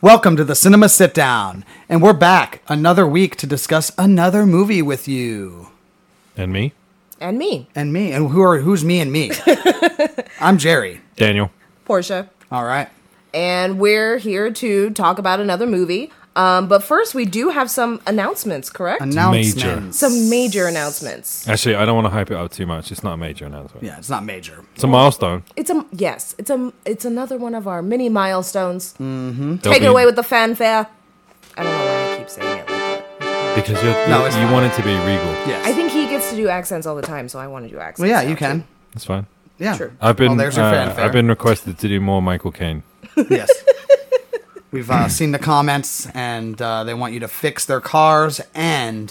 Welcome to the Cinema Sit Down, and we're back another week to discuss another movie with you And me, And me, and me. And who are who's me and me? I'm Jerry. Daniel. Portia. All right. And we're here to talk about another movie. Um, but first, we do have some announcements, correct? Announcements. some major announcements. Actually, I don't want to hype it up too much. It's not a major announcement. Yeah, Mm-hmm. it's not major. It's a milestone. It's a yes. It's a it's another one of our mini milestones. Mm-hmm. There'll Take be- it away with the fanfare. I don't know why I keep saying it like that. because you're, No, you- it's you fine. want it to be regal. Yes. I think he gets to do accents all the time, so I want to do accents. Well, yeah, you now, can. too. It's fine. Yeah. True. I've been Oh, there's your uh, fanfare. I've been requested to do more Michael Caine. Yes. We've uh, seen the comments, and uh, they want you to fix their cars and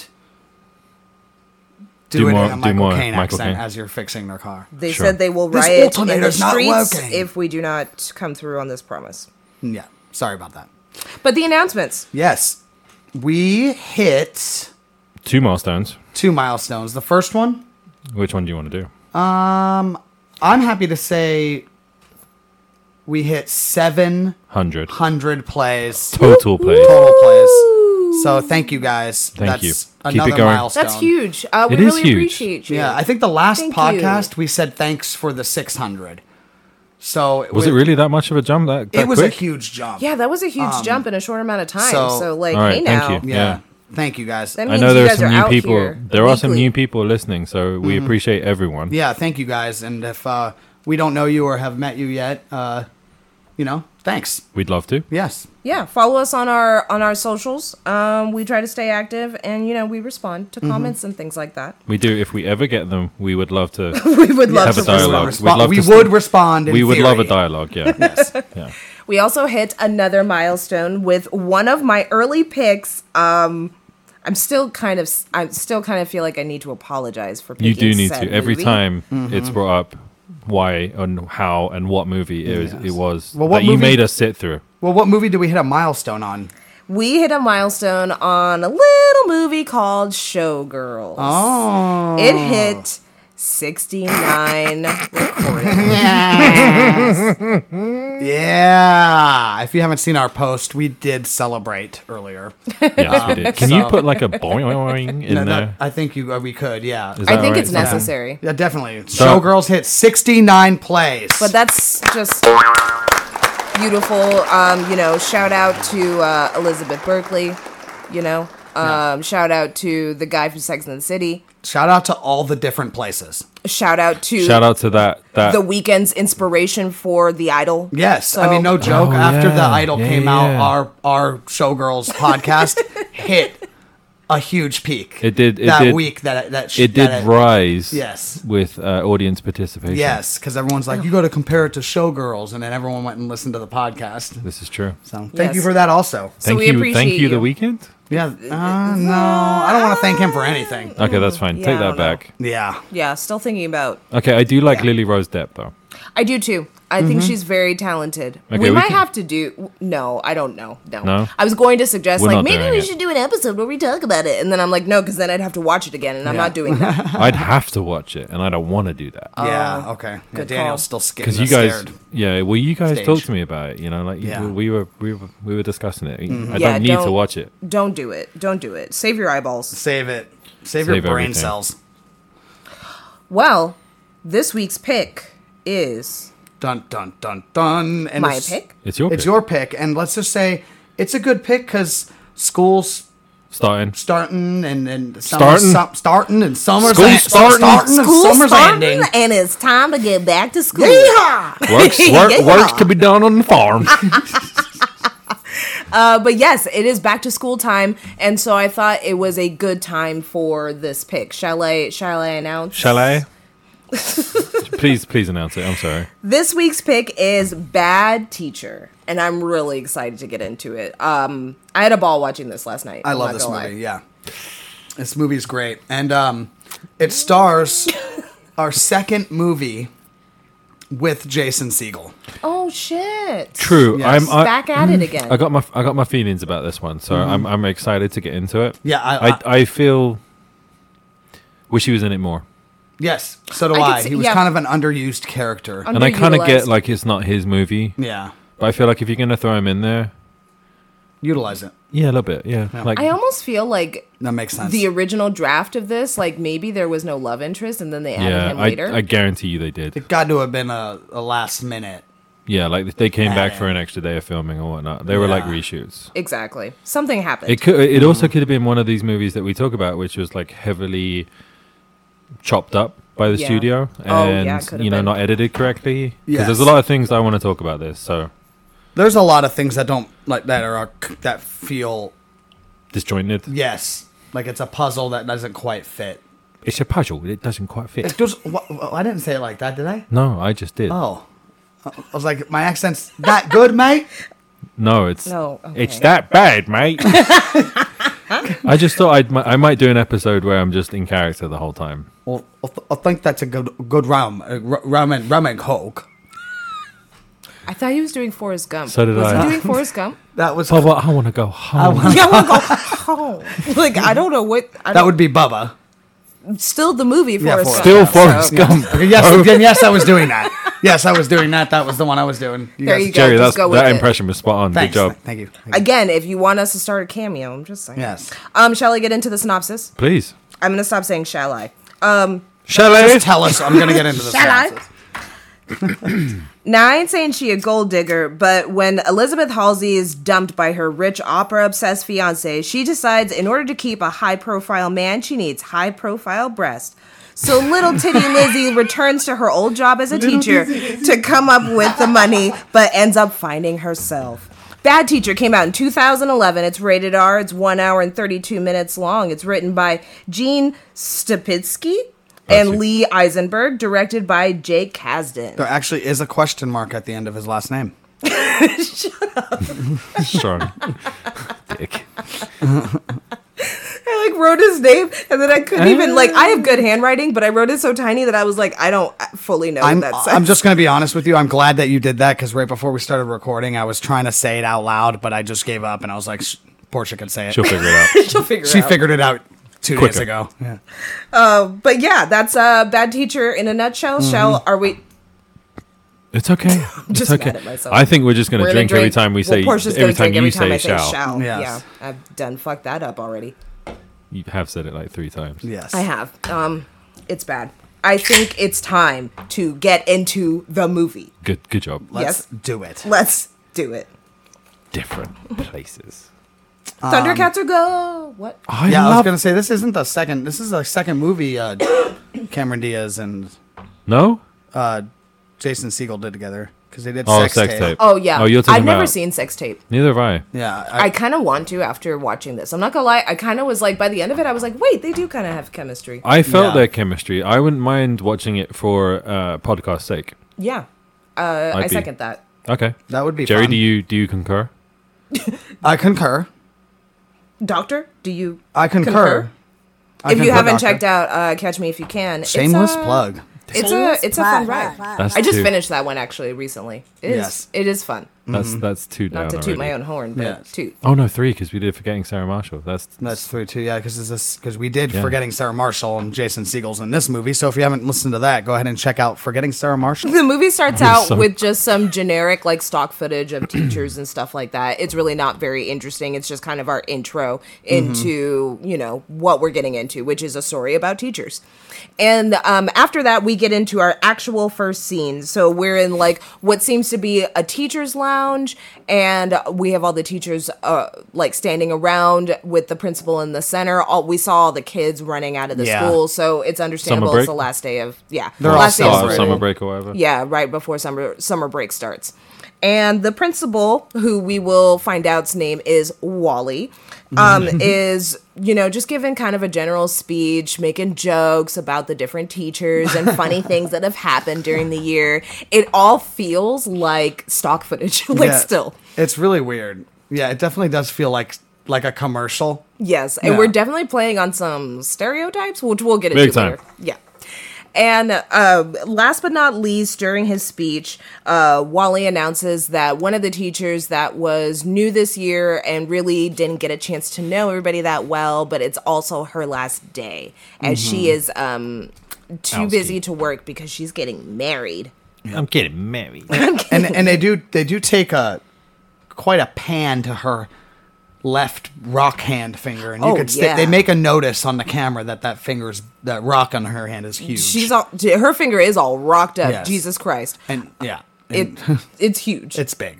do, Do it more- in a do Michael more Caine Michael accent Caine. as you're fixing their car. They Sure. said they will This riot in the alternator's not streets working. if we do not come through on this promise. Yeah. Sorry about that. But the announcements. Yes. We hit Two milestones. two milestones. The first one, Which one do you want to do? I'm happy to say we hit 700 Hundred plays, total plays. total plays. So thank you guys. Thank That's you. Keep it another going. milestone. That's huge. Uh, we It is really huge. appreciate you. Yeah, I think the last Thank podcast you. we said thanks for the 600. So Was it really that much of a jump? That, that It was quick? a huge jump. Yeah, that was a huge jump in a short amount of time. Um, so- So, like, All right, hey thank now. you. Yeah. Yeah. Thank you guys. That I means know you there are guys some are new out people. here There are some weekly. new people listening, so we appreciate everyone. Mm-hmm. yeah, thank you guys. And if uh, we don't know you or have met you yet, uh, you know, thanks. We'd love to. Yes. Yeah, follow us on our on our socials. Um, we try to stay active, and you know we respond Mm-hmm. to comments and things like that. We do. If we ever get them, we would love to We would love have to. a dialogue. Respo- We'd love we to would respond. In we would love a theory. dialogue. Yeah. Yes. yeah. We also hit another milestone with one of my early picks. Um, I'm still kind of I'm still kind of feel like I need to apologize for. You picking do need said to every movie. time it's brought up why and how and what movie it, was, it Yes. was Well, what that you movie- made us sit through. Well, what movie did we hit a milestone on? We hit a milestone on a little movie called Showgirls. Oh. It hit 69 recordings. Yeah. If you haven't seen our post, we did celebrate earlier. Yes, we did. Can you put like a boing And in that- there? I think you uh, we could. Yeah. Is I that think alright? it's Yeah. necessary. Yeah, definitely. Showgirls hit 69 plays. But that's just beautiful. Um, you know, shout out to uh, Elizabeth Berkley. You know, um, shout out to the guy from Sex and the City. Shout out to all the different places. Shout out to Shout out to that that the weekend's inspiration for The Idol. Yes, I So- mean no joke. Oh, After the yeah. Idol Yeah, came yeah, out, yeah. our our Showgirls podcast hit a huge peak. It did- it that did- week. That that sh- it did that rise. Yes. With uh, audience participation. Yes, because everyone's like, you got to compare it to Showgirls, and then everyone went and listened to the podcast. This is true. So thank Yes. you for that. Also, Thank we you. thank appreciate you, The you. Weekend. yeah. Uh, no, I don't want to thank him for anything. Okay, that's fine. Yeah, Take I that don't know. back. Yeah, Yeah, still thinking about. Okay, I do like Lily Rose Depp though. I do too. I think Mm-hmm. she's very talented. Okay, we, we might can- have to do. No, I don't know. No. No? I was going to suggest, We're not like, maybe doing we it. should do an episode where we talk about it. And then I'm like, no, because then I'd have to watch it again. And I'm Yeah. not doing that. I'd have to watch it, and I don't want to do that. yeah. Okay. Yeah, Oh, good call. Daniel's still scared. because you guys, scared. yeah, well, you guys Stage. talked to me about it. You know, like you- Yeah. Mm-hmm. we were we were we were discussing it. I Yeah, don't need to don't- watch it. don't do it. Don't do it. Save your eyeballs. save it, save, your Save brain everything. cells. Well, this week's pick is Dun dun dun dun. And my it's- pick. It's your. It's pick. your pick, and let's just say it's a good pick because school's starting. starting and and summer's Starting? su- starting and summer's School's en- starting. and summer's ending. and it's time to get back to school. Yeehaw! Works Yeah. work, works to be done on the farm. Uh, but yes, it is back to school time, and so I thought it was a good time for this pick. Shall I? Shall I announce? Shall I? please, please announce it. I'm sorry. This week's pick is Bad Teacher, and I'm really excited to get into it. Um, I had a ball watching this last night. I I'm love not this gonna movie. lie. Yeah, this movie's great, and um, it stars our second movie with Jason Segel. Oh shit! True. Uh, mm, Yes. I'm. I, Back at Mm-hmm. it again. I got my I got my feelings about this one, so I'm I'm excited to get into it. Yeah, I- I I, feel wish he was in it more, Yes, so do I could I. see- he was yeah. kind of an underused character. Un- and I kind of Underutilized. get like it's not his movie, yeah, But I feel like if you're gonna throw him in there, Utilize it. yeah, a little bit, yeah. Like I almost feel like That makes sense. the original draft of this, like maybe there was no love interest, and then they added yeah, him I, later. I guarantee you they did. it got to have been a, a last minute. Yeah, like they came back Yeah. for an extra day of filming or whatnot. They were like Yeah. reshoots. exactly, something happened. It could. It also could have been one of these movies that we talk about, which was like heavily chopped up by the Yeah. studio Oh, and yeah, it could have you know been. not edited correctly. Because Yes. there's a lot of things I want to talk about this. So There's a lot of things that don't like that are that feel disjointed. yes, like it's a puzzle that doesn't quite fit. It's a puzzle. It doesn't quite It's fit. just wh- wh- I didn't say it like that, did I? No, I just did. Oh, I was like my accent's that good, mate. No, it's No, it's okay. that bad, mate. I just thought I'd, mi- I might do an episode where I'm just in character the whole time. Well, I, th- I think that's a good good rum, uh, ru- rum and rum and coke. I thought he was doing Forrest Gump. So did was I. he doing Forrest Gump? That was Oh, well, I want to go home. yeah, we'll go home. Like I don't know what. I that don't, would be Bubba. still the movie Forrest. Forrest. Gump, Still so- Forrest Gump. Okay, yes, again, yes, I was doing that. Yes, I was doing that. That was the one I was doing. There guys- you go. Jerry, that's, just go with that it. impression was spot on. Thanks. Good job. Thank you. Thank you. Again, if you want us to start a cameo, I'm just saying. yes. Um, shall I get into the synopsis? Please. I'm gonna stop saying shall I. Shall I? Just tell us. I'm gonna get into this. Shall I? nonsense. Now, I ain't saying she a gold digger, but when Elizabeth Halsey is dumped by her rich opera obsessed fiance, she decides in order to keep a high profile man, she needs high profile breasts. So little titty Lizzie returns to her old job as a teacher to come up with the money, but ends up finding herself. Bad Teacher came out in 2011. It's rated R. It's one hour and 32 minutes long. It's written by Gene Stupitsky Gotcha. and Lee Eisenberg, directed by Jake Kasdan. There actually is a question mark at the end of his last name. Strong. Dick. I like wrote his name and then I couldn't even like I have good Ah. handwriting, but I wrote it so tiny that I was like I don't fully know I'm, uh, what that says. I'm just going to be honest with you. I'm glad that you did that because right before we started recording, I was trying to say it out loud, but I just gave up and I was like, Sh- Portia could say it. She'll figure it out. She'll figure she it out. figured it out two days Quicker. ago. Yeah. but yeah, that's a uh, bad teacher in a nutshell. Mm-hmm. Shall are we It's okay. It's just okay. mad at myself. I think we're just going to we're gonna drink, every time we Well, say, Portia's gonna every time drink you every say, time I say shall. Yes. Yeah, I've done fucked that up already. You have said it like three times. Yes. I have. Um, it's bad. I think it's time to get into the movie. Good, good job. Let's yes. do it. Let's do it. Different places. Um, Thundercats are go. What? I yeah, I was love. going to say, this isn't the second. This is the second movie uh, Cameron Diaz and No. uh, Jason Siegel did together because they did Oh, sex, sex tape. tape. Oh yeah. Oh, you're talking I've never about- seen sex tape. Neither have I. Yeah. I, I kind of want to after watching this. I'm not gonna lie. I kind of was like, by the end of it, I was like, wait, they do kind of have chemistry. I felt Yeah. their chemistry. I wouldn't mind watching it for uh, podcast sake. yeah, uh, Might be. I second that. Okay. that would be Jerry, fun. do you do you concur? Mm-hmm. I concur. Doctor, do you? I concur. Concur? I if you concur, haven't doctor. checked out uh, Catch Me If You Can, it's uh, Shameless a- plug. It's a it's a fun ride. That's I just two- finished that one actually recently. It is Yes. it is fun. That's that's two down Not to toot already. my own horn, but Yes. toot. Oh no, three because we did forgetting Sarah Marshall. That's That's three too, yeah. Because because we did Yeah. forgetting Sarah Marshall and Jason Siegel's in this movie. So if you haven't listened to that, go ahead and check out forgetting Sarah Marshall. The movie starts out so- with just some generic like stock footage of teachers and stuff like that. It's really not very interesting. It's just kind of our intro into, you know, what we're getting into, which is a story about teachers. And um, after that, we get into our actual first scene. So we're in like what seems to be a teacher's lounge, and we have all the teachers uh, like standing around with the principal in the center. All we saw all the kids running out of the Yeah. school, so it's understandable. break? It's the last day of yeah, They're all last day still of out oh, Sorry. summer break or whatever. yeah, right before summer summer break starts. And the principal, who we will find out's name is Wally, um, is you know just giving kind of a general speech, making jokes about the different teachers and funny things that have happened during the year. It all feels like stock footage, like Yeah. still. it's really weird. Yeah, it definitely does feel like like a commercial. Yes, and Yeah. we're definitely playing on some stereotypes, which we'll get into Big time. later. Yeah. And uh, last but not least, during his speech, uh, Wally announces that one of the teachers that was new this year and really didn't get a chance to know everybody that well, but it's also her last Mm-hmm. day, as she is um, too Ousted. busy to work because she's getting married. I'm getting married. and and they do they do take a quite a pan to her left rock hand finger, and you Oh, could sta- yeah. they make a notice on the camera that that finger's that rock on her hand is huge. She's all her finger is all rocked up. Yes. Jesus Christ. and yeah, It and it's huge. it's big.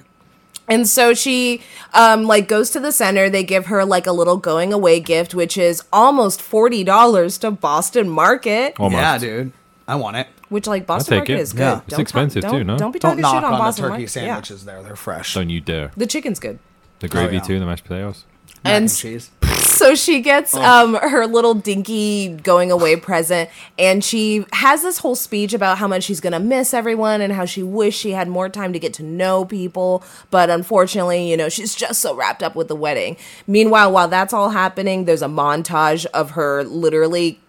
And so she um like goes to the center, they give her like a little going away gift which is almost $40 to Boston Market, Almost. Yeah, dude, I want it. which like Boston take Market it. is good. Yeah. It's Don't talk- expensive, don't- too, no? Don't be Don't talking knock shit on, on, the Boston turkey Market. Yeah. sandwiches there; they're fresh. Don't you dare. The chicken's good. The gravy yeah. too, and the mashed potatoes. Mac and and s- cheese. So she Oh. gets um, her little dinky going away present, and she has this whole speech about how much she's gonna miss everyone and how she wished she had more time to get to know people. But unfortunately, you know, she's just so wrapped up with the wedding. Meanwhile, while that's all happening, there's a montage of her literally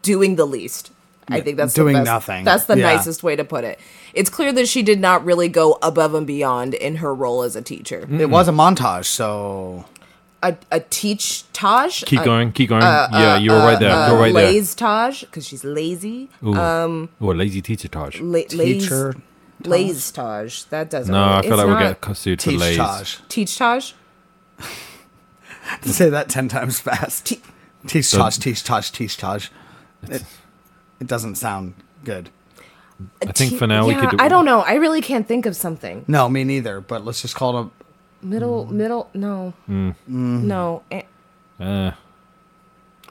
doing the least. I think that's doing the best- nothing. That's the Yeah. nicest way to put it. It's clear that she did not really go above and beyond in her role as a teacher. It was a montage, so A, a teach Taj, Keep a- going, keep going. yeah, you were right there. uh, you were right Lays um, Taj because she's lazy. there. Ooh. Ooh, a lazy teacher Taj. La- teacher Lays, lays Taj. That doesn't. no, I work. feel It's like we'll not- get sued for teach lays. Taj. teach Taj. Say that ten times fast. teach Taj, teach Taj, teach Taj. It, it doesn't sound good. I think for now we yeah, could. I don't know. I really can't think of something. No, me neither. But let's just call it a Middle, Mm. middle. No, no. Eh, Uh,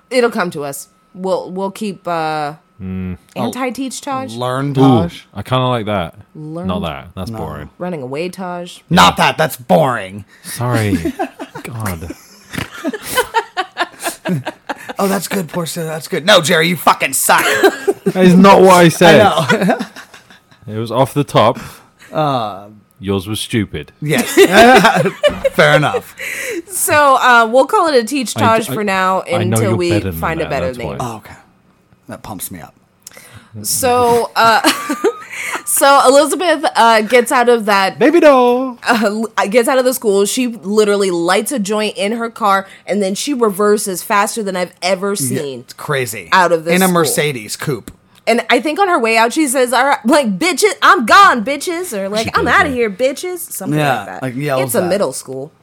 It'll come to us. We'll we'll keep uh, Mm. anti teach Taj, Learn ooh, Taj? I kind of like that. Not Learned- that. That's boring. running away Taj. Not that. That's boring. Sorry. God. Oh, that's good, Portia. That's good. No, Jerry, you fucking suck. That is not what I said. no. It was off the top. Uh, Yours was stupid. yes. Fair enough. So uh, we'll call it a teach I- Taj I- for now I know until you're we better than find a that, better that's name. why. Oh, okay. That pumps me up. So, uh, so Elizabeth uh, gets out of that Baby doll. uh, gets out of the school. She literally lights a joint in her car, and then she reverses faster than I've ever Yeah, seen. it's crazy. Out of this In a school. Mercedes coupe. And I think on her way out, she says, "All right, like bitches, I'm gone, bitches," or like, She "I'm does out of that. here, bitches," something Yeah, like that. like, yells it's a that. middle school.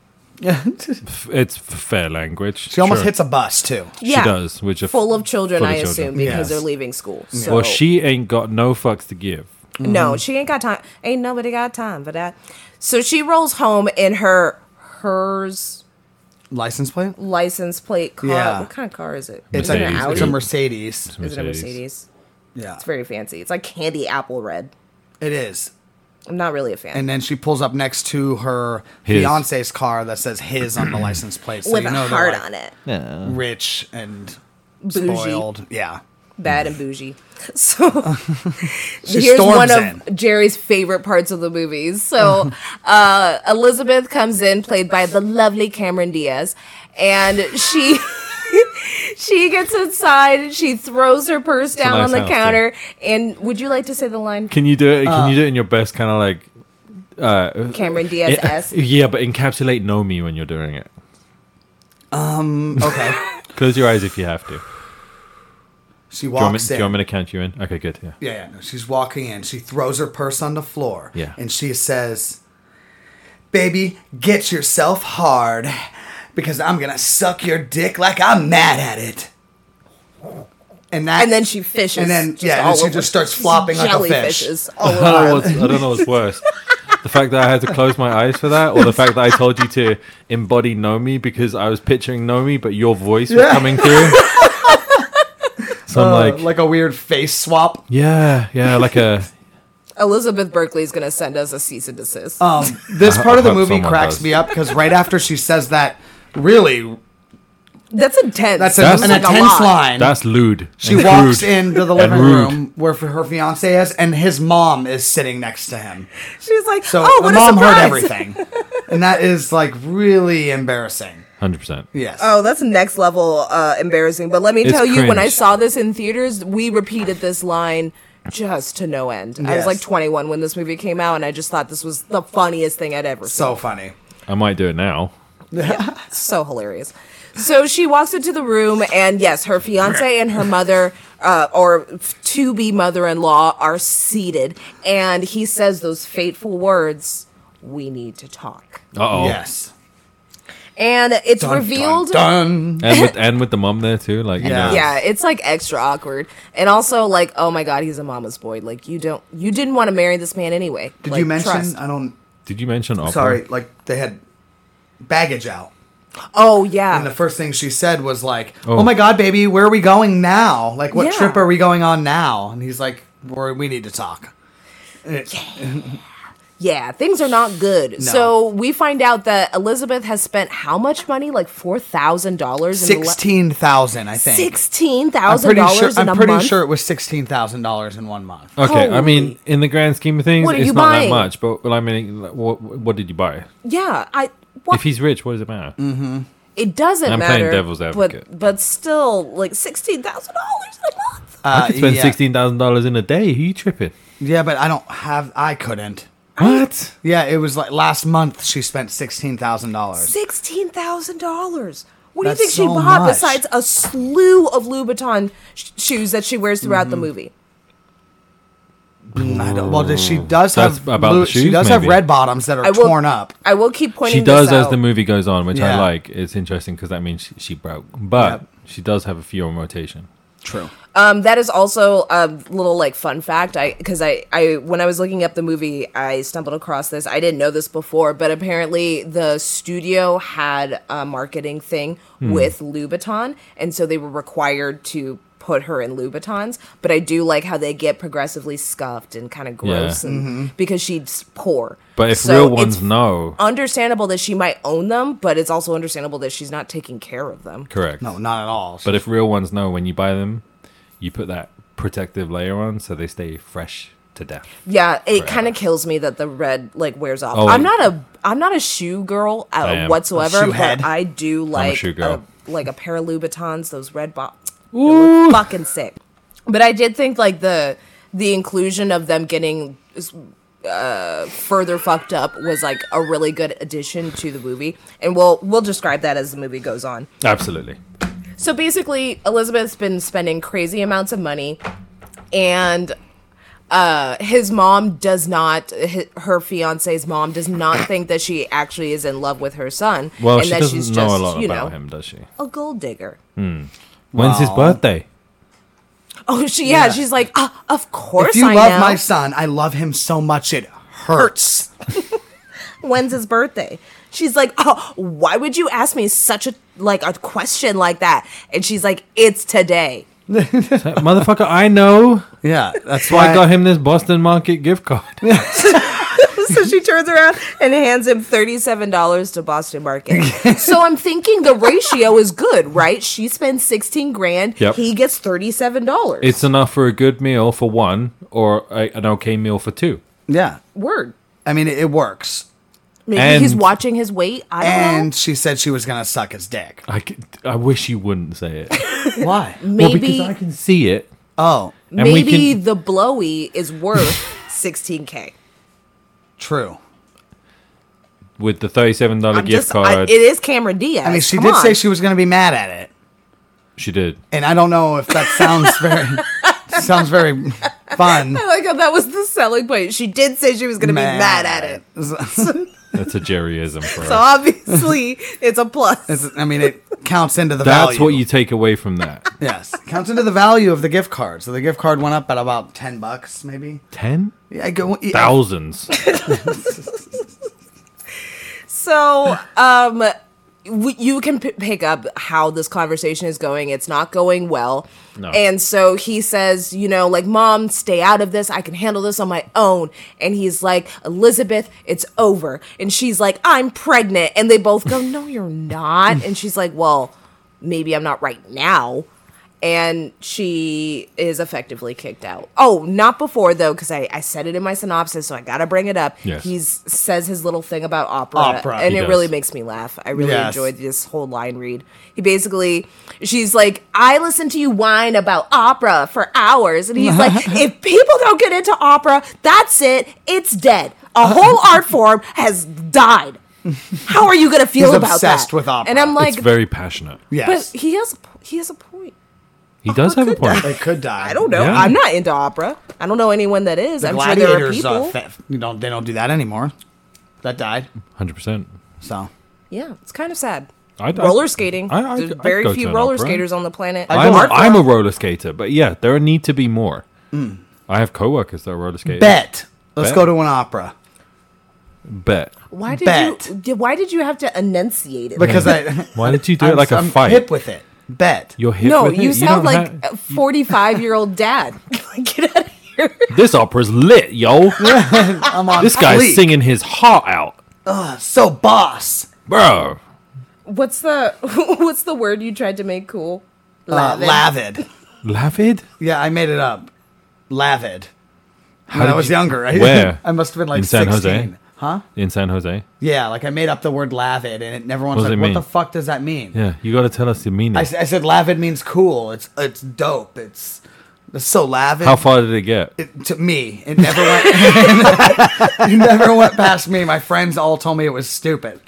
Yeah. It's f- fair language. she almost hits a bus, too. Yeah, does, which are full of children, full of I children. assume, because Yes. they're leaving school. So Well, she ain't got no fucks to give. Mm-hmm. No, she ain't got time. Ain't nobody got time for that. So she rolls home in her hers License plate? license plate car. Yeah. What kind of car is it? It's is it a, an it's a Mercedes. Mercedes. Audi? Is it a Mercedes? Yeah. It's very fancy. It's like candy apple red. It is. I'm not really a fan. And then she pulls up next to her His. fiance's car that says his on the license plate. So With you a know they're, heart like, on it. Rich and Bougie. spoiled. Yeah. Bad and bougie. So She here's storms one in. of Jerry's favorite parts of the movie. So uh, Elizabeth comes in, played by the lovely Cameron Diaz, and she she gets inside and she throws her purse down nice on the house, counter. And would you like to say the line? Can you do it? Can you do Uh, it in your best kind of like? Cameron Diaz esque. Yeah, but encapsulate Nomi when you're doing it. Okay. Close your eyes if you have to. She Do you, want me, walks do you in. want me to count you in? Okay, good. Yeah. Yeah, yeah. No, she's walking in. She throws her purse on the floor. Yeah. And she says, Baby, get yourself hard because I'm going to suck your dick like I'm mad at it. And that. And then she fishes. And then, just yeah, all and she over- just starts flopping like a fish. Jellyfishes all I don't, know over. what's, I don't know what's worse. The fact that I had to close my eyes for that, or the fact that I told you to embody Nomi because I was picturing Nomi, but your voice was Yeah. coming through. So I'm Uh, like, like a weird face swap. yeah, yeah, like a. Elizabeth Berkeley's gonna send us a cease and desist. Um, this I part of the hope movie someone cracks does. me up because right after she says that, really, that's intense. that's, That's- an, Like a intense lot. line. That's lewd. she and walks crude into the and living rude. room where her fiance is, and his mom is sitting next to him. She's like, So oh, the what a mom surprise! heard everything, and that is like really embarrassing. 100%. Yes. Oh, that's next level uh, embarrassing. But let me It's tell you, when I cringe. saw this in theaters, we repeated this line just to no end. I was Yes. like 21 when this movie came out, and I just thought this was the funniest thing I'd ever seen. so funny. I might do it now. so hilarious. So she walks into the room, and yes, her fiance and her mother uh, or to be mother in law are seated. And he says those fateful words we need to talk. Uh oh. Yes. And it's Dun, revealed. Dun, dun. And with and with the mom there too, like you Yeah. know. Yeah, it's like extra awkward. And also like, oh my god, he's a mama's boy. Like you don't you didn't want to marry this man anyway. Did Like, you mention? uh, trust. I don't. Did you mention opera? Sorry, like they had baggage out. Oh yeah. And the first thing she said was like, "Oh, Oh. my god, baby, where are we going now? Like, what Yeah. trip are we going on now?" And he's like, We're, "We need to talk." Yeah, things are not good. So we find out that Elizabeth has spent how much money? Like four thousand dollars. Sixteen thousand, I think. Sixteen I'm thousand pretty sure. dollars in I'm a pretty month. sure it was sixteen thousand dollars in one month. Okay, I Holy- mean, in the grand scheme of things, What are it's you not buying? that much. But well, I mean, like, what what did you buy? Yeah, I. What? If he's rich, what does it matter? Mm-hmm. it doesn't I'm matter. playing devil's advocate. But but still, like sixteen thousand dollars in a month. Uh, I could spend yeah. sixteen thousand dollars in a day. Who you tripping? Yeah, but I don't have. I couldn't. What? Yeah, it was like last month. She spent sixteen thousand dollars. Sixteen thousand dollars. What do you That's think she so bought much. besides a slew of Louboutin sh- shoes that she wears throughout the Mm-hmm. movie? Well, does- she does That's have about the she shoes, does have maybe. red bottoms that are I will- torn up. I will keep pointing. She does this as out. the movie goes on, which Yeah. I like. It's interesting because that means she, she broke, but Yep. she does have a few on rotation. True. Um, that is also a little like fun fact. I because I I when I was looking up the movie, I stumbled across this. I didn't know this before, but apparently the studio had a marketing thing Hmm. with Louboutin, and so they were required to put her in Louboutins. But I do like how they get progressively scuffed and kind of gross, and because she's poor. But if So real it's ones know, Understandable that she might own them, but it's also understandable that she's not taking care of them. correct. No, not at all. But if real ones know, when you buy them, you put that protective layer on so they stay fresh to death. Yeah, it kind of kills me that the red like wears off. Oh, I'm and- not a I'm not a shoe girl I uh, am. whatsoever, A shoe but head. I do like shoe girl. a- like a pair of Louboutins, those red box. Fucking sick. But I did think like the the inclusion of them getting uh, further fucked up was like a really good addition to the movie, and we'll we'll describe that as the movie goes on. Absolutely. So basically, Elizabeth's been spending crazy amounts of money, and uh, his mom does not, hi her fiance's mom does not think that she actually is in love with her son, Well, and she that doesn't she's know just, a lot you about know, him, does she? a gold digger. When's his Wow. birthday? Oh, she yeah, Yeah. she's like, "Ah, of course if you I love know. my son, I love him so much it hurts. When's his birthday?" She's like, "Oh, why would you ask me such a like a question like that?" And she's like, "It's today." That motherfucker, I know. Yeah, that's So I got him this Boston Market gift card. so she turns around and hands him $37 to Boston Market. so I'm thinking the ratio is good, right? She spends 16 grand, Yep. he gets $37. It's enough for a good meal for one, or a, an okay meal for two. Yeah, word. I mean it, it works. Maybe And- he's watching his weight. I don't And know. she said she was gonna suck his dick. I, c- I wish you wouldn't say it. Why? well, Maybe because I can see it. Oh, and we maybe can- the blowy is worth 16k. true. With the thirty-seven dollar I'm gift just I, card, it is Cameron Diaz. I mean, she Come did on. say she was gonna be mad at it, she did. and I don't know if that sounds very sounds very fun. I like how that was the selling point. She did say she was going to be mad at it. That's a Jerryism for us. So obviously, it's a plus. It's- I mean, it counts into the That's value. what you take away from that. yes counts into the value of the gift card. So the gift card went up at about ten bucks, maybe. Ten Yeah, I go. Yeah, thousands. So, um, w- you can p- pick up how this conversation is going. It's not going well. No. And so he says, you know, like, Mom, stay out of this. I can handle this on my own. And he's like, Elizabeth, it's over. And she's like, I'm pregnant. And they both go, No, you're not. And she's like, Well, maybe I'm not right now. And she is effectively kicked out. Oh, not before though, because I, I said it in my synopsis, so I gotta bring it up. Yes. He's says his little thing about opera, Opera. uh, and He it does. really makes me laugh. I really Yes. enjoyed this whole line read. He basically, she's like, I listen to you whine about opera for hours. And he's like, if people don't get into opera, that's it. It's dead. A whole art form has died. How are you going to feel He's about obsessed that? with opera. And I'm like, it's very passionate. yes. but he has, a p- he has a point. He does have a could point. They could die. I don't know. Yeah. I'm not into opera. I don't know anyone that is. The I'm sure there are gladiators, people. uh, fa- you don't, they don't do that anymore. That died. Hundred percent. So yeah, it's kind of sad. I'd- roller skating. I- I- There's I'd very go few to an roller opera. skaters on the planet. I I'm, go- a- I'm a roller skater, but yeah, there need to be more. I have coworkers that are roller skaters. bet. Let's Bet. go to an opera Bet. why did Bet. you? did- Why did you have to enunciate it? because I Why did you do I'm, it like a I'm fight? hip with it. Bet. You're hip no, with it? you don't sound like have- a 45 year old dad. Like, Get out of here. this opera's lit, yo. I'm on this guy's fleek. singing his heart out, So boss. bro. What's the What's the word you tried to make cool? Uh, lavid. Lavid? Yeah, I made it up. Lavid. when I did was you- younger. I, Where? I must have been like In San 16. Jose? Huh? in San Jose. Yeah, like I made up the word lavid and it, everyone's What does like, it what mean? the fuck does that mean? Yeah, you got to tell us the meaning. I, s- I said lavid means cool. It's it's dope. It's, it's so lavid. How far did it get? It- to me, it never went. it never went past me. My friends all told me it was stupid.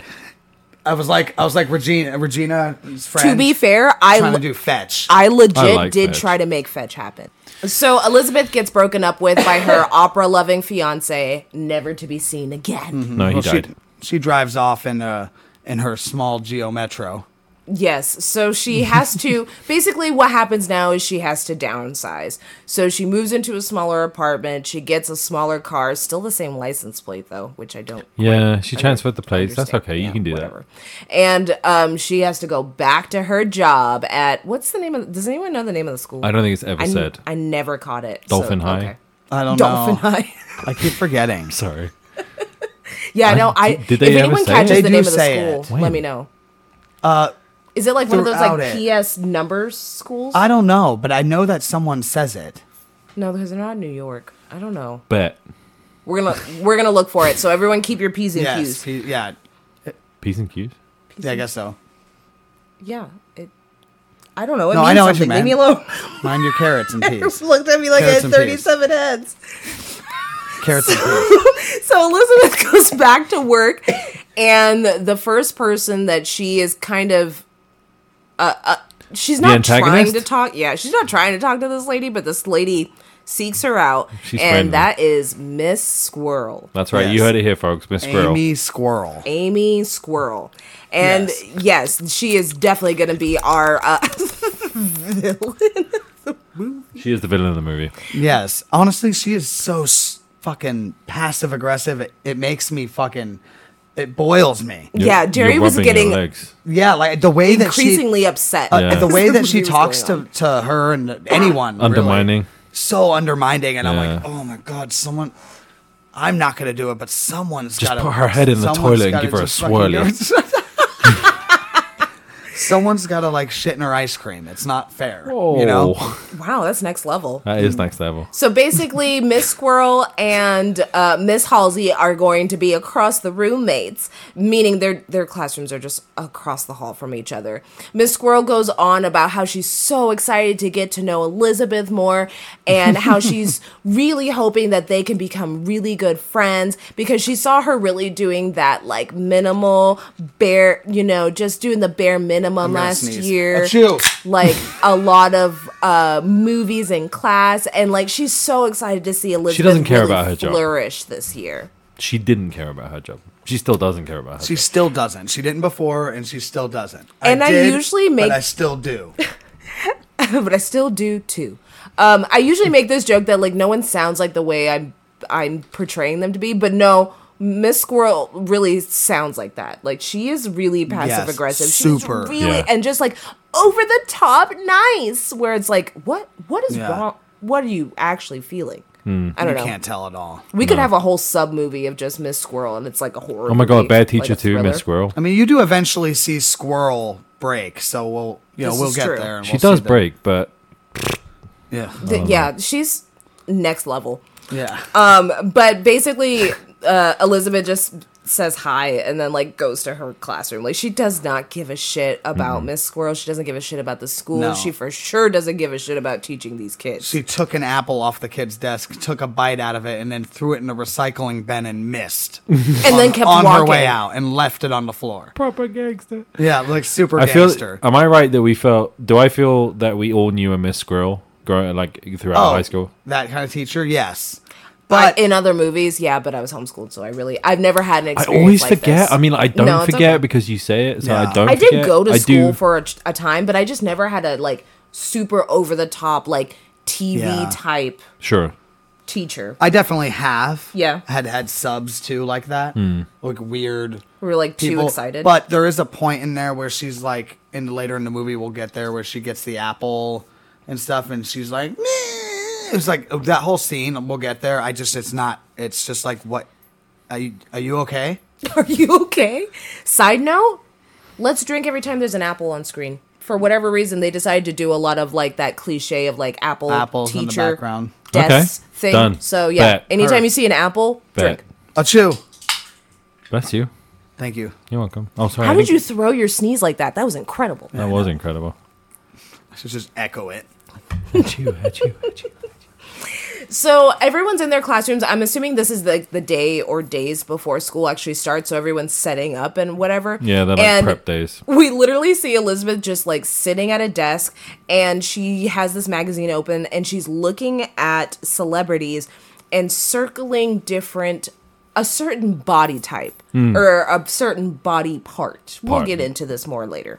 I was like, I was like Regina, Regina's friend. To be fair, I trying l- to do fetch. I legit I like did Fetch. try to make Fetch happen. So Elizabeth gets broken up with by her opera loving fiance, never to be seen Mm-hmm. again. no, he Well, she died. she drives off in uh in her small Geo Metro. Yes. So she has to basically what happens now is she has to downsize. So she moves into a smaller apartment, she gets a smaller car, still the same license plate though, which I don't yeah, she transferred the place. That's understand. okay. Yeah, you can do whatever. And um she has to go back to her job at what's the name of does anyone know the name of the school? that. I don't think it's ever I, said. I never caught it. so- Dolphin High? okay. I don't Dolphin know. High. I keep forgetting. Sorry. yeah, no, I did- did they if ever anyone say catches it? They the do name of the say school, it. When? let me know. Uh is it like one of those throughout like it. PS numbers schools? I don't know, but I know that someone says it. No, because they're not in New York. I don't know. Bet. We're gonna we're gonna look for it. So everyone keep your p's and Yes. q's. he- yeah. P's and Q's. Yeah, I guess so. Yeah. It, I don't know. It No, means I know what you meant. something. Leave me alone. Mind your carrots and peas. Looked at me like I had Carrots and peas. 37 heads. carrots and peas. So Elizabeth goes back to work, and the first person that she is kind of, uh, uh she's not trying antagonist? to talk. Yeah, she's not trying to talk to this lady, but this lady seeks her out, She's and friendly. that is Miss Squirrel. That's right. You Yes. heard it here, folks. Miss Squirrel. Amy Squirrel. Amy Squirrel. And yes, she is definitely going to be our. Uh, She is the villain of the movie. Yes. Honestly, she is so s- fucking passive aggressive. It, it makes me fucking. It boils me. You're- yeah, Jerry you're was rubbing your getting legs. Yeah, like the way that she. increasingly upset. Uh, Yeah. The way that she What was talks going to, to her and anyone. really. Undermining. so undermining. And I'm like, Yeah. oh my God, someone. I'm not going to do it, but someone's Just got to. put her head in the toilet and give her a someone's got to like shit in her ice cream. It's not fair. You know? Oh, wow, that's next level. that is next level. So basically, Miss Squirrel and uh, Miss Halsey are going to be across the roommates, meaning their their classrooms are just across the hall from each other. Miss Squirrel goes on about how she's so excited to get to know Elizabeth more, and how she's really hoping that they can become really good friends because she saw her really doing that like minimal bare, you know, just doing the bare minimum gonna last sneeze. year Achoo. like a lot of uh, movies in class, and like she's so excited to see Elizabeth. doesn't care really about her job. flourish this year. She didn't care about her job. She still doesn't care about her She job. still doesn't. She didn't before, and she still doesn't. And I did, usually but make- I still do. but I still do too. Um, I usually make this joke that like no one sounds like the way I'm I'm portraying them to be, but no, Miss Squirrel really sounds like that. Like she is really passive aggressive. super. She's really Yeah. and just like over the top nice, where it's like, what what is Yeah. wrong? What are you actually feeling? Hmm. I don't You know. can't tell at all. We could have a whole sub movie of just Miss Squirrel, and it's like a horror. Oh my god, movie, bad like teacher a too, Miss thriller. Squirrel. I mean, you do eventually see Squirrel break, so we'll you know This we'll is get true. there. And She we'll does see the- break, but Yeah, Oh. Th- yeah, she's next level. yeah. But basically, uh, Elizabeth just says hi and then like goes to her classroom. Like she does not give a shit about Mm-hmm. Miss Squirrel. She doesn't give a shit about the school. No. She for sure doesn't give a shit about teaching these kids. She took an apple off the kid's desk, took a bite out of it, and then threw it in the recycling bin and missed. and then kept on walking. her way out and left it on the floor. Proper gangster. Yeah, like super I feel. uh, gangster. Am I right that we felt? Do I feel that we all knew a Miss Squirrel growing like Oh. throughout high school? That kind of teacher, yes. But But in other movies, yeah, but I was homeschooled, so I really I've never had an I experience. always like forget. this. I mean, like, I don't No, it's forget okay. because you say it, so Yeah. I don't. I did forget. go to I school do- for a, t- a time, but I just never had a like super over the top like TV Yeah. type Sure. teacher. I definitely have. Yeah. Had had subs too, like that. Hmm. Like weird. We were like too people. excited. But there is a point in there where she's like, and later in the movie we'll get there where she gets the apple and stuff, and she's like, Meh. it was like oh, that whole scene. We'll get there. I just, it's not. It's just like, what? Are you, are you okay? Are you okay? Side note, let's drink every time there's an apple on screen. For whatever reason, they decided to do a lot of like that cliche of like apple Apples in the teacher background. desk Okay. thing. Done. So yeah, Bet. anytime Her. you see an apple, Bet. drink. A chew. Bless you. Thank you. You're welcome. Oh, sorry. How I did didn't- you throw your sneeze like that? That was incredible. That was incredible. I should just echo it. So everyone's in their classrooms. I'm assuming this is like the day or days before school actually starts. So everyone's setting up and whatever. Yeah, they're like And prep days. We literally see Elizabeth just like sitting at a desk and she has this magazine open and she's looking at celebrities and circling different a certain body type or a certain body part. We'll Part. get into this more later.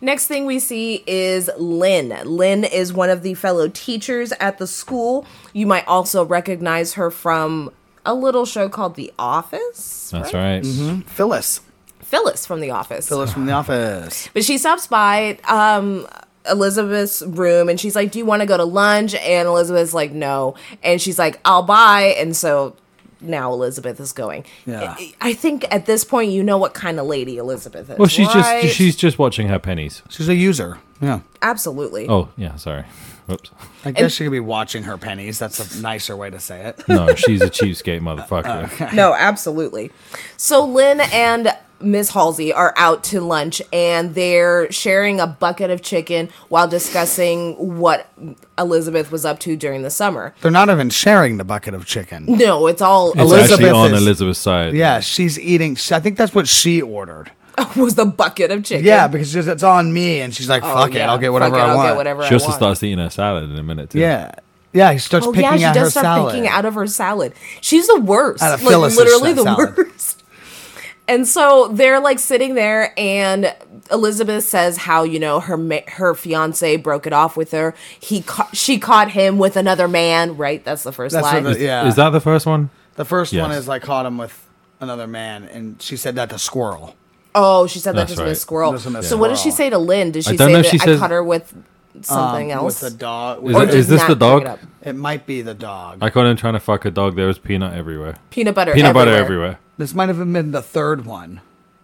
Next thing we see is Lynn. Lynn is one of the fellow teachers at the school. You might also recognize her from a little show called The Office. That's right. Mm-hmm. Phyllis. Phyllis from The Office. Phyllis from the office. But she stops by um, Elizabeth's room and she's like, Do you want to go to lunch? And Elizabeth's like, No. And she's like, I'll buy. And so now Elizabeth is going. Yeah. I- I think at this point, you know what kind of lady Elizabeth is. Well, she's right? just she's just watching her pennies. She's a user. Yeah. Absolutely. Oh, yeah. Sorry. Whoops. I guess she could be watching her pennies. That's a nicer way to say it. No, she's a cheapskate motherfucker. no, absolutely. So Lynn and Miss Halsey are out to lunch and they're sharing a bucket of chicken while discussing what Elizabeth was up to during the summer. They're not even sharing the bucket of chicken. No, it's all It's Elizabeth actually on is- Elizabeth's side. Yeah, she's eating. I think that's what she ordered. was the bucket of chicken. Yeah, because she's, it's on me, and she's like, Oh, "Fuck it, yeah. I'll get Fuck whatever it, I I'll want." Get whatever She also I want. starts eating her salad in a minute too. Yeah, yeah. He starts Oh picking yeah, she out her does start salad. picking out of her salad. She's the worst. Out of like Phyllis's literally the salad. worst. And so they're like sitting there, and Elizabeth says how you know her ma- her fiance broke it off with her. He ca- she caught him with another man. Right, that's the first That's line. what the- yeah. Is that the first one? the first one Yes. is like caught him with another man, and she said that to Squirrel. oh, she said that That's just right. Miss Squirrel. Just Miss So what did she Squirrel. say to Lynn? Did she don't say know that if she I says- caught her with something Um, else? with the dog. Is, it- It, is this not the bring it dog? up. might be the dog. I caught him trying to fuck a dog. There was peanut everywhere. Peanut butter. Peanut everywhere. butter everywhere. this might have been the third one.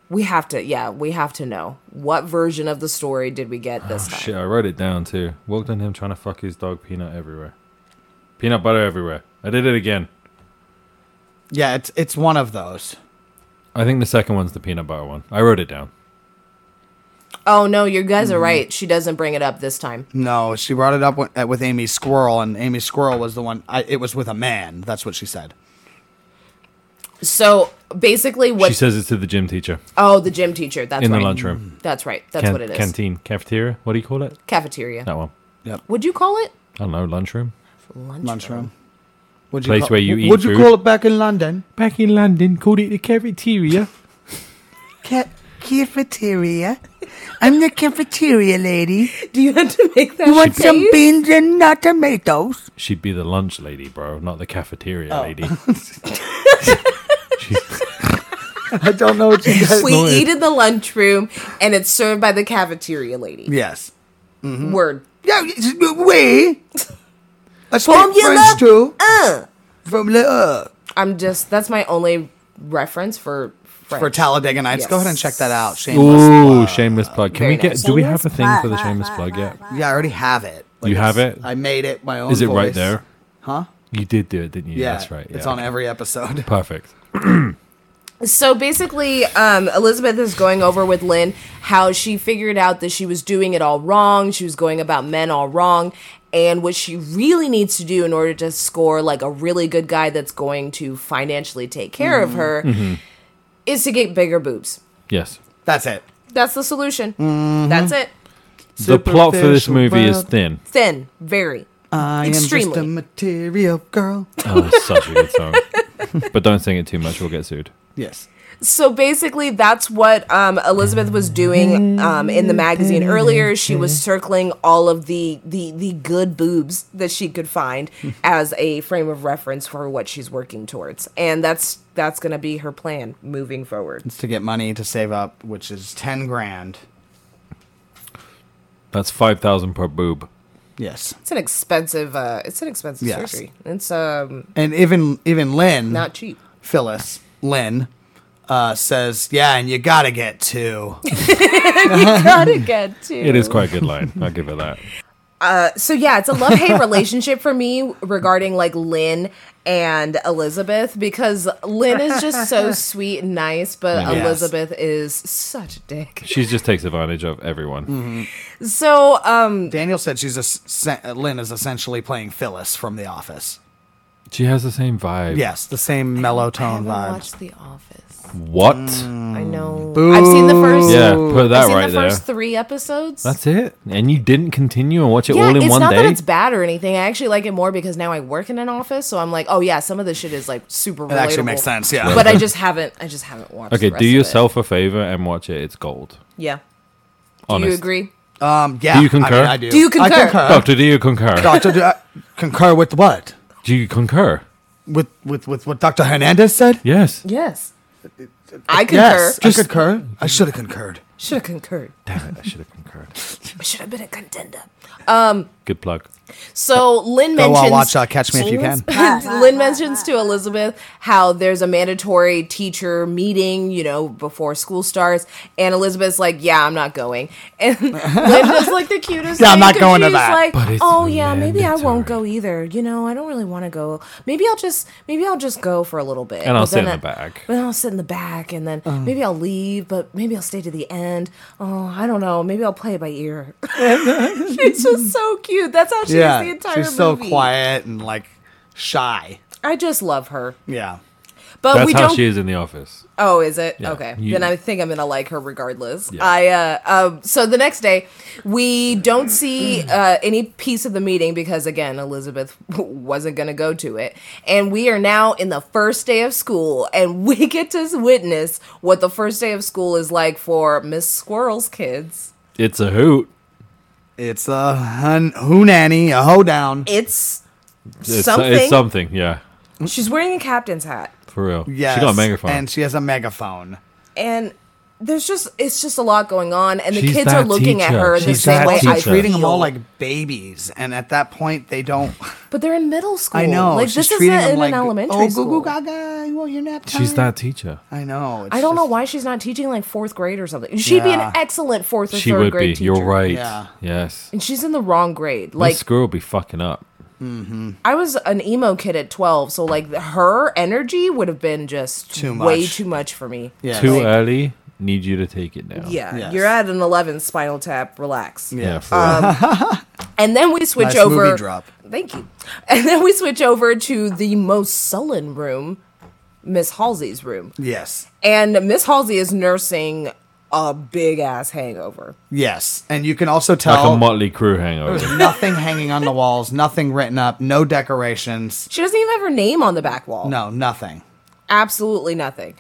We have to. Yeah, we have to know what version of the story did we get this time. Oh, Shit, I wrote it down too. Walked on him trying to fuck his dog. Peanut everywhere. Peanut butter everywhere. I did it again. Yeah, it's it's one of those. I think the second one's the peanut butter one. I wrote it down. Oh no, you guys Mm-hmm. are right. She doesn't bring it up this time. No, she brought it up with, uh, with Amy Squirrel, and Amy Squirrel was the one. I, it was with a man. That's what she said. So basically, what? She says it's to the gym teacher oh, the gym teacher. That's in right. the lunchroom. That's right. That's Can- what it is. Canteen. Cafeteria. What do you call it? Cafeteria. That one. Would you call it I don't know. Lunchroom. lunchroom? Lunchroom. Would Place where you eat Would you food. call it back in London? Back in London, called it the cafeteria. Ca- cafeteria. I'm the cafeteria lady. Do you have to make that? You want some beans and not tomatoes. She'd be the lunch lady, bro, not the cafeteria Oh. lady. She's- I don't know what you guys. We eat in the lunchroom, and it's served by the cafeteria lady. yes. Mm-hmm. Word. Yeah, it's- we. I From spoke your French love- too. Uh. From the, uh, I'm just. That's my only reference for French. for Talladega Nights. Go Yes. ahead and check that out. Shameless. Ooh, shameless plug. Can Very we get? nice. Do we have a thing for the shameless plug yet? Yeah, I already have it. You have it's- it? I made it my own. Is it right voice. there? Huh? You did do it, didn't you? Yeah, That's right. It's yeah. on every episode. Perfect. So basically, um, Elizabeth is going over with Lynn how she figured out that she was doing it all wrong. She was going about men all wrong. And what she really needs to do in order to score like a really good guy that's going to financially take care of her Mm-hmm. is to get bigger boobs. Yes. That's it. That's the solution. Mm-hmm. That's it. The plot for this Superficial movie is world. thin. Thin, very. I am just Extremely. a material girl. Oh, it's such a good song. but don't sing it too much, we'll get sued. Yes. So basically, that's what um, Elizabeth was doing um, in the magazine earlier. She was circling all of the, the the good boobs that she could find as a frame of reference for what she's working towards, and that's that's going to be her plan moving forward. It's to get money to save up, which is 10 grand. That's 5,000 per boob. Yes. It's an expensive uh, it's an expensive Yes. surgery. It's um And even even Lynn, not cheap. Phyllis, Lynn, uh, says, yeah, and you gotta get two. Gotta get to It is quite a good line. I'll give it that. so yeah, it's a love hate relationship for me regarding like Lynn and Elizabeth because Lynn is just so sweet and nice, but Yes. Elizabeth is such a dick. She just takes advantage of everyone. Mm-hmm. So um Daniel said she's a, se- Lynn is essentially playing Phyllis from The Office. She has the same vibe. Yes, the same mellow I tone haven't vibe. watched The Office. What? I know. I've seen the first Mm. Yeah, put Mm. I've that seen right the there. first three episodes. That's it. And you didn't continue and watch it yeah, all in it's one not day? that it's bad or anything. I actually like it more because now I work in an office, so I'm like, oh yeah, some of this shit is like super relatable. It actually makes sense, yeah. But I just haven't. I just haven't watched. Okay, the rest do of it. yourself a favor and watch it. It's gold. Yeah. Do Honest. you agree? Um, yeah, Do you concur? I, mean, I do. Do you I concur? concur. Doctor, do you concur? Doctor, do I concur with what? Do you concur? With with with what Doctor Hernandez said? Yes. Yes. I concur. Yes, I concur. I should have concurred. Should have concurred. Damn it, I should have concurred. Should have been a contender. Good plug. So Lynn Go mentions. uh, watch uh, Catch Me If You Can. Lynn mentions to Elizabeth how there's a mandatory teacher meeting, you know, before school starts, and Elizabeth's like, "Yeah, I'm not going." And Lynn does like the cutest. Yeah, I'm thing, not 'cause going to she's that. Like, But it's oh yeah, maybe I won't go mandatory. either. You know, I don't really want to go. Maybe I'll just maybe I'll just go for a little bit, And I'll But sit in then the I- back. But then I'll sit in the back, and then Uh. maybe I'll leave, but maybe I'll stay to the end. Oh, I don't know. Maybe I'll play it by ear. she's just so cute. That's how she Yeah, is the entire she's so movie. quiet and like shy. I just love her. Yeah, But That's we how don't. she is in the office. Oh, is it? Okay. You- Then I think I'm gonna like her regardless. Yeah. I uh um so the next day we don't see uh any piece of the meeting because again Elizabeth wasn't gonna go to it. And we are now in the first day of school and we get to witness what the first day of school is like for Miss Squirrel's kids. It's a hoot. it's a hun- who nanny, a hoedown. It's It's something. it's something, yeah. She's wearing a captain's hat. For real. Yes, She got a megaphone. and she has a megaphone. And there's just it's just a lot going on and the She's kids are that looking at teacher. her in the She's same that way I she's teacher. feel. treating them all like babies, and at that point, they don't. But they're in middle school. I know. Like she's this isn't treating them in like, an elementary oh, school. goo goo gaga, you want your nap time? She's that teacher. I know. It's I don't know just- why she's not teaching like fourth grade or something. She'd be Yeah. an excellent fourth or She third would be. grade teacher. You're right. Yeah. Yes. And she's in the wrong grade. Like, Like this girl be fucking up. I was an emo kid at twelve, so like her energy would have been just Too way much. too much for me. Yes. Too Like, early. Need you to take it now. Yeah, Yes. you're at an eleven spinal tap. Relax. Yeah. Yeah. For Uh, real. And then we switch Nice over. movie drop. Thank you. And then we switch over to the most sullen room, Miss Halsey's room. Yes. And Miss Halsey is nursing a big ass hangover. Yes. And you can also like tell a Motley Crue hangover. nothing hanging on the walls, nothing written up, no decorations, She doesn't even have her name on the back wall. no, nothing. Absolutely nothing.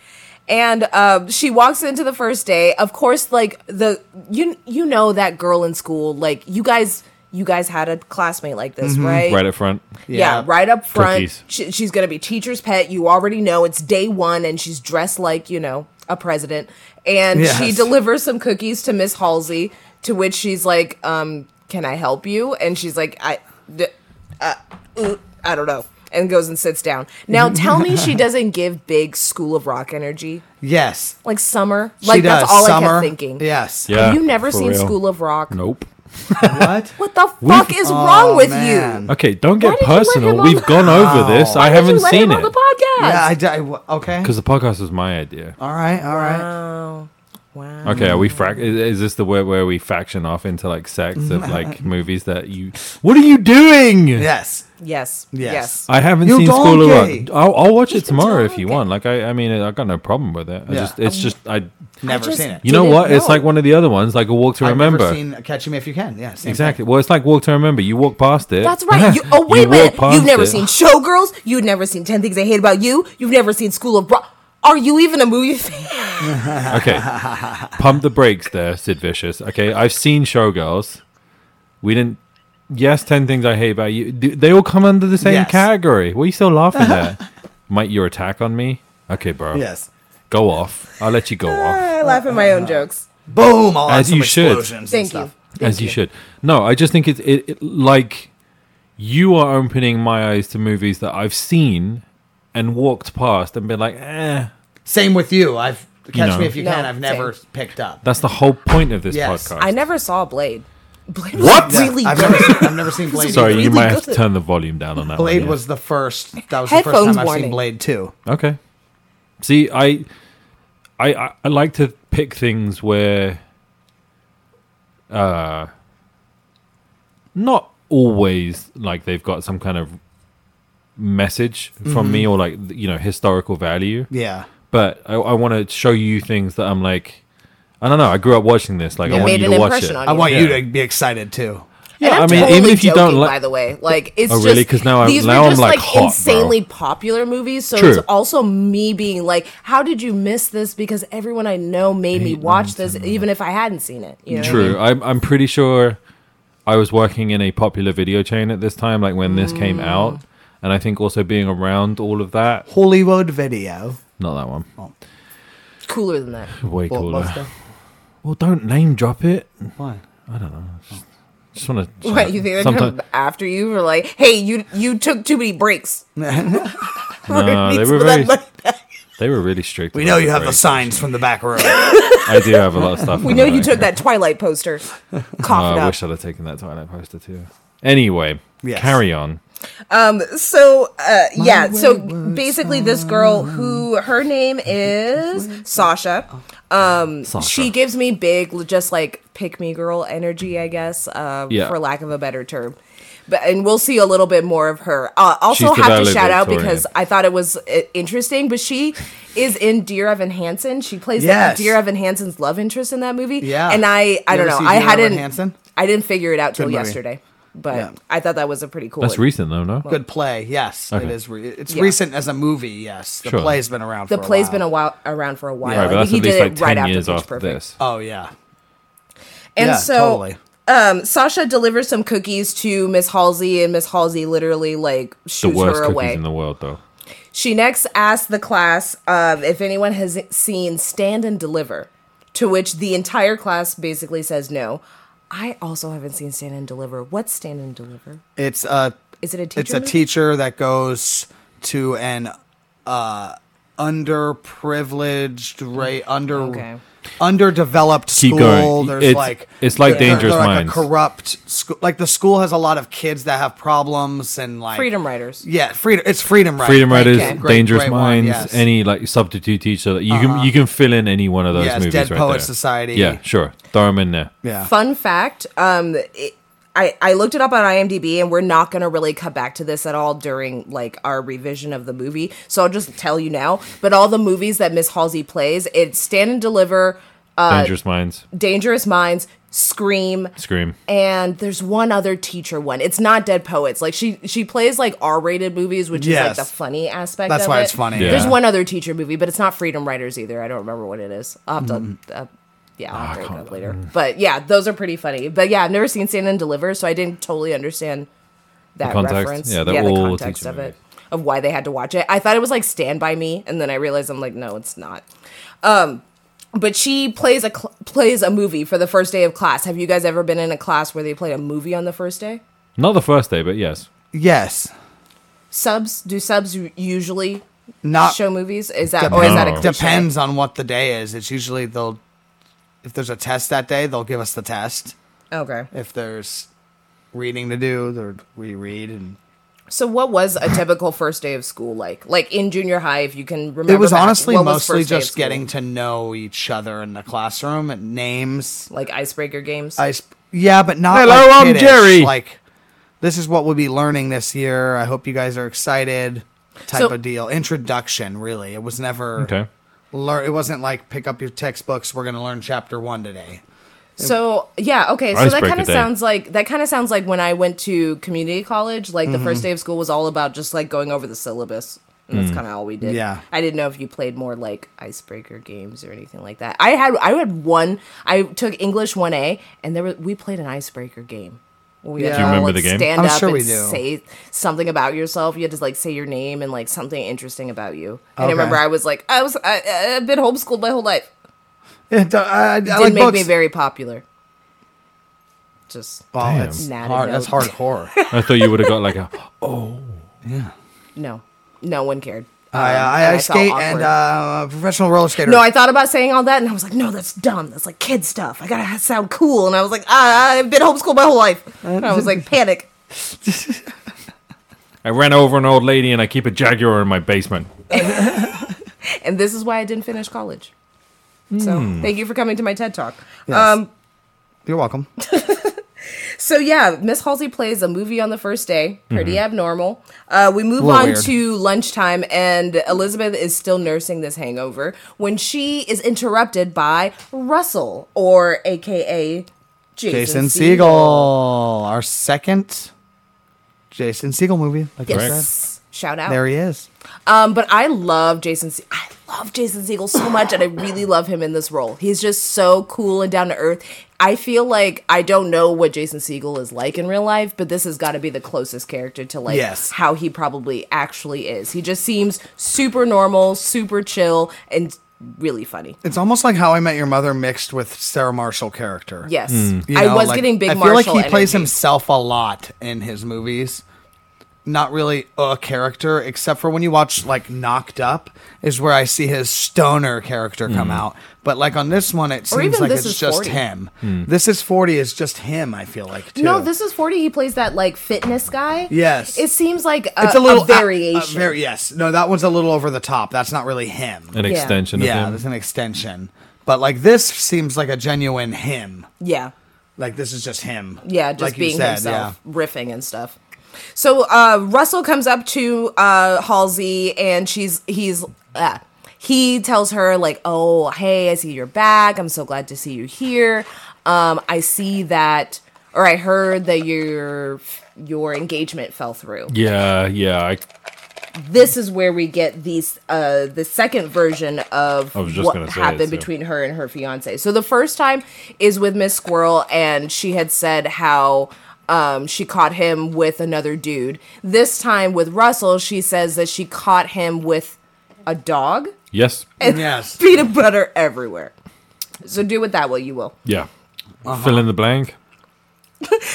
And um, she walks into the first day. Of course, like the you you know that girl in school, like you guys you guys had a classmate like this, right? right at front. Yeah, Yeah. right up front. Cookies. She, she's going to be teacher's pet. You already know it's day one, and she's dressed like, you know, a president. And she Yes. delivers some cookies to Miss Halsey, to which she's like, um, Can I help you? And she's like, I, d- uh, uh, I don't know. And goes and sits down. Now tell me she doesn't give big School of Rock energy. Yes. Like summer. She Like that's does. all I Summer, kept thinking. Yes. Yeah. Have you never for seen real. School of Rock? Nope. what? What the fuck is Oh, wrong with you? Okay, don't get did you let him personal. on We've the- gone over this. Why I Why did you haven't let seen him on it the podcast. Yeah, I, di- I w- okay. because the podcast was my idea. All right, all right. Wow. Wow. Okay, are we frac? Is, is this the word where we faction off into like sects of like movies that you? What are you doing? Yes. Yes. Yes. Yes. I haven't You seen School of donkey! Rock. I'll, I'll watch it tomorrow if you donkey. Um, want. Like I, I mean, I got no problem with it. I Yeah. just, it's just I. Never just- seen it. You know Didn't what? It's know. like one of the other ones, like a Walk to I've Remember. never seen Catch Me If You Can. Yeah, same exactly. Well, it's like Walk to Remember. You walk past it. That's right. You, oh wait You a minute. walk You've never past seen it. Showgirls. You've never seen Ten Things I Hate About You. You've never seen School of Rock. Are you even a movie fan? Okay. Pump the brakes there, Sid Vicious. Okay. I've seen Showgirls. We didn't. Yes, 10 Things I Hate About You. Do- They all come under the same Yes. category. What are you still laughing at? Might your attack on me? Okay, bro. thing. Yes. Go off. I'll let you go off. I laugh at my own jokes. Boom! All As As you you should. explosions and Thank you. stuff. as you. should. No, I just think it's it, it like you are opening my eyes to movies that I've seen and walked past and been like, eh. Same with you. I've Catch know. Me If You No, Can. I've never picked up. That's the whole point of this Yes. podcast. I never saw Blade. Blade What? was really I've good. never, seen, I've never seen Blade. Sorry, either. you really might have to good. turn the volume down on that. Blade one, yeah. was the first. That was the Headphones first time I've warning. seen Blade Two. Okay. See, I, I, I, I like to pick things where, uh, not always like they've got some kind of message from me or like you know historical value, Yeah. but I, I want to show you things that I'm like, I don't know. I grew up watching this. Like I Yeah. want Made you an to watch impression it. on I want Yeah. you to be excited too. Yeah, And I'm I mean, totally even if you joking, don't like, by the way, like it's Oh, just really? 'Cause now I'm- these now were I'm, just like, like, hot, bro. insanely popular movies. So True. it's also me being like, how did you miss this? Because everyone I know made me Eight, watch nine, this, even if I hadn't seen it. You know what I mean? True. I'm I'm pretty sure I was working in a popular video chain at this time, like when this Mm. came out. And I think also being around all of that. Hollywood Video. Not that one. Cooler than that. Way cooler. Blockbuster. Well, don't name drop it. Why? Just want to. What you think they're Sometimes, coming after you for like, hey, you you took too many breaks. no, they Need were some of that very, money back. they were really strict. We about know you have the breaks. signs from the back room. I do have a lot of stuff. We know you took that Twilight poster. Cough Oh, it I up. wish I'd have taken that Twilight poster too. Anyway, Yes. carry on. So uh, yeah, so basically, this girl who her name is Oh. Sasha. Um, Sasha. she gives me big, l- just like pick me girl energy, I guess, uh, Yeah. for lack of a better term. But and we'll see a little bit more of her. Uh, also, She's the have to Valley shout out Victorian. because I thought it was uh, interesting. But she is in Dear Evan Hansen. She plays Yes. Dear Evan Hansen's love interest in that movie. Yeah. and I, I You don't ever know, see Dear I Evan hadn't, Hansen? I didn't figure it out till movie. yesterday. But Yeah. I thought that was a pretty cool. That's one. recent though, no? Good play. Yes, it Okay. is. Re- it's Yeah. recent as a movie. Yes, the Sure. play's been around. The for play's a been while. a while around for a while. Right, but I that's think he at least did like it right ten after years Pitch after Perfect. this. Oh yeah. And yeah, so totally. um, Sasha delivers some cookies to Miss Halsey, and Miss Halsey literally like The shoots worst her cookies away. in the world, though. she next asked the class um, if anyone has seen Stand and Deliver, to which the entire class basically says no. I also haven't seen Stand and Deliver. What's Stand and Deliver? It's uh, a Is it a teacher? it's a movie? teacher that goes to an uh, underprivileged, ra- under Mm. Okay. underdeveloped Keep school. going. There's It's- like it's like they're- they're Dangerous like Minds. A corrupt school. Like the school has a lot of kids that have problems and like Freedom Writers. Yeah, freedom. It's freedom riders. Freedom Riders, Okay. Great- Dangerous great one, Minds, yes. Uh-huh. any like substitute teacher that you can you can fill in any one of those Yes, movies. Dead right Poets there. Society. Yeah, sure. Throw them in there. Yeah. Fun fact: um, it, I I looked it up on IMDb, and we're not going to really come back to this at all during like our revision of the movie. So I'll just tell you now. But all the movies that Miss Halsey plays, it's Stand and Deliver, uh, Dangerous Minds, Dangerous Minds, Scream. Scream. And there's one other teacher one. It's not Dead Poets. Like she she plays like R-rated movies, which Yes. is like the funny aspect. That's of why it. it's funny. Yeah. There's one other teacher movie, but it's not Freedom Riders either. I don't remember what it is. I'll have to, Mm-hmm. uh, yeah, Ah, I'll have to look it up later. But yeah, those are pretty funny. But yeah, I've never seen Stand and Deliver, so I didn't totally understand that context? reference. Yeah, they're the all context teacher of it, movies. of why they had to watch it. I thought it was like Stand by Me, and then I realized I'm like, no, it's not. Um, but she plays a cl- plays a movie for the first day of class. Have you guys ever been in a class where they play a movie on the first day? Not the first day, but yes. Yes. Subs do subs u- usually Not show movies? Is that or is that a No. cliche? depends on what the day is. It's usually they'll if there's a test that day, they'll give us the test. Okay. If there's reading to do, there- we read and So, what was a typical first day of school like? Like in junior high, if you can remember. it was back, honestly what was mostly first day of just school? getting to know each other in the classroom and names. like icebreaker games. I sp- yeah, but not Hello, like I'm kiddish. Jerry. Like this is what we'll be learning this year. I hope you guys are excited. Type So- of deal. Introduction, really. It was never Okay. lear- it wasn't like pick up your textbooks, we're gonna learn chapter one today. So yeah, okay. So that Icebreaker kind of day. sounds like that kind of sounds like when I went to community college. Like the Mm-hmm. first day of school was all about just like going over the syllabus. And Mm. that's kind of all we did. Yeah. I didn't know if you played more like icebreaker games or anything like that. I had I had one. I took English one A, and there was we played an icebreaker game. Where We had Yeah. to Do you all, remember like, the game? Stand I'm up sure and we do. say something about yourself. You had to like say your name and like something interesting about you. And I Okay. remember I was like I was I, I, I've been homeschooled my whole life. It, uh, I, I Didn't like make books. me very popular. Just Wow, Damn. that's Not a hard. That's note. hardcore. I thought you would have got like a. yeah. no, no one cared. I, Um, uh, I, and I felt skate and awkward. uh, I'm a professional roller skater. no, I thought about saying all that, and I was like, no, that's dumb. That's like kid stuff. I gotta ha- sound cool. And I was like, ah, I've been homeschooled my whole life. And I was like, panic. I ran over an old lady and I keep a Jaguar in my basement. And this is why I didn't finish college. So thank you for coming to my TED talk. Hmm. Yes. Um, You're welcome. so yeah, Miss Halsey plays a movie on the first day. Pretty abnormal. Uh, we move Mm-hmm. Little on weird. to lunchtime, and Elizabeth is still nursing this hangover when she is interrupted by Russell, or AKA Jason, Jason Segel, Segel. our second Jason Segel movie. Like yes. said. Yes. Shout out. There he is. Um, but I love Jason. Se- I love Jason Segel so much, and I really love him in this role. He's just so cool and down to earth. I feel like I don't know what Jason Segel is like in real life, but this has got to be the closest character to like Yes. how he probably actually is. He just seems super normal, super chill, and really funny. It's almost like How I Met Your Mother mixed with Sarah Marshall character. Yes, Mm, You I know, was like, getting big. I feel Marshall like he plays energy. himself a lot in his movies. Not really a character, except for when you watch like Knocked Up, is where I see his stoner character come out. But like on this one, it Or seems even like This it's Is just 40. him. This is forty is just him. I feel like too. No, this is forty. He plays that like fitness guy. Yes. it seems like a, it's a little variation. uh, uh, very- yes, no, that one's a little over the top. That's not really him. An Yeah. extension yeah, of that's him. an extension. But like this seems like a genuine him. yeah. Like this is just him. Yeah, just Like you being said, himself, riffing and stuff. So uh, Russell comes up to uh, Halsey, and she's he's uh, he tells her like, "Oh, hey, I see you're back. I'm so glad to see you here. Um, I see that, or I heard that your your engagement fell through. Yeah, yeah. I, This is where we get these uh, the second version of was just what gonna say it, happened so- between her and her fiance. So the first time is with Miss Squirrel, and she had said how um, she caught him with another dude. This time with Russell, she says that she caught him with a dog. yes. Yeah. yes. Peanut butter everywhere. So do with that what you will. Yeah. Uh-huh. Fill in the blank.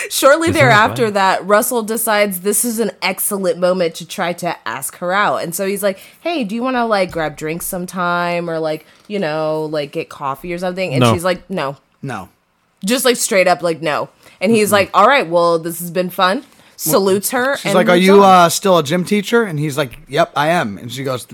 Shortly Isn't that thereafter, right? that Russell decides this is an excellent moment to try to ask her out, and so he's like, "Hey, do you want to like grab drinks sometime, or like you know, like get coffee or something?" And No. she's like, "No, No. just like straight up, like no." And he's like, "All right, well, this has been fun." Salutes her. She's like, "Are moves you on." uh, still a gym teacher?" And he's like, "Yep, I am." And she goes,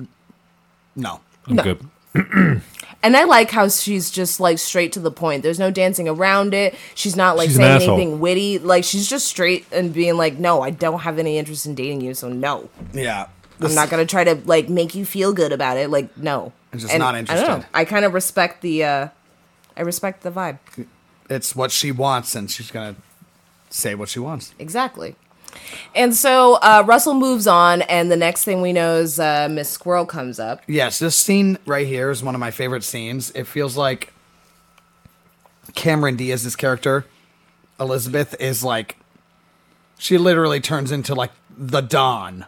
"No." I'm No. good. And I like how she's just like straight to the point. There's no dancing around it. She's not like She's an saying asshole. anything witty. Like she's just straight and being like, "No, I don't have any interest in dating you, so no." Yeah. I'm not gonna try to like make you feel good about it. Like no, I'm just not I don't know. interested. I kind of respect the, uh I respect the vibe. It's what she wants, and she's gonna say what she wants. Exactly. And so uh, Russell moves on, and the next thing we know is uh, Miss Squirrel comes up. Yes, this scene right here is one of my favorite scenes. It feels like Cameron Diaz's character, Elizabeth, is like she literally turns into like the Don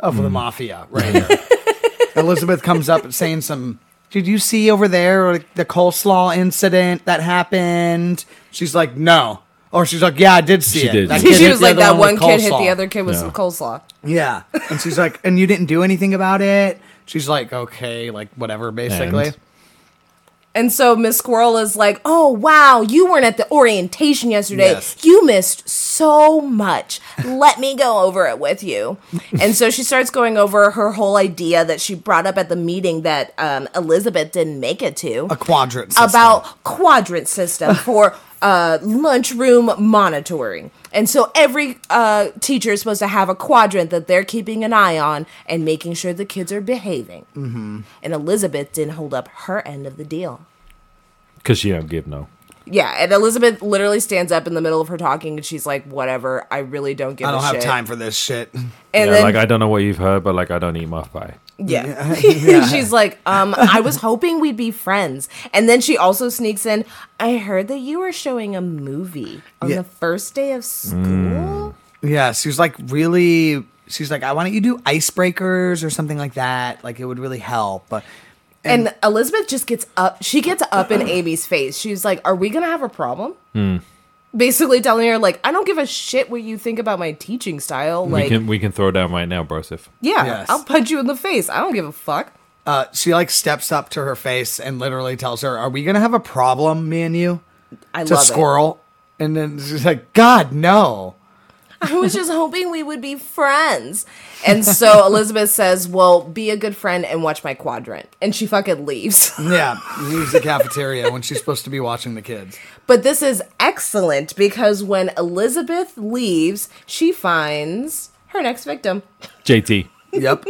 of Mm. the mafia right here. Elizabeth comes up saying some did you see over there like, the coleslaw incident that happened? She's like, no. Or she's like, yeah, I did see She it. did. That kid She hit was the like other that one with kid hit the coleslaw." other kid with Yeah. some coleslaw. Yeah. And she's like, and you didn't do anything about it? She's like, okay, like whatever, basically. And? And so Miss Squirrel is like, "Oh wow, you weren't at the orientation yesterday. Yes. You missed so much. Let me go over it with you." and so she starts going over her whole idea that she brought up at the meeting that um, Elizabeth didn't make it to a quadrant system. about quadrant system for uh, lunchroom monitoring. And so every uh, teacher is supposed to have a quadrant that they're keeping an eye on and making sure the kids are behaving. Mm-hmm. And Elizabeth didn't hold up her end of the deal. because she don't give no. Yeah, and Elizabeth literally stands up in the middle of her talking and she's like, "Whatever, I really don't give I don't a have shit." time for this shit. And yeah, then like I don't know what you've heard, but like I don't eat muff pie. Yeah. She's like, um, I was hoping we'd be friends. And then she also sneaks in, I heard that you were showing a movie on Yeah. the first day of school. Yeah, she was like really. She's like, I want you to do icebreakers or something like that. Like it would really help. But And Elizabeth just gets up. She gets up in Amy's face. She's like, Are we going to have a problem? Basically telling her, like, I don't give a shit what you think about my teaching style. we Like, can we can throw down right now, Brosif. yeah, Yes. I'll punch you in the face. I don't give a fuck. uh, she like steps up to her face and literally tells her, "Are we gonna have a problem, me and you?" I To love it. squirrel, and then she's like, "God no." I was just hoping we would be friends. And so Elizabeth says, Well, be a good friend and watch my quadrant. And she fucking leaves. Yeah, leaves the cafeteria when she's supposed to be watching the kids. But this is excellent because when Elizabeth leaves, she finds her next victim. JT, Yep.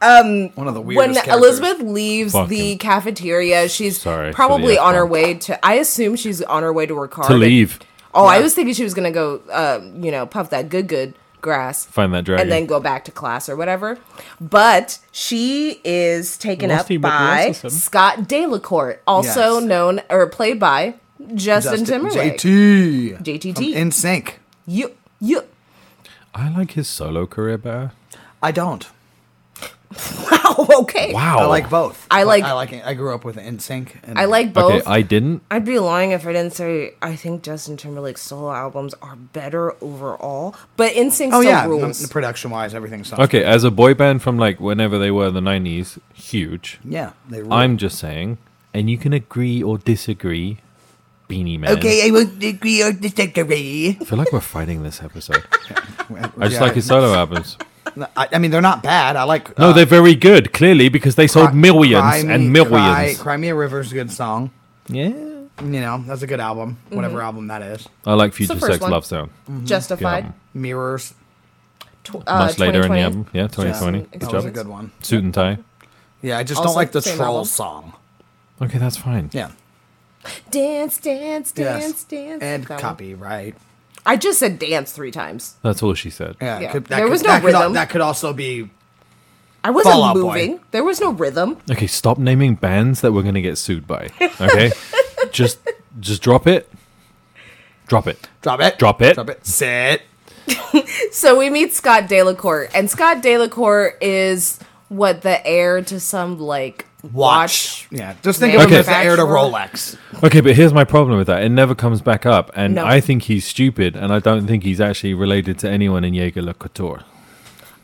Um, One of the weirdest. When characters. Elizabeth leaves Fuck the him. cafeteria, she's Sorry for the probably on her F-bomb. way to, I assume she's on her way to her car. to but- leave, Oh, I was thinking she was going to go, uh, you know, puff that good, good grass. find that dragon. and then go back to class or whatever. But she is taken Rusty up Whip by Wilson. Scott Delacorte, also Yes. known or played by Justin, Timberlake. JT. JTT. In sync. you, you. I like his solo career better. I don't. Wow. oh, Okay. Wow, I like both. I like- I like. it. I grew up with NSYNC. And I like both. Okay, I didn't. I'd be lying if I didn't say I think Justin Timberlake's solo albums are better overall. But Insync Oh still yeah, rules. production wise, everything's sounds Okay, as a boy band from like whenever they were in the nineties, huge. Yeah, they rule. I'm just saying, and you can agree or disagree, Beanie Man. I won't agree or disagree. I feel like we're fighting this episode. I I just like his solo albums. uh, I, I mean, they're not bad. I like. No, uh, they're very good, clearly, because they sold Cry- millions Cry Me- and millions. Cry, Cry Me a River's a good song. Yeah. You know, that's a good album. Whatever Mm-hmm. album that is. I like the Future first Sex one. Love Sound. Justified. Mm-hmm. Yeah. Mirrors. Tw- uh, Much later in the 2020. album. Yeah, 2020. Good Jackson That was a job. good one. Suit and tie. Yeah, I just Also don't like the same troll album. song. Okay, that's fine. Yeah. Dance, dance, dance, Yes. dance. And That one. copyright. I just said dance three times. That's all she said. Yeah. Yeah. Could, that There could, was no that could al- rhythm. that could also be. I wasn't Fall Out Boy. moving. There was no rhythm. Okay, stop naming bands that we're gonna get sued by. Okay, just just drop it. Drop it. Drop it. Drop it. Drop it. Sit. So we meet Scott Delacourt, and Scott Delacourt is what the heir to some like watch. Watch. Yeah. Just think Okay. of it as the heir to Manufacturer. Rolex. Okay, but here's my problem with that. It never comes back up, and No. I think he's stupid, and I don't think he's actually related to anyone in Jaeger Le Couture.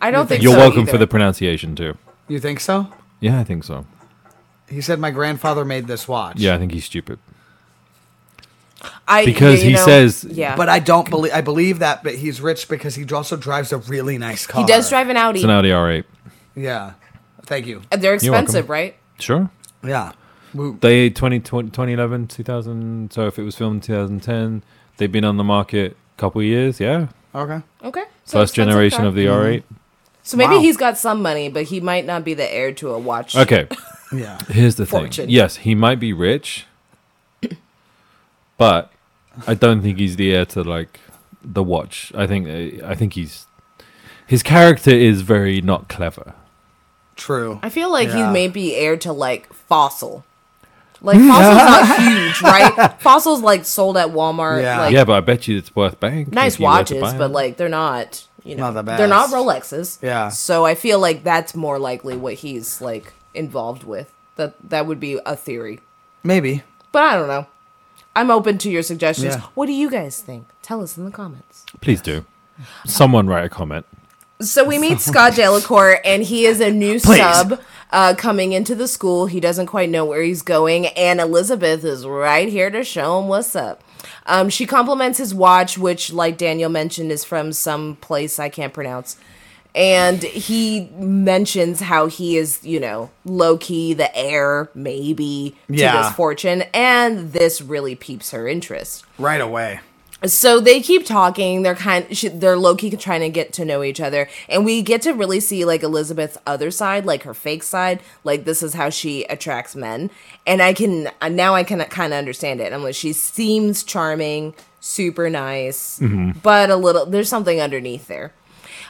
I don't think You're so welcome either. for the pronunciation too. You think so? Yeah, I think so. He said my grandfather made this watch. Yeah, I think he's stupid. I, because he says- yeah, But I don't believe I believe that, but he's rich because he also drives a really nice car. he does drive an Audi. It's an Audi R8. Yeah. Thank you. And They're You're welcome. expensive, right? Sure. Yeah. Woo. They 20, 20, 2011, 2000. So if it was filmed in 2010, they've been on the market a couple of years. Yeah. Okay. Okay, so First expensive generation car. of the R8. So maybe Wow. he's got some money, but he might not be the heir to a watch. Okay. Yeah. Here's the Fortune. thing. Yes, he might be rich, but I don't think he's the heir to like the watch. I think I think he's his character is very not clever. True. I feel like Yeah. he may be heir to like Fossil. Like Fossil's not huge, right? Fossil's like sold at Walmart. Yeah. like, yeah, but I bet you it's worth bank. nice if you were to watches, buy but it. like they're not, you know, Not the they're not best. Rolexes. Yeah. So I feel like that's more likely what he's like involved with. That that would be a theory, Maybe. but I don't know. I'm open to your suggestions. Yeah. What do you guys think? Tell us in the comments. please do. Someone write a comment. So we meet Scott Delacour, and he is a new Please. sub uh, coming into the school. He doesn't quite know where he's going, and Elizabeth is right here to show him what's up. Um, she compliments his watch, which, like Daniel mentioned, is from some place I can't pronounce. And he mentions how he is, you know, low key, the heir, maybe, to Yeah. this fortune. And this really piques her interest right away. so they keep talking they're kind she, they're low-key trying to get to know each other and we get to really see like elizabeth's other side like her fake side like this is how she attracts men and i can uh, now i can kind of understand it i'm like she seems charming super nice but a little there's something underneath there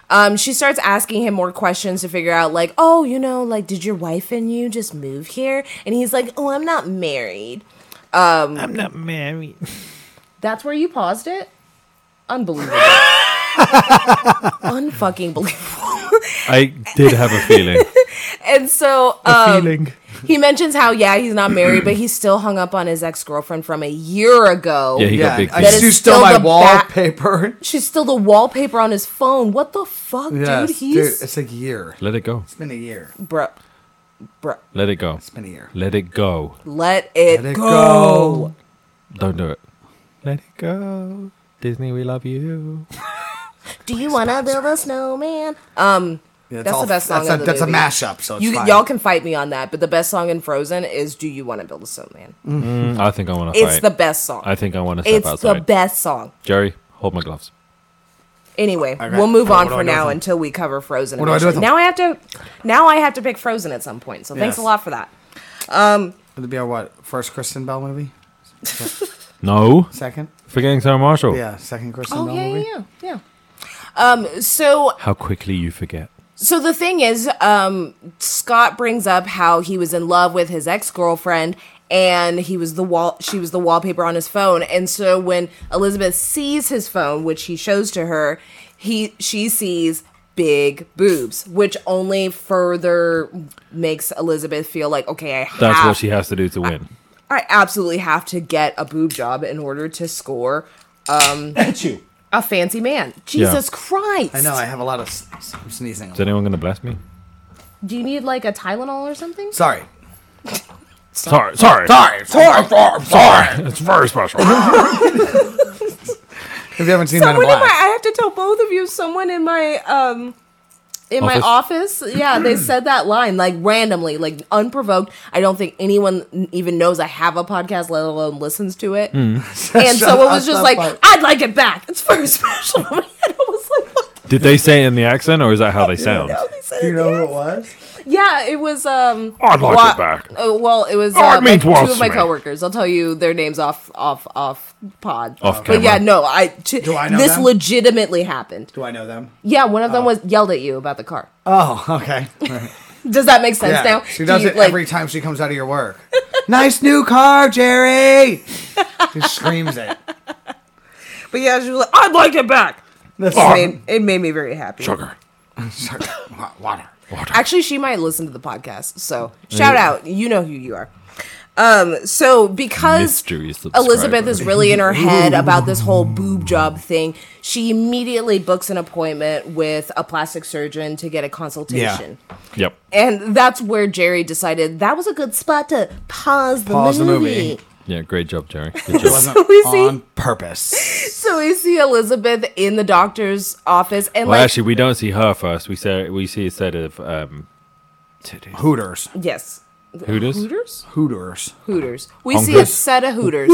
um, she starts asking him more questions to figure out, like, oh, you know, like, did your wife and you just move here? And he's like, oh, I'm not married. I'm not married. That's where you paused it? Unbelievable. Unfucking believable. I did have a feeling. And so um, Feeling. he mentions how, yeah, he's not married, but he's still hung up on his ex girlfriend from a year ago. Yeah, he Yeah, got big I feelings. is used still still my the back- wallpaper. She's still the wallpaper on his phone. What the fuck, Yes, dude? He's. dude, it's like a year. Let it go. It's been a year. Bro. Bro. Let it go. It's been a year. Let it go. Let it, Let it go. go. Don't do it. Let it go. Disney, we love you. Do you want to build a snowman? Um. Yeah, it's That's the best song That's, of a, the that's movie. a mashup, so it's You, fine. y'all can fight me on that, but the best song in Frozen is "Do You Want to Build a Snowman." Mm, I think I want to It's fight. the best song. I think I want to step it's outside. the best song. Jerry, hold my gloves. Anyway, Okay. we'll move Oh, on what do for I do now with them? until we cover Frozen. What do I do with eventually. now I have to, now I have to pick Frozen at some point. So thanks Yes. a lot for that. Would it be our what first Kristen Bell movie? No, Second? forgetting Sarah Marshall. Yeah, second Kristen Oh Bell yeah, movie. yeah, yeah, yeah. Um. So How quickly you forget. So the thing is, um, Scott brings up how he was in love with his ex girlfriend, and he was the wall. She was the wallpaper on his phone, and so when Elizabeth sees his phone, which he shows to her, he she sees big boobs, which only further makes Elizabeth feel like okay, I have That's what she has to do to win. I absolutely have to get a boob job in order to score you. a fancy man. Jesus Christ! I know. I have a lot of s- s- I'm sneezing. Is anyone going to bless me? Do you need like a Tylenol or something? Sorry. Sorry, sorry, Sorry. Sorry. Sorry. Sorry. It's very special. If you haven't seen Men in someone in my Black, I have to tell both of you someone in my um in my office yeah they said that line like randomly like unprovoked i don't think anyone even knows i have a podcast let alone listens to it Hmm. and so it was just like i'd like it back it's very special and i was like what the Did they say it in the accent or is that how they sound? hell they said Do you it know there? who it was? yeah it was um I'd like wa- it back. uh, well it was Oh, uh, it means my- worse two of to my me. coworkers i'll tell you their names off off off pod Off but yeah camera. no i, t- Do I know this them? Oh. legitimately happened Do I know them? Yeah, one of them was yelled at you about the car. Oh, okay. Does that make sense now? She Do does you, it like- every time she comes out of your work. nice new car, Jerry. she screams it. But yeah, she was like, "I'd like it back." That's It made, it made me very happy. Oh. Sugar. Sorry. Wa- Water. Actually, she might listen to the podcast, so shout out. You know who you are. Um, so because Mystery subscriber. Elizabeth is really in her head about this whole boob job thing, she immediately books an appointment with a plastic surgeon to get a consultation. Yep. And that's where Jerry decided that was a good spot to pause the Pause the movie. movie. Yeah, great job, Jerry. Good It job. wasn't we see- on purpose. So we see Elizabeth in the doctor's office, and well, like actually, we don't see her first. We say we see a set of um, titties. Hooters. Yes. Hooters? Hooters? Hooters. Hooters. We Honkers. see a set of Hooters.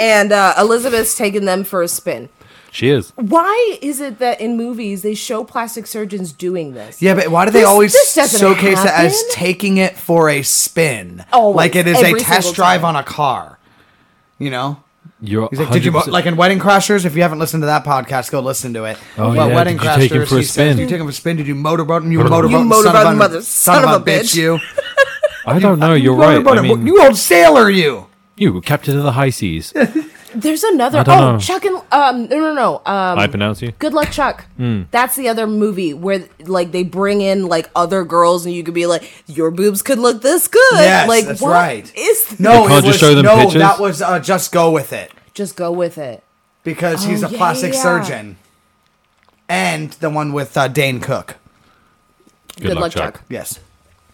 and uh, Elizabeth's taking them for a spin. She is. Why is it that in movies they show plastic surgeons doing this? Yeah, but why do they This- always this doesn't showcase it as happen. taking it for a spin? Always. like it is Every a single test drive time. on a car. You know? You're He's like, did you 100% like in Wedding Crashers? If you haven't listened to that podcast, go listen to it. Oh, But yeah, Wedding did you take him Crashers, for a he says, spin? "Did you take him for a spin? Did you motorboat him? You Motorboat motorboat him. him, son You motorboat of him, a mother- son of a bitch, you. I don't know. You're right. Motorboat I him. mean, you old sailor, you. you were captain of the high seas. There's another. I don't Oh, know. Chuck and. Um, no, no, no. Um, I pronounce you. Good luck, Chuck. Hmm. That's the other movie where like they bring in like other girls, and you could be like, your boobs could look this good. Yes, like, that's what right. Is No, can't it just was, show them no, pictures? that was uh, just go with it just go with it. because he's Oh, a yeah, plastic yeah, yeah. surgeon. and the one with uh, Dane Cook. Good, luck, Chuck. Yes.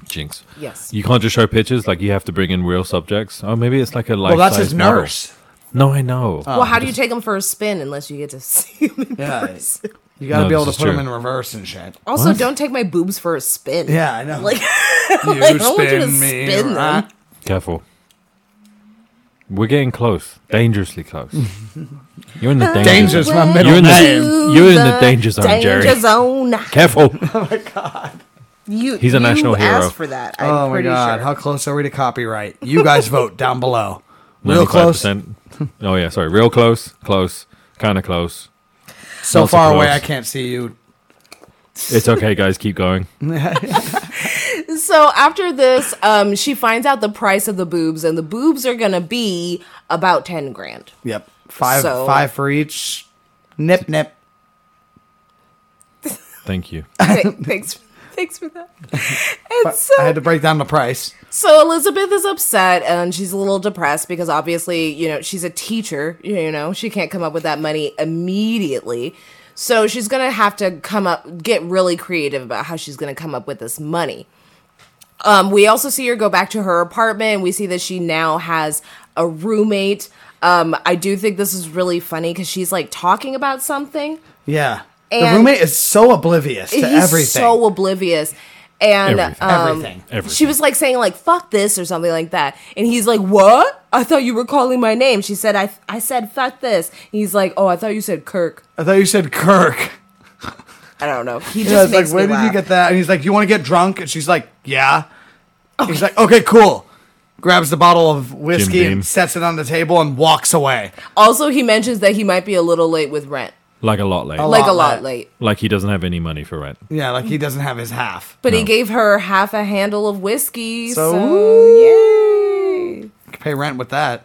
Jinx. Yes. You can't just show pictures. Like you have to bring in real subjects. Oh, maybe it's like a life. Well, that's his nurse. Uh. No, I know. well, how do you take them for a spin unless you get to see them in Oh, Yeah. person? You got to No, be able to this put is him in true. reverse and shit. Also, What? don't take my boobs for a spin. Yeah, I know. Like, you I don't want you to spin them. Careful. We're getting close. Dangerously close. You're in the danger Danger's zone. my middle You're in the- name. you're in the danger zone, danger Jerry. zone. Careful. You, He's a you national hero. asked for that. I'm oh my pretty god, sure. how close are we to copyright? You guys vote down below. Real close. 95%. Oh yeah, sorry. Real close. Close. Kind of close. So Not so far away, close. I can't see you. It's okay, guys. Keep going. So after this, um, she finds out the price of the boobs, and the boobs are gonna be about ten grand. Yep, five So- five for each. Nip nip. Thank you. Th- thanks, thanks for that. And so, I had to break down the price. so Elizabeth is upset and she's a little depressed because obviously, you know, she's a teacher. You know, she can't come up with that money immediately. So she's gonna have to come up, get really creative about how she's gonna come up with this money. Um, we also see her go back to her apartment. We see that she now has a roommate. Um, I do think this is really funny because she's like talking about something. Yeah, And- the roommate is so oblivious to He's everything. so oblivious. And Everything. um, everything. Everything. she was like saying like fuck this or something like that, and he's like, "What? I thought you were calling my name." She said, "I I said fuck this." He's like, "Oh, I thought you said Kirk." I thought you said Kirk. I don't know. He Yeah, just it's like, makes where me did laugh. you get that? And he's like, you want to get drunk? And she's like, yeah. Oh. He's like, okay, cool. Grabs the bottle of whiskey Beam. and sets it on the table and walks away. Also, he mentions that he might be a little late with rent, Like a lot late. lot. like a late. lot late. Like he doesn't have any money for rent. Yeah, like he doesn't have his half. But he No. gave her half a handle of whiskey. So, So- yay. Could pay rent with that.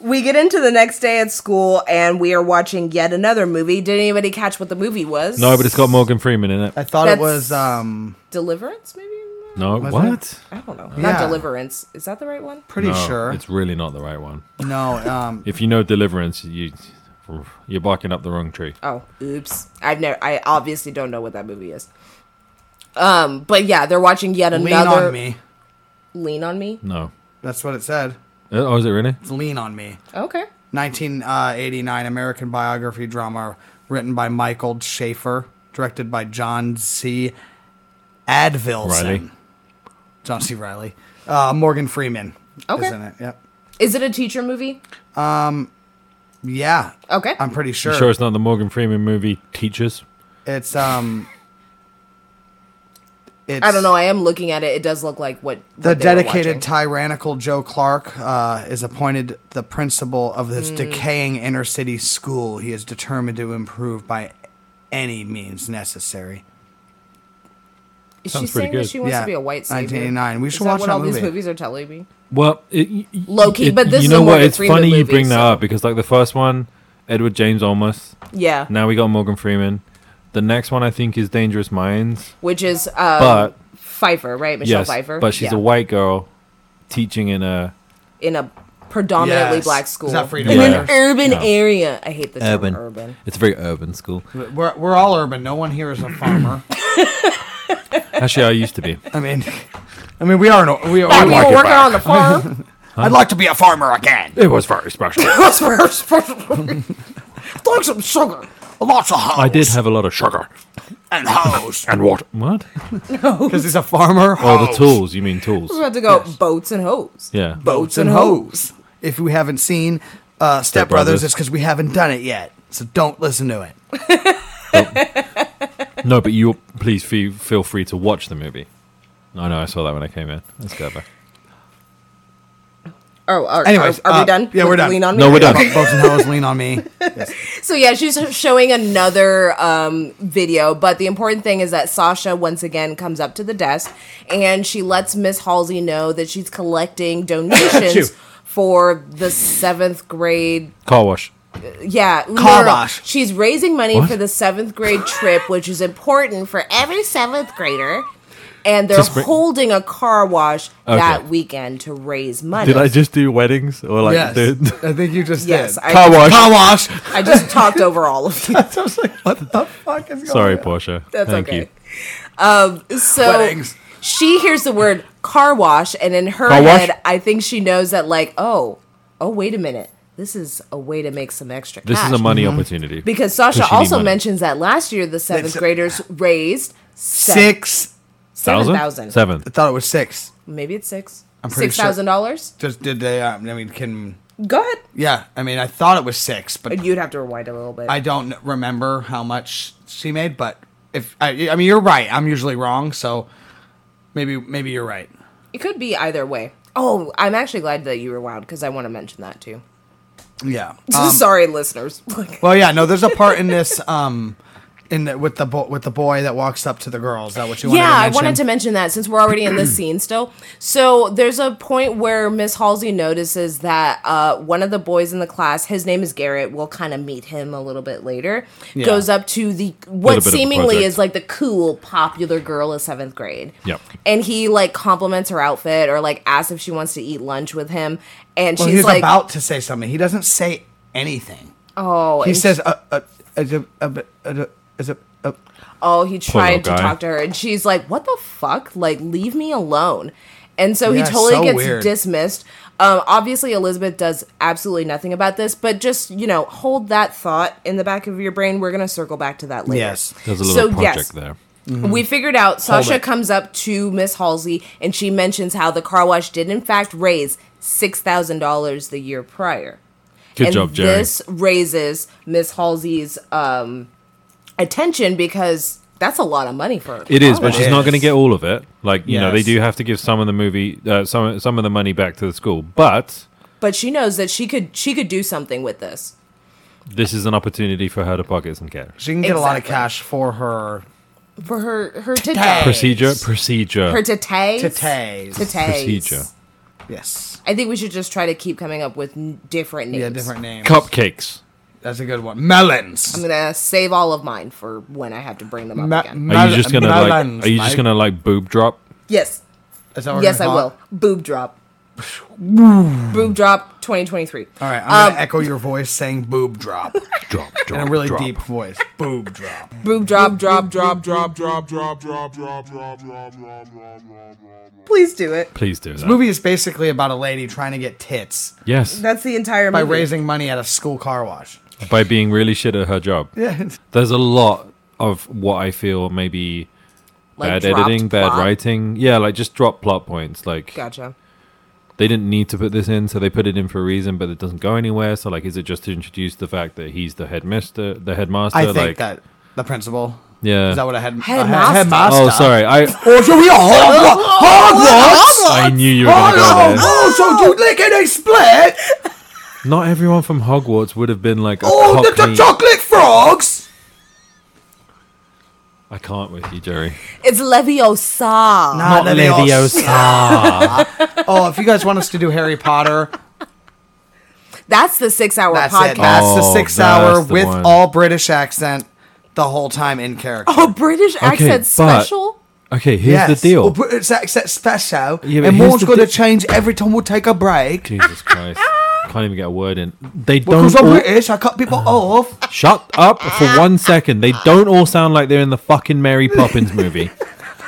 We get into the next day at school and we are watching yet another movie. Did anybody catch what the movie was? No, but it's got Morgan Freeman in I it. thought That's- it was um Deliverance, maybe? No, Was what? I don't know. Not Yeah. Deliverance. Is that the right one? pretty No, sure. It's really not the right one. no, um If you know Deliverance, you you're barking up the wrong tree. Oh, oops. I've never I obviously don't know what that movie is. Um, but yeah, they're watching yet lean another on me. Lean on Me. No. That's what it said. Uh, Oh, is it really? It's lean on me. Okay. 1989 American biography drama written by Michael Schaefer, directed by John C. Advilson. Riley. John C. Riley. Uh, Morgan Freeman. Okay. Is in it. Yep. Is it a teacher movie? Yeah. Okay. I'm pretty sure. You sure it's not the Morgan Freeman movie Teachers? It's um it's I don't know. I am looking at it. It does look like what what The they were dedicated, watching. tyrannical Joe Clark uh, is appointed the principal of this Hmm. decaying inner city school. He is determined to improve by any means necessary. Is she Sounds pretty saying that good. she wants Yeah, to be a white savior? 1989. We Is should that watch what that all these movie. movies are telling me. Well, it, y- Low key, it- but this you is know a what? Morgan It's Freeman funny you movie, bring that so- up because like the first one, Edward James Olmos. Yeah. Now we got Morgan Freeman. The next one I think is Dangerous Minds, Which is uh but Pfeiffer, right? Michelle yes, Pfeiffer. but she's Yeah. a white girl teaching in a in a predominantly Yes. black Is school that Freedom in an Riders? urban No. area. I hate the term urban. It's a very urban school. We're, we're all urban. No one here is a farmer. Actually, I used to be. I mean, I mean, we are. No, we are. Yeah, we we- were working on the farm. I'd like to be a farmer again. It was very special. That's where I was from. Like some sugar, lots of hoes I did have a lot of sugar and hoes. and water. What? Because he's a farmer. Oh, the hoes. tools. You mean tools? We had to go boats and hose. Yeah. boats and hoes. If you haven't seen uh, Step Step Brothers, Brothers. it's because we haven't done it yet. So don't listen to it. No, but you please fe- feel free to watch the movie. I know I saw that when I came in. Let's go back. Oh, are, Anyways, are, are uh, we done? yeah, with we're done. Lean on me. No, we're done. Bo- boats and hoes lean on me. So yeah, she's showing another um, video, but the important thing is that Sasha once again comes up to the desk and she lets Miss Halsey know that she's collecting Achoo. donations for the seventh grade Car wash. Yeah, no, Car no, no. wash. She's raising money What? for the seventh grade trip, which is important for every seventh grader. and they're Just bring- holding a car wash Okay. that weekend to raise money. Did I just do weddings or like yes, did- I think you just Yes, did. I, car wash? Car wash. I just talked over all of you. I was like, what the fuck is going Sorry, on? Portia. That's Thank okay. you. Um, so Weddings. she hears the word car wash, and in her Car wash? head, I think she knows that, like, oh, oh, wait a minute, this is a way to make some extra. This cash. Mm-hmm. is a money opportunity. because Sasha Because you need also money. mentions that last year the seventh That's- graders raised seven Six. seven Thousand? thousand. Seven. I thought it was six. Maybe it's six. I'm pretty Six thousand dollars. Just did they? Um, I mean, can Go ahead. yeah? I mean, I thought it was six, but You'd have to rewind a little bit. I don't kn- remember how much she made. But if I, I mean, you're right. I'm usually wrong, so maybe maybe you're right. it could be either way. Oh, I'm actually glad that you rewound because I want to mention that too. Yeah. Um, Sorry, listeners. Like, well, yeah. No, there's a part in this. Um, in the, with the bo- with the boy that walks up to the girl. Is that what you wanted yeah, to I mention? wanted to mention that since we're already in this scene still. So there's a point where Miss Halsey notices that uh, one of the boys in the class, his name is Garrett, we'll kind of meet him a little bit later, Yeah. goes up to the Little what bit of a seemingly project. is like the cool, popular girl of seventh grade. Yep. And he like compliments her outfit or like asks if she wants to eat lunch with him, and Well, she's he's like, about to say something. He doesn't say anything. "Oh," He and says, uh, uh, is it, uh, uh, is it, uh, oh, he tried to little guy. talk to her, and she's like, "What the fuck? Like, leave me alone." And so Yeah, he totally so gets weird. dismissed. Um, obviously, Elizabeth does absolutely nothing about this, but just you know, hold that thought in the back of your brain. We're gonna circle back to that later. Yes. Mm-hmm. There's a little So, project yes. there. We figured out Sasha it. comes up to Miss Halsey and she mentions how the car wash did in fact raise six thousand dollars the year prior. Good and job, Jerry. This raises Miss Halsey's um, attention because that's a lot of money for her. It is, It but she's not going to is. get all of it. Like you know, they Yes. do have to give some of the movie, uh, some some of the money back to the school. But but she knows that she could she could do something with this. this is an opportunity for her to pocket some cash. she can get a lot of Exactly. cash for her For her her today. Today. Procedure, procedure. Her today. titays. Procedure. Yes. I think we should just try to keep coming up with n- different names. Yeah, different names. Cupcakes. That's a good one. Melons. I'm gonna save all of mine for when I have to bring them up Ma- again. Are Mel- you just gonna melons, like? Are you just Mike. gonna like boob drop? yes. Is that what we're Yes, I gonna call it? will. Boob drop. Boob drop 2023. All right, I'm Um, gonna echo your voice saying "boob drop" Drop, drop, in a really drop. deep voice. Boob drop. Boob drop, drop, drop, drop. drop, drop, drop, drop, drop, drop, drop, drop, drop, drop. Please do it. Please do that. Movie is basically about a lady trying to get tits Yes, That's the entire by movie. raising money at a school car wash. by being really shit at her job. Yeah. There's a lot of what I feel maybe Like, bad dropped editing, bad plot. writing. Yeah, like just drop plot points. Like Gotcha. they didn't need to put this in, so they put it in for a reason, but it doesn't go anywhere. So like, is it just to introduce the fact that he's the headmaster, the headmaster? I think like, that the principal. Yeah. Is that what I had? Headmaster. Headmaster. Oh, sorry. I Oh, so we are Hogwarts. I knew you were going to go Oh, there. oh, so you lick and a split? Not everyone from Hogwarts would have been like a Oh, the, the Cockney- chocolate frogs. I can't with you, Jerry. It's Leviosa. Not Leviosa. Oh, if you guys want us to do Harry Potter, That's the six hour That's it. podcast. That's the Oh, six that's hour the with one. all British accent the whole time in character. Oh, British accent but- special? okay, here's Yes. the deal. Oh, British accent special. Yeah, but and here's one's the going to di- change every time we take a break. Jesus Christ. Can't even get a word in. They Because don't I'm all- British, I cut people off. shut up for one second. They don't all sound like they're in the fucking Mary Poppins movie.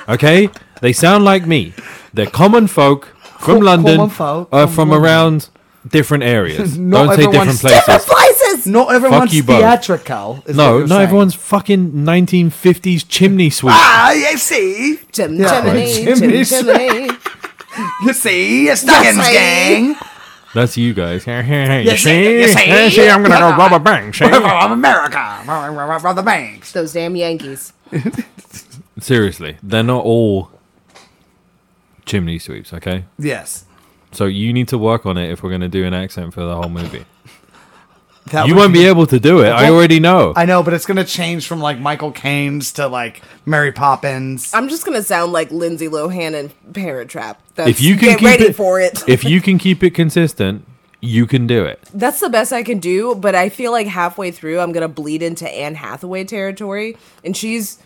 Okay? They sound like me. They're common folk from Co- London common folk, uh, common from women. around different areas. Not don't say different everyone's- places. Places! Not everyone's you both. theatrical. Is what No, you're not saying. everyone's fucking 1950s chimney sweep. Ah, you see, Jim, Yeah. Jiminy, Right. Jim, Jiminy Jiminy. you see, it's Duggins see. gang. That's you guys. You see, you see, I'm gonna go rob a bank. see? from America, from- from the banks. Those damn Yankees. Seriously, they're not all chimney sweeps. Okay, Yes, so you need to work on it if we're gonna do an accent for the whole movie. That You would won't be able to do it. I already know. I know, but it's gonna change from like Michael Caine's to like Mary Poppins. I'm just going to sound like Lindsay Lohan and Parent Trap. That's, If you can get keep ready it- for it. If you can keep it consistent, you can do it. That's the best I can do, but I feel like halfway through I'm gonna bleed into Anne Hathaway territory, and she's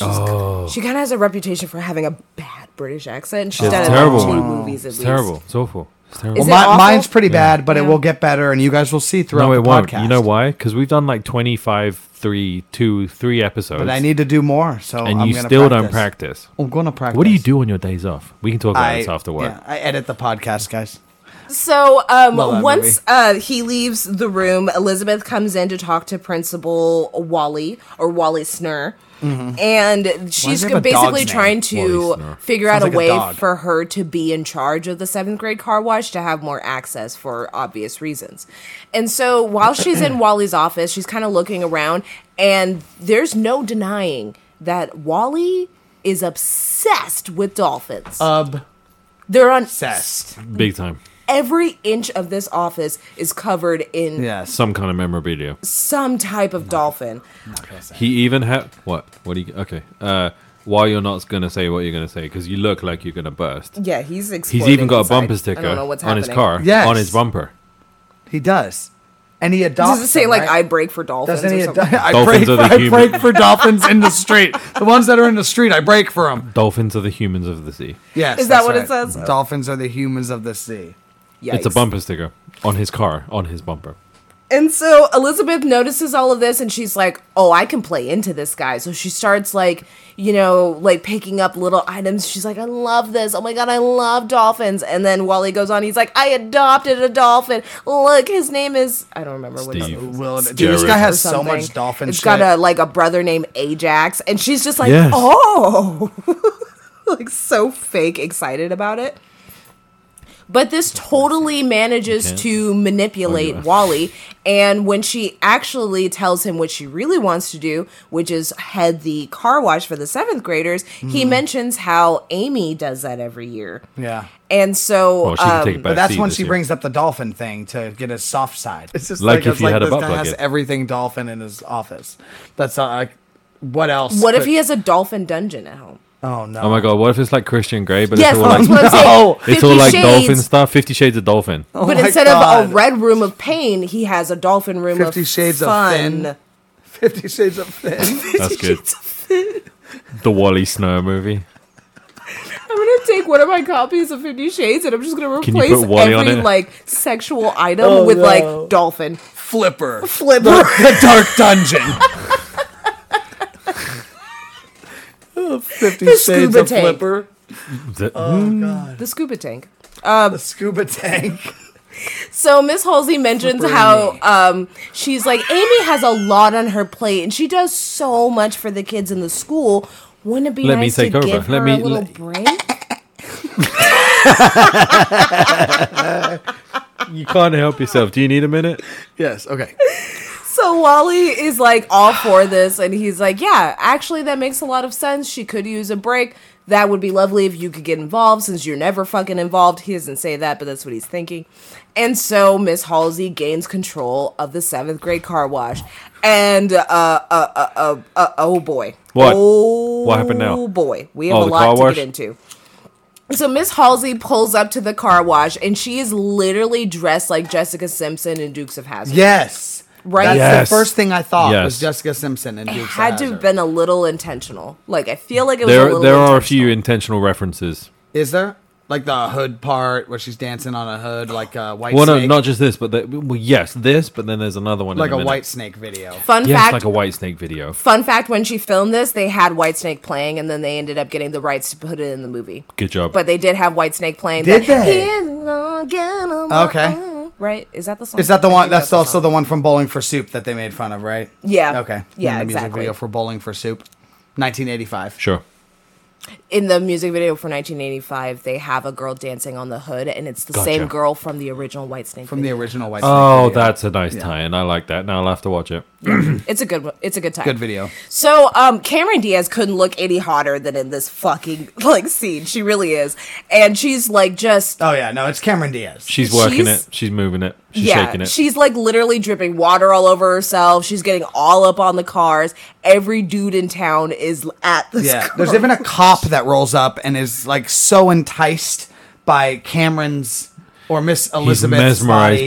oh, She kind of has a reputation for having a bad British accent. She's it's done it terrible. like two movies at it's least. terrible. It's awful. It's terrible. Is Well, it awful? my, mine's pretty bad, but it Yeah. will get better, and you guys will see throughout no, it the won't. podcast. You know why? Because we've done like 25, 3, 2, 3 episodes. But I need to do more, so and I'm you gonna still practice. don't practice. I'm gonna practice. What do you do on your days off? We can talk about I, this after work. yeah, I edit the podcast, guys. So um, Love that once movie. uh, he leaves the room, Elizabeth comes in to talk to Principal Wally or Wally Snur. Mm-hmm. And she's it have a dog's basically name, trying to Wally Snur? figure Sounds out like a a way dog. for her to be in charge of the seventh grade car wash to have more access for obvious reasons. And so while she's in Wally's office, she's kind of looking around, and there's no denying that Wally is obsessed with dolphins. They're on Uh, Obsessed. Big time. every inch of this office is covered in Yes. Some kind of memorabilia. some type of dolphin. He even had what? What do you? Okay. Uh, while you're not gonna say what you're gonna say, because you look like you're gonna burst. Yeah, he's exploding He's even got a inside. bumper I sticker don't know what's on his happening. car. Yes. on his bumper. He does, and he adopts. Does it say them, like right? "I break for dolphins" Doesn't or he? something? Ad- I Dolphins break. are the I human- break for dolphins in the street. The ones that are in the street, I break for them. Dolphins are the humans of the sea. Yes. Is that that's what it right. says? Dolphins are the humans of the sea. It's a Yikes. bumper sticker on his car, on his bumper. And so Elizabeth notices all of this and she's like, "Oh, I can play into this guy." So she starts like, you know, like picking up little items. She's like, "I love this. Oh my god, I love dolphins." And then Wally goes on, he's like, "I adopted a dolphin. Look, his name is I don't remember what his Steve. Will, dude, this Jared. guy or has so something. much dolphin It's shit. got a like a brother named Ajax, and she's just like, Yes. oh, like so fake excited about it. But this totally manages can't. to manipulate Oh, yeah. Wally, and when she actually tells him what she really wants to do, which is head the car wash for the seventh graders, he Hmm. mentions how Amy does that every year, yeah. and so Well, she can take um, it But back. that's seat when this she year. brings up the dolphin thing to get his soft side. It's just Like like, if it's you like had a this butt guy has plug in. everything dolphin in his office. That's not like what else? what if could- he has a dolphin dungeon at home? Oh no! Oh my god, what if it's like Christian Grey, but Yes, it's all like that's what no. I'm it's all saying. Fifty like dolphin Shades Oh, stuff. Fifty Shades of Dolphin. but Oh my instead of God. a red room of pain, he has a dolphin room Fifty of Shades of fun. Thin. Fifty Shades of Thin. That's good. the Wally Snow movie. I'm gonna take one of my copies of Fifty Shades and I'm just gonna Can you replace put Wally on every it? like sexual item with like dolphin Flipper. flipper. the Dark Dungeon. Fifty The Shades scuba of tank. Flipper. The- Oh. the scuba tank. The scuba tank. So Miss Halsey mentions Flipper how um, she's like Amy has a lot on her plate and she does so much for the kids in the school. Wouldn't it be Let me nice take to over. give her Let me- a little let- break? hmm, You can't help yourself. Do you need a minute? Yes. Okay. So Wally is like all for this, and he's like, "Yeah, actually, that makes a lot of sense. She could use a break. That would be lovely if you could get involved, since you're never fucking involved." He doesn't say that, but that's what he's thinking. And so Miss Halsey gains control of the seventh grade car wash, and uh, uh, uh, uh, uh oh boy, What? Oh, What happened now? Oh boy, we have Oh, a the lot car to wash? get into. So Miss Halsey pulls up to the car wash, and she is literally dressed like Jessica Simpson in Dukes of Hazzard. Yes. Right? That's Yes. the first thing I thought Yes. was Jessica Simpson and it Dukes had to have been a little intentional. Like I feel like it was. a There little there are a intentional. few intentional references. Is there like the hood part where she's dancing on a hood, like a white Well, no, snake, not just this, but the, well, yes, this, but then there's another one. in like a minute. white snake video? Fun Yes, fact. like a white snake video. Fun fact: When she filmed this, they had Whitesnake playing, and then they ended up getting the rights to put it in the movie. Good job. But they did have Whitesnake playing. Did that- they? "He's gonna get 'em all." Okay. Right? Is that the song? Is that the I one? think That's the also song. the one from Bowling for Soup that they made fun of, right? Yeah. Okay. Yeah, In the music exactly. video for Bowling for Soup, 1985. sure. in the music video for 1985. They have a girl dancing on the hood, and it's the Gotcha. same girl from the original Whitesnake. From the original White Oh, Snake. video. that's a nice tie-in. I like that. Now I'll have to watch it. it's a good. one. It's a good time. good video. So, um, Cameron Diaz couldn't look any hotter than in this fucking like scene. She really is, and she's like just uh, Oh yeah, no, it's Cameron Diaz. She's working She's- it. She's moving it. She's yeah, shaking it. she's like literally dripping water all over herself. She's getting all up on the cars. Every dude in town is at this. Yeah, car. there's even a cop that rolls up and is like so enticed by Cameron's or Miss He's Elizabeth's mesmerized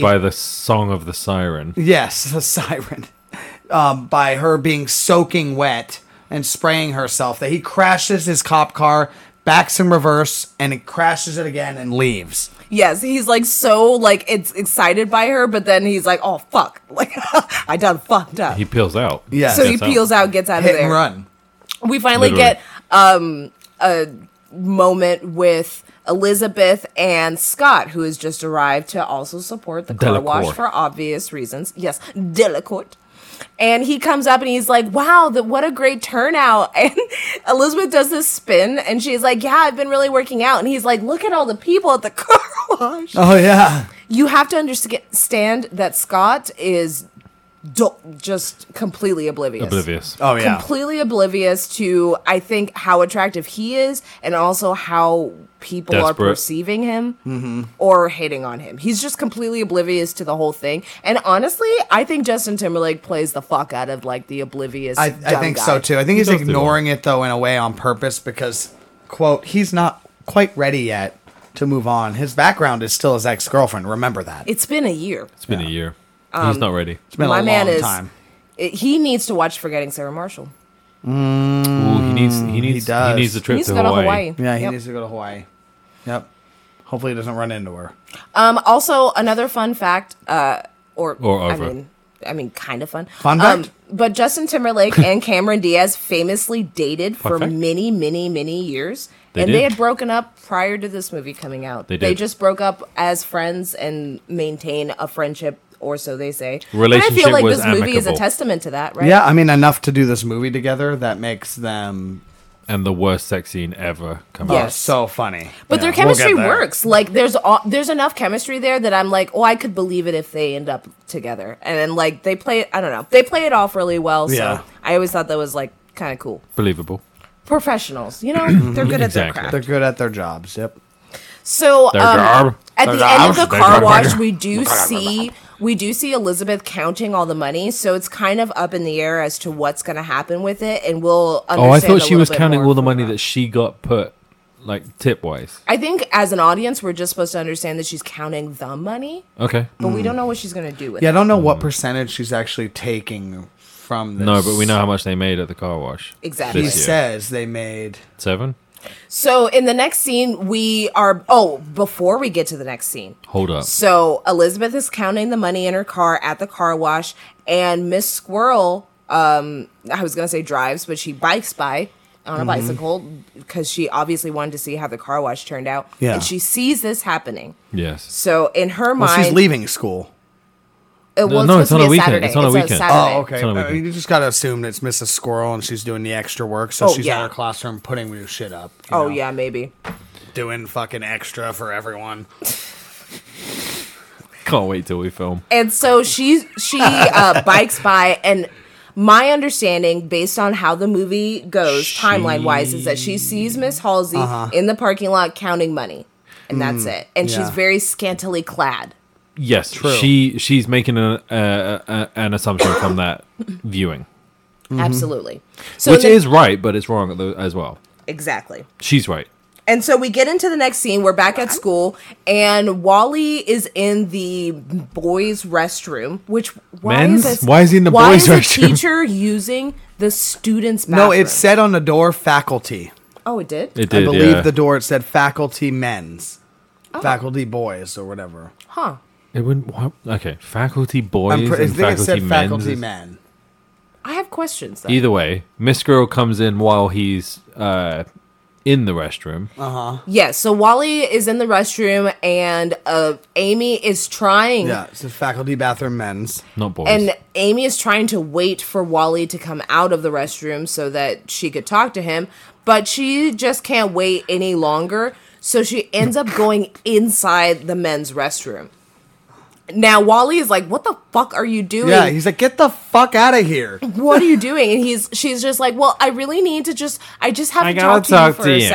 body. by the song of the siren. Yes, the siren. Um, by her being soaking wet and spraying herself that he crashes his cop car, backs in reverse, and it crashes it again and leaves. Yes, he's like so like it's excited by her, but then he's like, oh fuck, like I done fucked up. He peels out. Yeah. so he Gets out. peels out, gets out Hit of there. and run. We finally Literally. get um a moment with Elizabeth and Scott, who has just arrived to also support the car wash Delacour. for obvious reasons. Yes, Delacourt. And he comes up and he's like, "Wow, the, what a great turnout!" And Elizabeth does this spin, and she's like, "Yeah, I've been really working out." And he's like, "Look at all the people at the car wash." Oh yeah. you have to understand that Scott is do- just completely oblivious. Oblivious. Oh yeah. Completely oblivious to, I think, how attractive he is and also how people are Desperate. perceiving him Mm-hmm. or hating on him. He's just completely oblivious to the whole thing. And honestly, I think Justin Timberlake plays the fuck out of like the oblivious. I, I dumb think guy. so too. I think he's does do ignoring it though in a way on purpose because, quote, he's not quite ready yet to move on. His background is still his ex girlfriend. Remember that. It's been a year. It's been a year. Um, He's not ready. It's been a My long man is. time. it- he needs to watch Forgetting Sarah Marshall. Ooh, he needs. He needs. He, Mm, does. needs a He trip needs to, to go Hawaii. to Hawaii. Yeah, he Yep. needs to go to Hawaii. Yep. Hopefully, he doesn't run into her. Um, also, another fun fact, uh, or, Or I over. mean, I mean, kind of fun. Fun Um, fact? but Justin Timberlake and Cameron Diaz famously dated for fact. many, many, many years, They and they did. had broken up prior to this movie coming out. They they did. just broke up as friends and maintain a friendship, or so they say. and I Relationship feel like was this movie is a amicable. testament to that, right? Yeah, I mean, enough to do this movie together that makes them And the worst sex scene ever come Yes. out. so funny. But Yeah, we'll their get chemistry there. works. Like there's all, there's enough chemistry there that I'm like, oh, I could believe it if they end up together. And then like they play, I don't know, they play it off really well. So Yeah. I always thought that was like kind of cool. Believable. Professionals, you know, they're good at their Mm-hmm. Exactly. craft. They're good at their jobs. Yep. So um, Their job. at Their the end of the job. Their car job. wash, we do see we do see Elizabeth counting all the money. So it's kind of up in the air as to what's going to happen with it, and we'll. Understand Oh, I a thought she little was bit counting more all the from money that. that she got put, like tip wise. I think as an audience, we're just supposed to understand that she's counting the money. Okay. but we don't know what she's gonna do with Yeah, I it. don't know what percentage she's actually taking from this. Mm. No, but we know how much they made at the car wash. Exactly. He This year. says they made. Seven. So in the next scene, we are oh, before we get to the next scene. Hold up. So Elizabeth is counting the money in her car at the car wash, and Miss Squirrel, um, I was gonna say drives, but she bikes by on a Mm-hmm. bicycle because she obviously wanted to see how the car wash turned out. Yeah. And she sees this happening. Yes. So in her Well, mind, she's leaving school. it was no, supposed it's to on be a weekend. Saturday. It's on a weekend. Saturday. Oh, okay. It's on a Uh, weekend. you just gotta assume that it's Mrs. Squirrel and she's doing the extra work, so Oh, she's yeah. in her classroom putting new shit up. you Oh know, yeah, maybe. doing fucking extra for everyone. Can't wait till we film. and so she she uh, bikes by and my understanding based on how the movie goes timeline wise is that she sees miss halsey Uh-huh. in the parking lot counting money and Hmm. that's it and she's yeah. very scantily clad Yes. She she's making an uh, uh, an assumption from that viewing, absolutely so Mm-hmm. which then- is right, but it's wrong at the- as well. exactly She's right. And so we get into the next scene. We're back at school, and Wally is in the boys' restroom. Which why Men's? is this, Why is he in the boys' is a restroom? teacher using the students' bathroom? No, it said on the door faculty. oh, it did. It did. I believe yeah. the door it said faculty men's, Oh. faculty boys, or whatever. huh? It wouldn't. What? Okay. Faculty boys I'm pretty, I and think faculty, it said men's faculty is- men. I have questions. Though. Either way, Miss Girl comes in while he's uh, in the restroom. Yes. So Wally is in the restroom, and uh, Amy is trying, Yeah, it said faculty bathroom men's. Not boys. and Amy is trying to wait for Wally to come out of the restroom so that she could talk to him, but she just can't wait any longer. So she ends up going inside the men's restroom. Now Wally is like, "What the fuck are you doing? Yeah, he's like, get the fuck out of here. what are you doing?" And he's she's just like, "Well, I really need to just I just have I to gotta talk to you talk for to a you."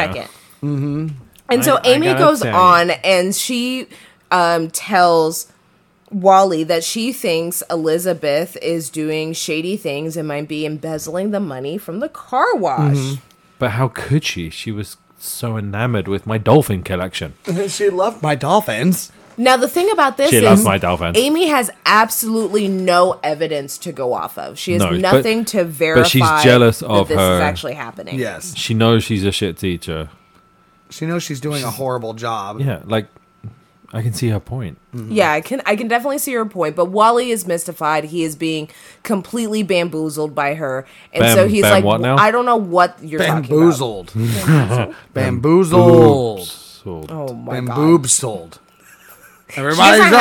Mm-hmm. 2nd And so I- I Amy gotta goes tell you. on and she um, tells Wally that she thinks Elizabeth is doing shady things and might be embezzling the money from the car wash. but how could she? She was so enamored with my dolphin collection. she loved my dolphins. Now the thing about this She loves is my dolphins. Amy has absolutely no evidence to go off of. She has No, but- nothing to verify she's jealous that of this her- is actually happening. Yes. She knows she's a shit teacher. She knows she's doing a horrible job. Yeah, like I can see her point. Yeah, I can I can definitely see your point, but Wally is mystified. He is being completely bamboozled by her. And Bam- so he's bam like what now? I don't know what you're talking Bamboozled. Bamboozled. So- about. Oh my god. Bamboob sold. She doesn't Everybody have-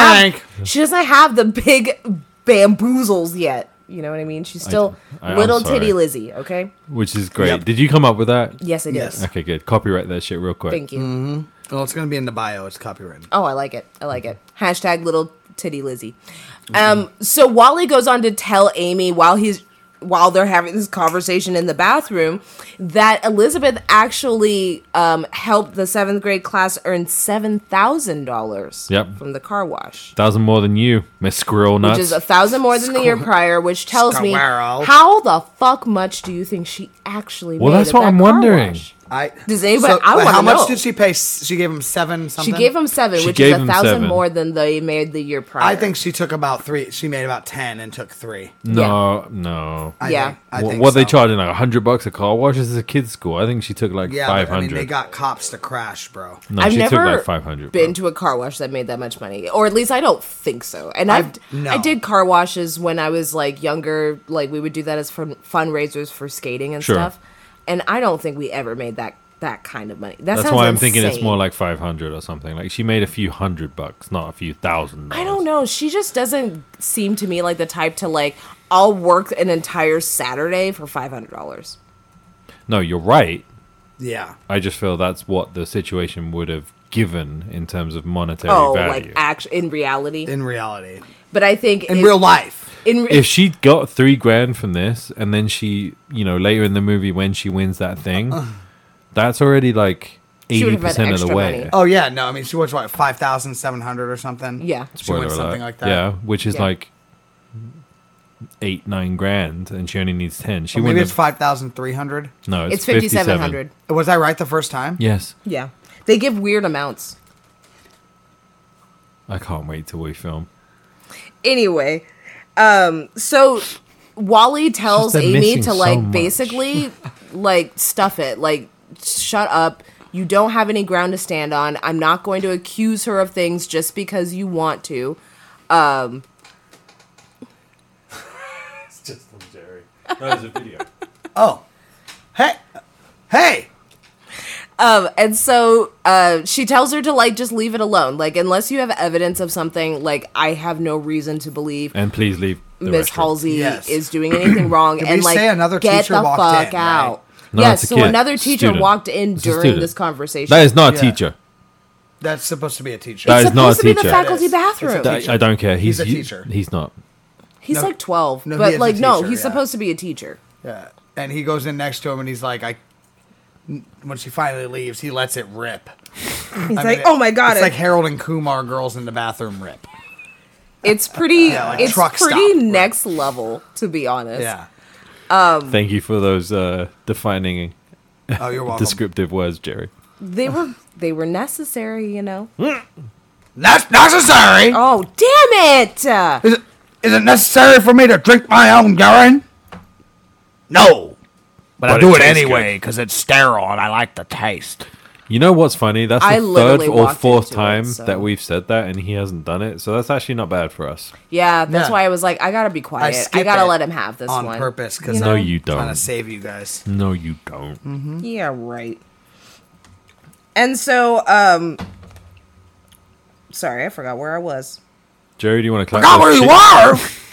drank. she doesn't have the big bamboozles yet. You know what I mean? She's still I- I'm little sorry. titty Lizzie, okay? Which is great. Yep. Did you come up with that? Yes, it is. Yes. Okay, good. Copyright that shit real quick. Thank you. Well, it's going to be in the bio. It's copyrighted. Oh, I like it. I like it. Hashtag little titty Lizzie. Um, so Wally goes on to tell Amy while he's while they're having this conversation in the bathroom that Elizabeth actually um, helped the seventh grade class earn seven thousand dollars Yep. from the car wash. Thousand more than you, Miss Squirrel Nuts. Which is a thousand more than the year prior, which tells me Squirrel. how the fuck much do you think she actually? Well, made that's at what that I'm car wondering. wash? I Does anybody- I but wanna How much know. did she pay? S- She gave him seven She something. gave him seven, She which is gave a him thousand seven. more than they made the year prior. I think she took about three. She made about ten and took three. No, no. I Yeah. think, I Wh- think what they so. charging like hundred bucks a car wash? This is a kids' school. I think she took like Yeah, five but, I mean hundred. they got cops to crash, bro. no, I've she never took like five hundred. been to a car wash that made that much money, or at least I don't think so. And I've, I've- no. I did car washes when I was like younger. Like we would do that as fun, fundraisers for skating and Sure. stuff. And I don't think we ever made that that kind of money. That That's sounds why I'm thinking it's insane. more like five hundred or something. Like she made a few hundred bucks, not a few thousand. I don't know. She just doesn't seem to me like the type to like. I'll work an entire Saturday for five hundred dollars. No, you're right. Yeah, I just feel that's what the situation would have given in terms of monetary Oh, like value. act in reality. in reality, but I think in if- real life. in re- if she got three grand from this, and then she, you know, later in the movie when she wins that thing, Uh-huh. that's already like She eighty would've had percent of the extra way. money. Oh yeah, no, I mean she was what five thousand seven hundred or something. Yeah. she Spoiler went alert. something like that. Yeah, which is Yeah. like eight, nine grand, and she only needs ten. She Or maybe wouldn't it's have- five thousand three hundred. No, it's, it's fifty seven hundred. Was I right the first time? Yes, Yeah, they give weird amounts. I can't wait till we film. anyway, um, so Wally tells She's been Amy missing to so like much. basically like stuff it, like shut up. You don't have any ground to stand on. I'm not going to accuse her of things just because you want to. It's just from Jerry. That was a video. Oh, hey, hey. Um, and so uh, she tells her to like just leave it alone. Like unless you have evidence of something, like I have no reason to believe And please leave the Miss restroom. Halsey Yes. is doing anything wrong Did and we like say another get teacher the walked fuck in, right? out. No, yes, it's a so kid. another teacher Student. walked in It's a during student. this conversation. That is not a Yeah. teacher. That's supposed to be a teacher. That it's is not a supposed to be the teacher. faculty It is. bathroom. It's a I, I don't care. He's, He's a you- teacher. He's not. he's No. like 12, No, he but is a like no, teacher, he's yeah. supposed to be a teacher. Yeah. And he goes in next to him and he's like, I. When she finally leaves, he lets it rip. He's I like, mean, "Oh my god, It's it- like Harold and Kumar girls in the bathroom rip. it's pretty like it's truck stop, pretty right. next level to be honest." Yeah. Thank you for those uh, defining, Oh, you're welcome. descriptive words, Jerry. They were they were necessary, you know. That's necessary. Oh, damn it. Uh, Is it, is it necessary for me to drink my own urine? No. But, I it do it tastes anyway because it's sterile and I like the taste. You know what's funny? That's the I third literally or walked fourth into it, time so- that we've said that, and he hasn't done it. So that's actually not bad for us. yeah, that's Yeah. why I was like I got to be quiet. I, skip got to it let him have this on one. purpose because You No, you I'm trying to don't. save you guys. No, you don't. Mm. Yeah, right. And so um sorry, I forgot where I was. Jerry, do you want to clap? Got those where you cheeks? were.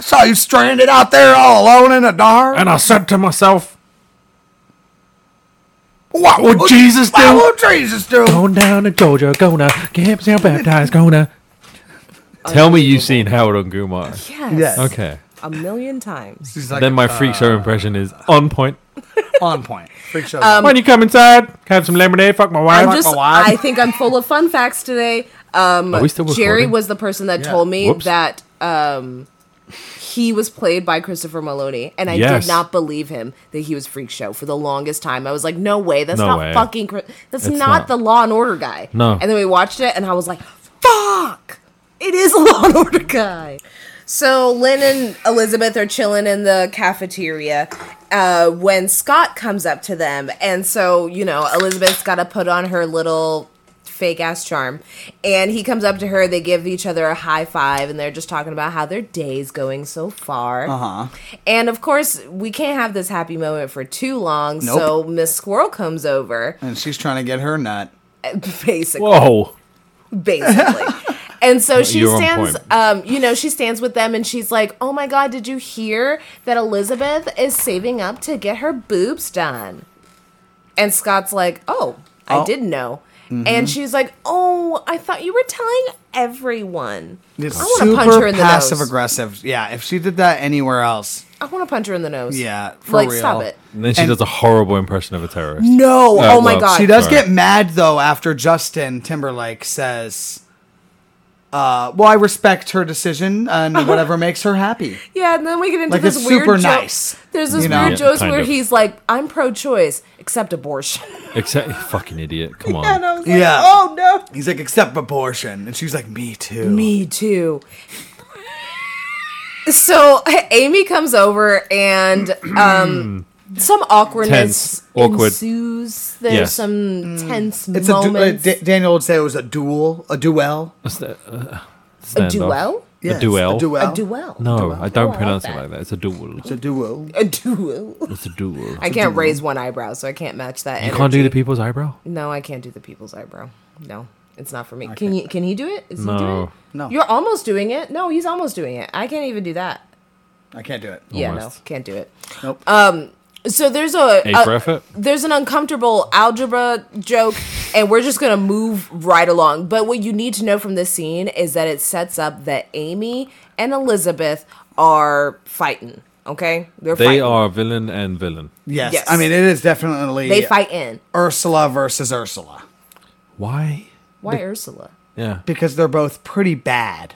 Saw you stranded out there all alone in the dark. And I said to myself, What would Jesus what do? would Jesus do? going down to Georgia, gonna get himself baptized, gonna. Tell me you've seen Howard on Kumar. Yes. Yes. Okay. A million times. He's like, uh, then my freak show impression is on point. on point. Freak show. Uh, when you come inside, have some lemonade, fuck my wife. Um, I'm just, why? I think I'm full of fun facts today. Um, Are we still Jerry recording? was the person that Yeah. told me Whoops. that um, he was played by Christopher Maloney, and I Yes. did not believe him that he was Freak Show for the longest time. I was like, no way, that's No not way. fucking. Chris- That's It's not, not. the Law and Order guy. No. And then we watched it, and I was like, fuck, it is a Law and Order guy. So Lynn and Elizabeth are chilling in the cafeteria uh, when Scott comes up to them, and so you know Elizabeth's got to put on her little fake ass charm, and he comes up to her. They give each other a high five, and they're just talking about how their day's going so far. Uh-huh. And of course, we can't have this happy moment for too long. Nope. So Miss Squirrel comes over, and she's trying to get her nut. basically Whoa. basically. And so she you're on stands, point. um, you know, she stands with them and she's like, Oh my God, did you hear that Elizabeth is saving up to get her boobs done? And Scott's like, Oh, I Oh. didn't know. And she's like, Oh, I thought you were telling everyone. It's I want to punch her in the passive nose. aggressive. Yeah, if she did that anywhere else, I want to punch her in the nose. yeah, for like, real. stop it. And then she And- does a horrible impression of a terrorist. No. Uh, oh my well, God. She does Sorry. get mad though after Justin Timberlake says, uh, "Well, I respect her decision and whatever makes her happy." Yeah, and then we get into Like, this it's weird super joke. nice, There's this you know? weird Yeah, joke kind where of. he's like, I'm pro choice, except abortion. Except, fucking idiot. Come on. and I was like, Yeah. Oh no. He's like, "Accept abortion," and she's like, "Me too." Me too. So Amy comes over and um some awkwardness Tense. Awkward. ensues. There's Yes. some tense Mm. It's a du- uh, moments. D- Daniel would say it was a duel, a duel. What's that? Uh, a stand-off. duel? Yes, a duel. a duel, A duel. No, I don't Oh, I pronounce like it that. like that. It's a duel. a duel. A duel. It's a duel. I can't raise one eyebrow, so I can't match that. You energy. can't do the people's eyebrow? No, I can't do the people's eyebrow. No. It's not for me. Can you can he do it? Is he doing No. it? No. You're almost doing it. No, he's almost doing it. I can't even do that. I can't do it. Yeah, Uh, no. Almost. Can't do it. Nope. So there's a, A a- for effort? There's an uncomfortable algebra joke, and we're just gonna move right along. But what you need to know from this scene is that it sets up that Amy and Elizabeth are fighting. Okay, they're They fighting. are villain and villain. yes. yes. I mean it is definitely They fight in. Ursula versus Ursula Why? Why Ursula? Yeah. because they're both pretty bad.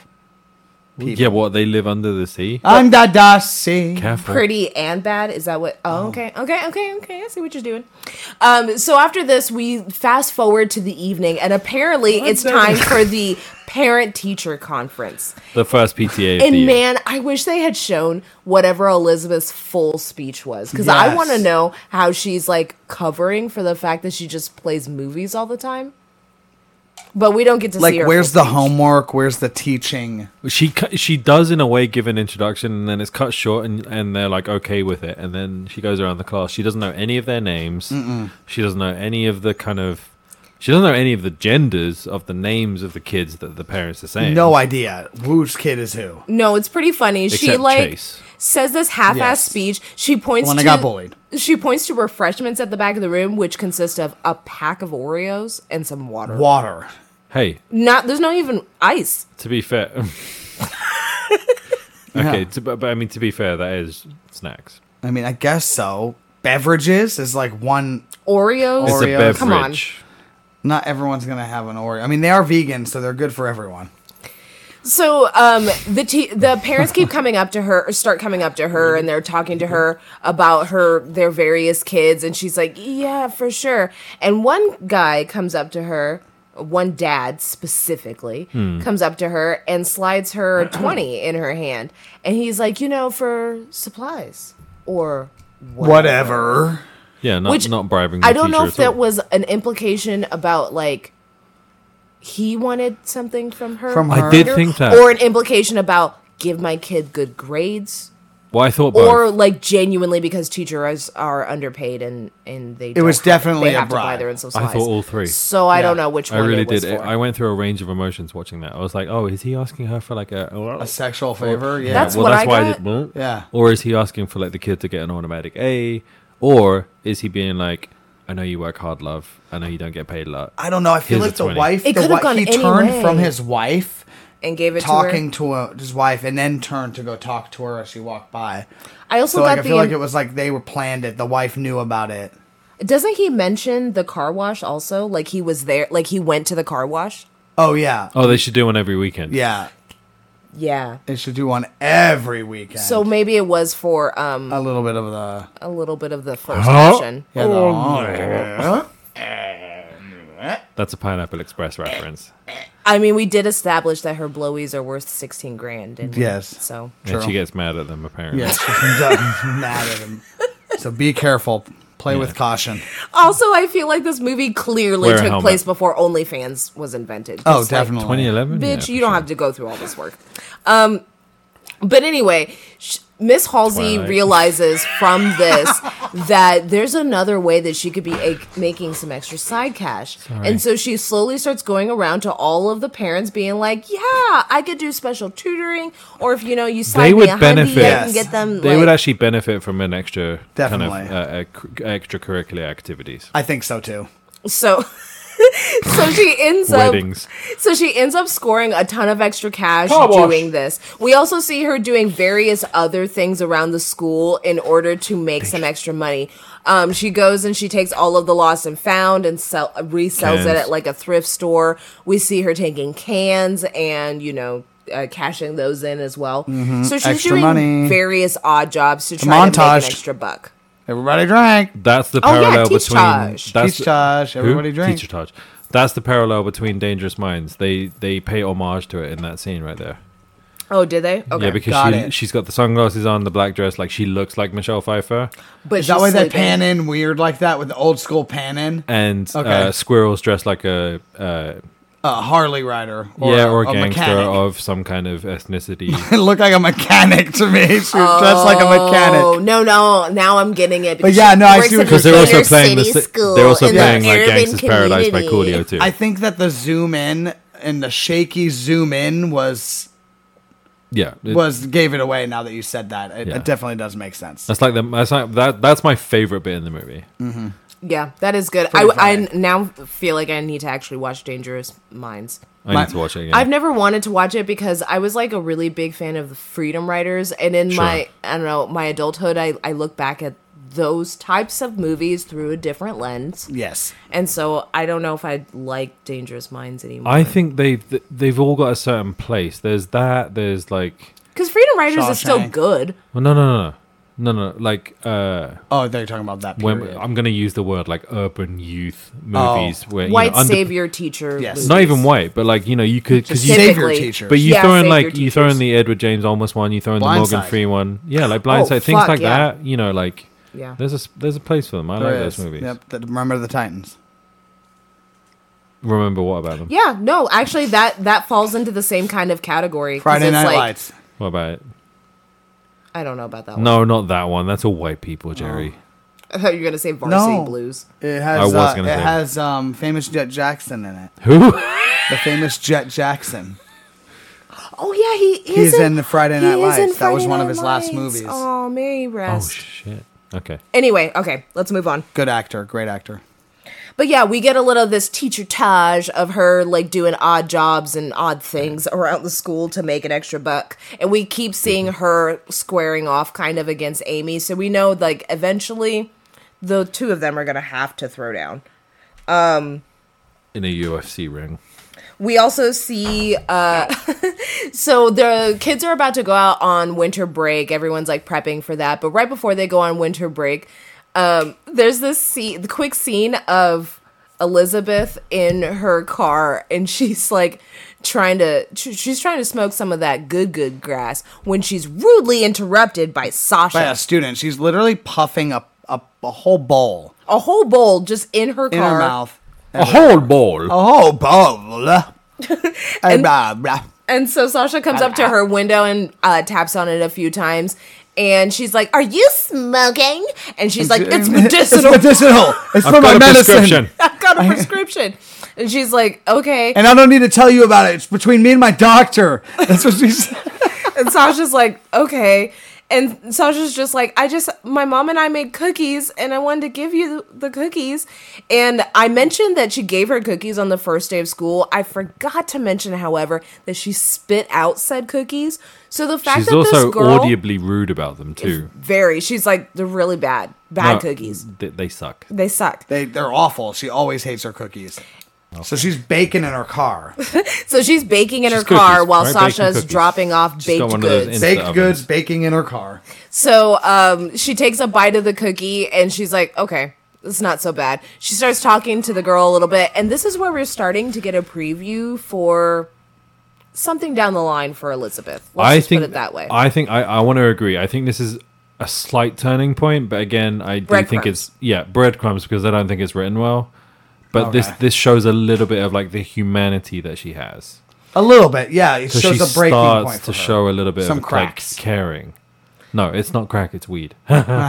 Yeah, what? They live under the sea? Under the sea. Careful. Oh, pretty and bad is that what oh, okay okay okay okay i see what you're doing um so after this we fast forward to the evening and apparently it's time for the parent teacher conference The first PTA of the and year. man i wish they had shown whatever elizabeth's full speech was because i Yes. want to know how she's like covering for the fact that she just plays movies all the time but we don't get to see Like, her where's full the speech. homework? Where's the teaching? she cu- she does in a way give an introduction and then it's cut short and, and they're like okay with it and then she goes around the class she doesn't know any of their names she doesn't know any of the kind of she doesn't know any of the genders of the names of the kids that the parents are saying No idea. Whose kid is who? No, it's pretty funny. she Except like Chase. says this half-ass Yes. speech. She points When to I got bullied. She points to refreshments at the back of the room, which consist of a pack of Oreos and some water. Water. hey Not there's not even ice. to be fair okay to, but, but i mean to be fair that is snacks I mean, I guess so. Beverages is like one. Oreos. it's a Oreos. beverage Come on. Not everyone's gonna have an Oreo. I mean, they are vegan, so they're good for everyone. So um, the te- the parents keep coming up to her, or start coming up to her, and they're talking to her about her their various kids, and she's like, "Yeah, for sure." And one guy comes up to her, one dad specifically comes up to her and slides her twenty in her hand, and he's like, "You know, for supplies or Whatever. yeah not, Which- not bribing I don't know if that was was an implication about like he wanted something from her. From I her. did think that. Or an implication about give my kid good grades. well i thought both. Or like genuinely because teachers are underpaid and and they don't was have- definitely they a have to buy bribe. their insults. I thought all three. So I don't know which I one really it was did. It- for. I went through a range of emotions watching that. I was like, "Oh, is he asking her for like a A sexual favor. Yeah. That's- well, what that's I why I got. did. Well, Yeah. Or is he asking for like the kid to get an automatic A? Or is he being like, I know you work hard, love. I know you don't get paid a lot. I don't know. I feel Here's like a the 20. wife. It the could've wi- gone he any turned way. from his wife, and gave it talking to to uh his wife, and then turned to go talk to her as she walked by. her. I also So got like, I the feel like it was like they were planned. It. The wife knew about it. doesn't he mention the car wash also? Like he was there like he went to the car wash? Oh yeah. Oh, they should do one every weekend. Yeah. Yeah. They should do one every weekend. So maybe it was for um a little bit of the a little bit of the first Huh? option. yeah, the oh, That's a Pineapple Express reference. I mean, we did establish that her blowies are worth sixteen grand. Didn't we? Yes. So And True. she gets mad at them apparently. yeah, she's done- mad at him. So be careful. Play with caution. also, I feel like this movie clearly Wear a took helmet. place before OnlyFans was invented. Oh, Just, like, definitely. 2011. bitch, you don't have to go through all this work. Um, but anyway, sh- Miss Halsey Twilight. realizes from this that there's another way that she could be a- making some extra side cash, and so she slowly starts going around to all of the parents, being like, "Yeah, I could do special tutoring, or if you know you sign They me would a benefit. hundred, I Yes. can get them." They like, would actually benefit from an extra kind Definitely. of uh, uh, cr- extracurricular activities. I think so too. so. so she ends up Weddings. So she ends up scoring a ton of extra cash Car wash. doing this. We also see her doing various other things around the school in order to make some extra money. Um, she goes and she takes all of the lost and found and sell resells Cans. it at like a thrift store. We see her taking cans and you know uh, cashing those in as well. So she's Extra doing money. various odd jobs to try to make montaged. an extra buck. Everybody drank. That's the Oh, yeah, parallel teach between Taj. that's Teach Taj, who? everybody drink. Teach Taj. That's the parallel between Dangerous Minds. They they pay homage to it in that scene right there. Oh, did they? Okay. Yeah, because Got she it. she's got the sunglasses on, the black dress, like she looks like Michelle Pfeiffer, but Is that she's why they sleeping. pan in weird like that with the old school pan in? and Okay. uh, squirrels dressed like a uh, A Harley rider. Or, yeah or a a gangster mechanic. of some kind of ethnicity. it looked like a mechanic to me. She was dressed like a Oh mechanic. no, no! Now I'm getting it. But because yeah, she no, I works see what at you're Because they're an also inner playing the city si- school they're also in the playing like urban Gangsta's Paradise by community. Coolio too. I think that the zoom in and the shaky zoom in was yeah, it- was gave it away. Now that you said that, it, it Yeah. definitely does make sense. that's like the that's like, that that's my favorite bit in the movie. Yeah, that is good. I, Pretty I funny. now feel like I need to actually watch Dangerous Minds. I My- need to watch it again. I've never wanted to watch it because I was like a really big fan of the Freedom Riders, and in Sure. my I don't know my adulthood, I I look back at those types of movies through a different lens, Yes, and so I don't know if I like Dangerous Minds anymore. I think they've they've all got a certain place. There's that. There's like because Freedom Riders is still Shawshank. good. well, no no no no no no like uh Oh, they're talking about that. when Period. Oh, I'm gonna use the word like urban youth movies where you know, White under- Savior Teacher. Yes. not even white but like you know you could because you Save your Typically. teachers. but you Yeah, throw in Save like Your you throw in Teachers. the Edward James Olmos one you throw in the Morgan Blindside. Free one yeah like Blindside things Oh, fuck, like yeah. that you know like Yeah. there's a s- there's a place for them I There like is. those movies Yep, the, remember the Titans. remember what about them Yeah, no, actually that that falls into the same kind of category. 'cause Friday it's Night like- Lights. what about it I don't know about Oh. that no not that one that's all white people Jerry one. I thought you were gonna say Varsity No. Blues. It I has was uh, it gonna say. has um, famous Jet Jackson in it. who The famous Jet Jackson. Oh yeah, he He's is in the Friday he Night is Lights. in That was Friday one of Night his last Lights. movies. Oh, may he oh rest. shit okay anyway, okay, let's move on. Good actor, great actor. But yeah, we get a little of this teacher Taj of her like doing odd jobs and odd things around the school to make an extra buck. And we keep seeing her squaring off kind of against Amy. So we know like eventually the two of them are gonna have to throw down. in a UFC ring we also see uh so the kids are about to go out on winter break everyone's like prepping for that but right before they go on winter break um there's this scene the quick scene of elizabeth in her car and she's like trying to sh- she's trying to smoke some of that good good grass when she's rudely interrupted by sasha By a student, she's literally puffing a a, a whole bowl a whole bowl just in her in car her mouth. a whole ball A whole bowl. and, blah, blah. And so Sasha comes up to her window and uh, taps on it a few times. And she's like, Are you smoking? And she's like, It's medicinal. It's medicinal. It's for my got a medicine. prescription. I've got a prescription. And she's like, Okay. And I don't need to tell you about it. It's between me and my doctor. That's what she said. And Sasha's like, Okay. And Sasha's just like, I just, my mom and I made cookies and I wanted to give you the cookies. And I mentioned that she gave her cookies on the first day of school. I forgot to mention, however, that she spit out said cookies. So the fact She's that also this girl. audibly rude about them too. very. She's like, they're really bad. Bad No, cookies. They, they suck. They suck. They, they're awful. She always hates her cookies. So she's baking in her car. So she's baking in She's her car cookies, while right? Baking Sasha's cookies. dropping off got baked one of those goods. in- Baked ovens. goods baking in her car. So um, she takes a bite of the cookie and she's like, okay, it's not so bad. She starts talking to the girl a little bit. And this is where we're starting to get a preview for something down the line for Elizabeth. Let's I just think put it that way. I think I, I want to agree. I think this is a slight turning point, but again, I do think Breadcrumbs. it's yeah breadcrumbs because I don't think it's written well. But this Okay. this shows a little bit of like the humanity that she has. A little bit, yeah. It So she shows a breaking starts point to for her. show a little bit Some of cracks. like caring. No, it's not crack. It's weed.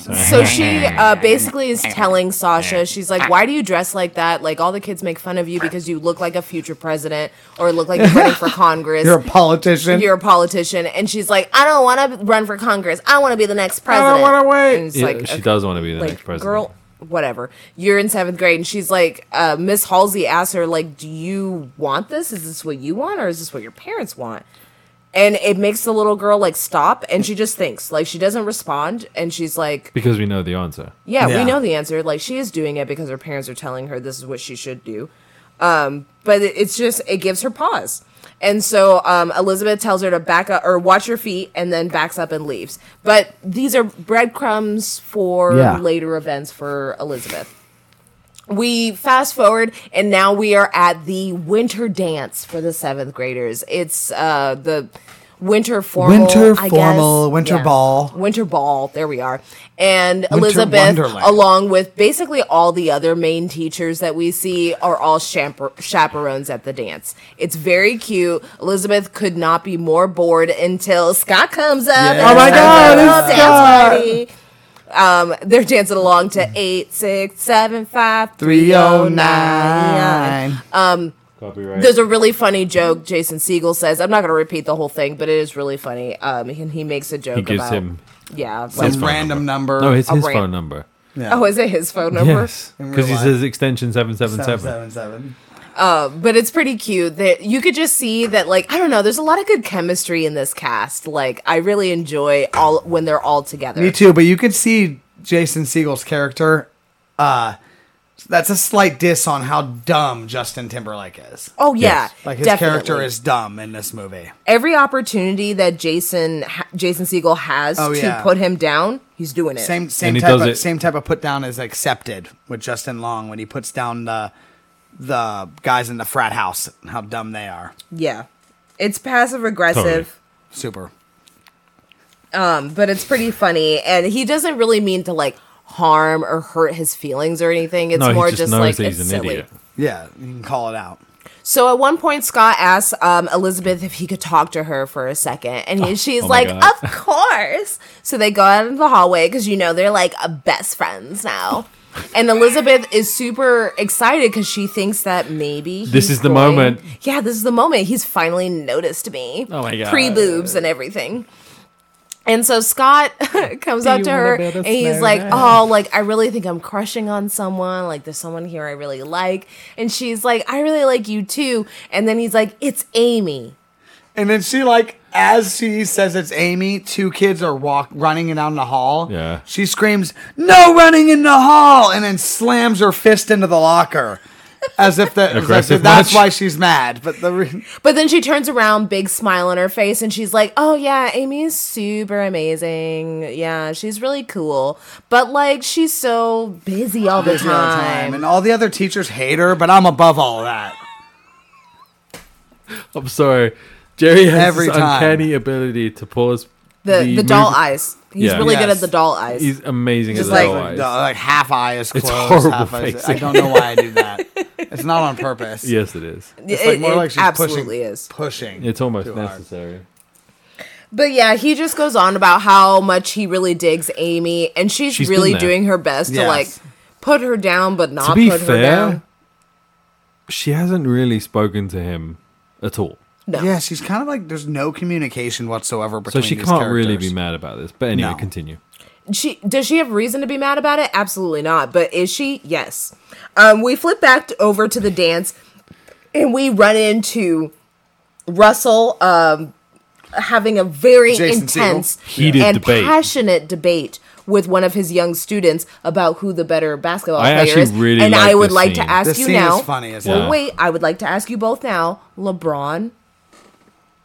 so she uh, basically is telling Sasha, she's like, why do you dress like that? Like, all the kids make fun of you because you look like a future president or look like you're running for Congress. You're a politician. you're a politician, and she's like, I don't want to run for Congress. I want to be the next don't president. wanna wait. And it's Yeah, like, she okay, does want to be the like, next president. girl, whatever. You're in seventh grade, and she's like, uh, Miss Halsey asks her, like, do you want this? Is this what you want, or is this what your parents want? And it makes the little girl like stop, and she just thinks, like, she doesn't respond, and she's like, because we know the answer. yeah, Yeah. we know the answer. Like she is doing it because her parents are telling her this is what she should do. Um, but it- it's just it gives her pause. And so um, Elizabeth tells her to back up or watch your feet and then backs up and leaves. But these are breadcrumbs for Yeah. later events for Elizabeth. We fast forward and now we are at the winter dance for the seventh graders. It's uh, the winter formal, Winter I guess. formal, winter ball. winter ball. There we are. And Winter Elizabeth, Wonderland. along with basically all the other main teachers that we see, are all chaper- chaperones at the dance. It's very cute. Elizabeth could not be more bored until Scott comes up. and Oh my it's like, God, "Oh, it's dance Scott!" party. Um, they're dancing along to eight, six, seven, five, three, oh, nine. 309. Copyright. There's a really funny joke Jason Siegel says. I'm not going to repeat the whole thing, but it is really funny. Um, and he makes a joke he gives about him. yeah. Some like- phone random number. No, it's a his rant. phone number. Yeah. oh, is it his phone number? Yes, In because real he life. says extension seven seven seven. 777. But it's pretty cute that you could just see that. Like I don't know. There's a lot of good chemistry in this cast. Like I really enjoy all when they're all together. Me too, but you could see Jason Siegel's character. Uh, that's a slight diss on how dumb Justin Timberlake is. Oh yeah, Yes. Like his character definitely. is dumb in this movie. every opportunity that Jason ha- Jason Siegel has Oh, to yeah. put him down. He's doing it. Same same And he type of does it- same type of put down is accepted with Justin Long when he puts down the the guys in the frat house and how dumb they are. Yeah, it's passive aggressive. Totally. Super. but it's pretty funny and he doesn't really mean to like harm or hurt his feelings or anything it's No, more he just just, knows like that it's he's an silly idiot. Yeah, you can call it out. so at one point scott asks um, elizabeth if he could talk to her for a second and he, she's oh my like God. of course so they go out into the hallway because you know they're like uh, best friends now and elizabeth is super excited because she thinks that maybe This he's is the going- moment. yeah this is the moment he's finally noticed me Oh my God. pre-boobs and everything and so Scott comes up you wanna to her build a and he's snow like, man? Oh, like I really think I'm crushing on someone. Like there's someone here I really like. And she's like, I really like you too. And then he's like, It's Amy. And then she like as she says it's Amy, two kids are walk running down the hall. Yeah. She screams, "No running in the hall!" and then slams her fist into the locker. As if that as if Aggressive that's much? why she's mad. But the re- But then she turns around, big smile on her face, and she's like, Oh yeah, Amy is super amazing. Yeah, she's really cool. But like she's so busy all the there's no time. time. And all the other teachers hate her, but I'm above all of that. I'm sorry. Jerry has Every this time. uncanny ability to pause The the, doll move- eyes. He's Yeah. really good Yes. at the doll eyes. He's amazing Just as like, like- Like, the- like half eye is closed. It's horrible half eye is- I facing. don't know why Oh, I do that. it's not on purpose. Yes, it is. It's like more It- it like she's absolutely pushing, is. pushing. It's almost Too hard. necessary. But yeah, he just goes on about how much he really digs Amy, and she's, She's really been there. doing her best to Yes. like put her down, but not to be put her down. fair, she hasn't really spoken to him at all, No. Yeah, she's kind of like there's no communication whatsoever so between. she these can't really characters. be mad about this. But anyway, No. continue. She does she have reason to be mad about it? Absolutely not. But is she? Yes. Um, we flip back t- over to the dance, and we run into Russell um, having a very Jason Segel. intense Heated and debate. passionate debate with one of his young students about who the better basketball I player actually is. really and like I would this like scene. to ask This you scene now. is funny as Yeah. hell. Wait, I would like to ask you both now, LeBron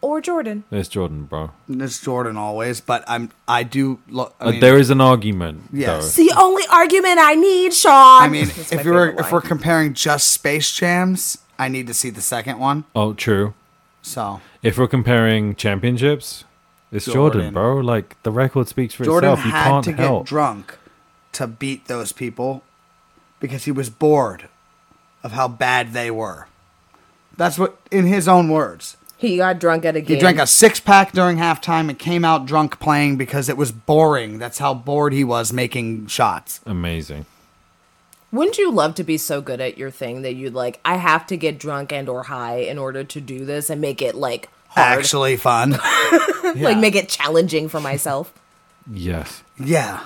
or Jordan. It's Jordan, bro. It's Jordan always, but I'm I do. Lo- I But mean, there is an argument. Yes. It's the only argument I need, Sean. I mean, That's my if we were favorite if we're line. comparing just Space Jams, I need to see the second one. Though. Oh, true. So If we're comparing championships, it's Jordan. Jordan, bro. Like the record speaks for Jordan itself. You had can't to help. get drunk to beat those people because he was bored of how bad they were. That's what, in his own words, he got drunk at a he game. drank a six pack during halftime and came out drunk playing because it was boring. That's how bored he was making shots. Amazing. Wouldn't you love to be so good at your thing that you'd like? I have to get drunk and or high in order to do this and make it like hard, Actually, fun. like make it challenging for myself. Yes. Yeah.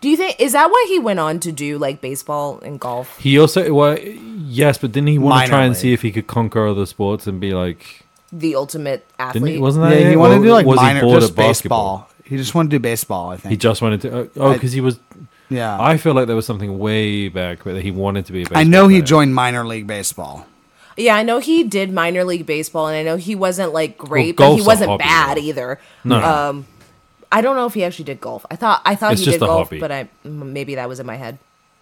Do you think is that what he went on to do, like baseball and golf? He also well, yes, but didn't he want Minor to try and league. see if he could conquer other sports and be like? The ultimate athlete. Didn't he? Wasn't that? Yeah, he it? wanted to do Or like was he minor, bored just at basketball? baseball. He just wanted to do baseball, I think. He just wanted to. Oh, I- because he was. yeah. I feel like there was something way back where he wanted to be. A I know baseball he player. joined minor league baseball. Yeah, I know he did minor league baseball, and I know he wasn't like great, but he golf's a wasn't hobby, bad though. either. No. um, I don't know if he actually did golf. I thought I thought It's he just did a golf, hobby. but I m- maybe that was in my head.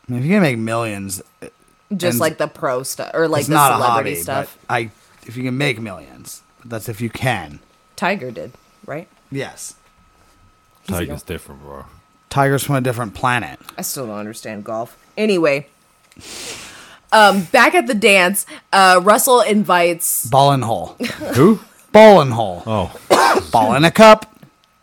I mean, if you're gonna make millions, it's Just And- like the pro stuff or like the not a celebrity hobby. stuff. But I, if you can make millions, but that's if you can. Tiger did right. Yes, Tiger's different, bro. tigers from a different planet. I still don't understand golf. Anyway, um, back at the dance, uh, Russell invites Ball and hole, Who? ball and hole, Oh, ball in a cup.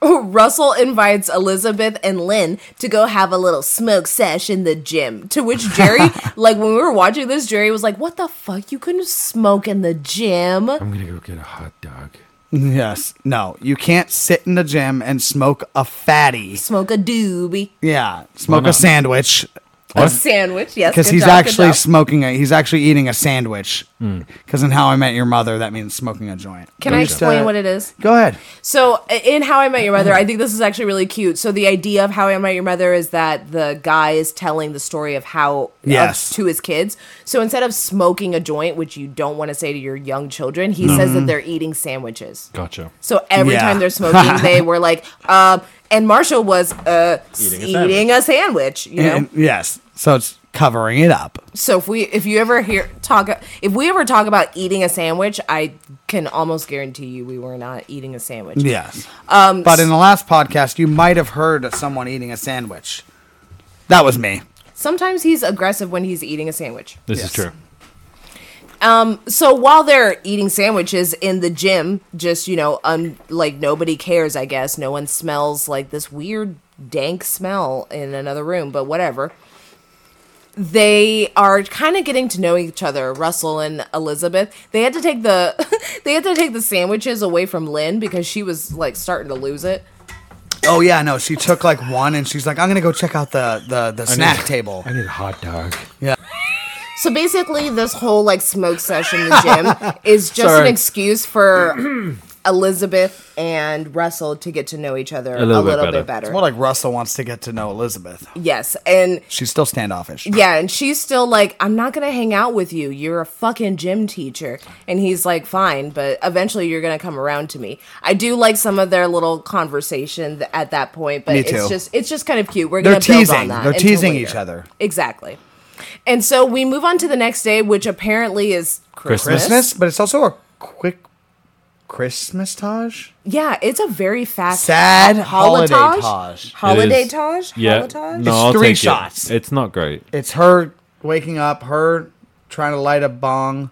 Russell invites Elizabeth and Lynn to go have a little smoke sesh in the gym. To which Jerry, like when we were watching this, Jerry was like, "What the fuck? You couldn't smoke in the gym." I'm gonna go get a hot dog. Yes, no, you can't sit in the gym and smoke a fatty. Smoke a doobie, Yeah, smoke a not? sandwich a sandwich. Yes, because good he's job, good actually job. smoking a. He's actually eating a sandwich. Hmm. Because in How I Met Your Mother, that means smoking a joint. Can I Just, explain uh, what it is? Go ahead. So in How I Met Your Mother, I think this is actually really cute. So the idea of How I Met Your Mother is that the guy is telling the story of how of- Yes. to his kids. So instead of smoking a joint, which you don't want to say to your young children, he says that they're eating sandwiches. Gotcha. So Mm-hmm. every Yeah. time they're smoking, they were like, uh, and Marshall was uh, Eating a eating, a, sandwich. You know. And- yes, so it's covering it up. so if we, if you ever hear talk, if we ever talk about eating a sandwich, I can almost guarantee you we were not eating a sandwich. Yes. Um, but in the last podcast, you might have heard someone eating a sandwich. That was me. Sometimes he's aggressive when he's eating a sandwich. This Yes. is true. So while they're eating sandwiches in the gym, just you know, un- like nobody cares, I guess. No one smells like this weird dank smell in another room, but whatever. They are kind of getting to know each other, Russell and Elizabeth. They had to take the they had to take the sandwiches away from Lynn because she was like starting to lose it. Oh yeah, no. She took like one, and she's like, "I'm gonna go check out the the, the snack table." I need a hot dog. So basically, this whole like smoke session in the gym is just an Sorry. excuse for Elizabeth and Russell to get to know each other a little, little bit bit, better. better. It's more like Russell wants to get to know Elizabeth. yes, and She's still standoffish. yeah, and she's still like, "I'm not gonna hang out with you. You're a fucking gym teacher." And he's like, "Fine, but eventually you're gonna come around to me." I do like some of their little conversation th- at that point, but Me it's too. just it's just kind of cute. We're They're gonna build on teasing. that. They're until teasing later. each other. exactly. And so we move on to the next day, which apparently is Christmas? Christmas. Christmas, but it's also a quick Christmas taj. Yeah, it's a very fast Sad ho- holiday holitage. taj. Holiday It is- taj? Yeah. No, Holitage? It's I'll three take it. shots. It's not great. It's her waking up, her trying to light a bong.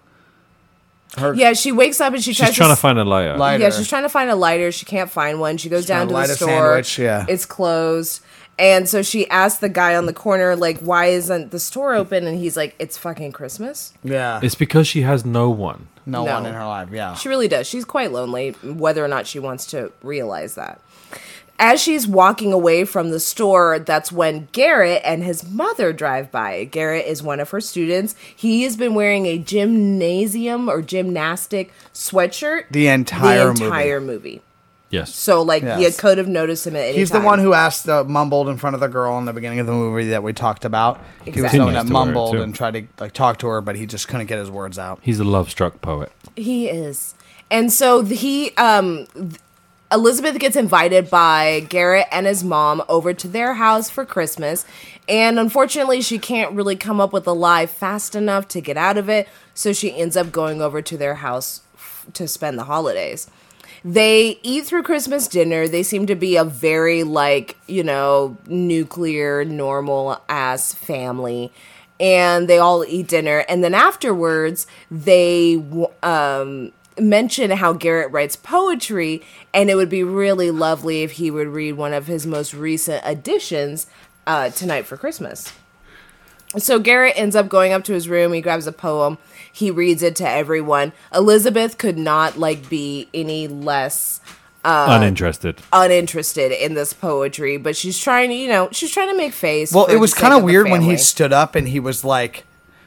Her Yeah, she wakes up and she She's tries trying to s- find a layer. lighter. Yeah, she's trying to find a lighter. She can't find one. She goes down trying to to the light a store. sandwich, yeah. It's closed. And so she asked the guy on the corner, like, why isn't the store open? And he's like, It's fucking Christmas. yeah. It's because she has no one. no, No. one in her life. Yeah. She really does. She's quite lonely, whether or not she wants to realize that. As she's walking away from the store, that's when Garrett and his mother drive by. Garrett is one of her students. He has been wearing a gymnasium or gymnastic sweatshirt The entire the entire movie. Yes. So like you Yes. could have noticed him at any He's time. the one who asked, uh, mumbled in front of the girl in the beginning of the movie that we talked about. He was Exactly. the one that Continues to wear it, mumbled too. and tried to like talk to her, but he just couldn't get his words out. He's a love struck poet. He is. And so th- he um th- Elizabeth gets invited by Garrett and his mom over to their house for Christmas, and unfortunately she can't really come up with a lie fast enough to get out of it, so she ends up going over to their house f- to spend the holidays. They eat through Christmas dinner. They seem to be a very like, you know, nuclear normal ass family and they all eat dinner and then afterwards they w- um mention how Garrett writes poetry and it would be really lovely if he would read one of his most recent additions uh tonight for Christmas. So Garrett ends up going up to his room. He grabs a poem. He reads it to everyone. Elizabeth could not like be any less Uh, Uninterested. uninterested in this poetry, but she's trying to, you know, she's trying to make face. Well, for it the was sake kind of of the weird when he family. stood up and he was like,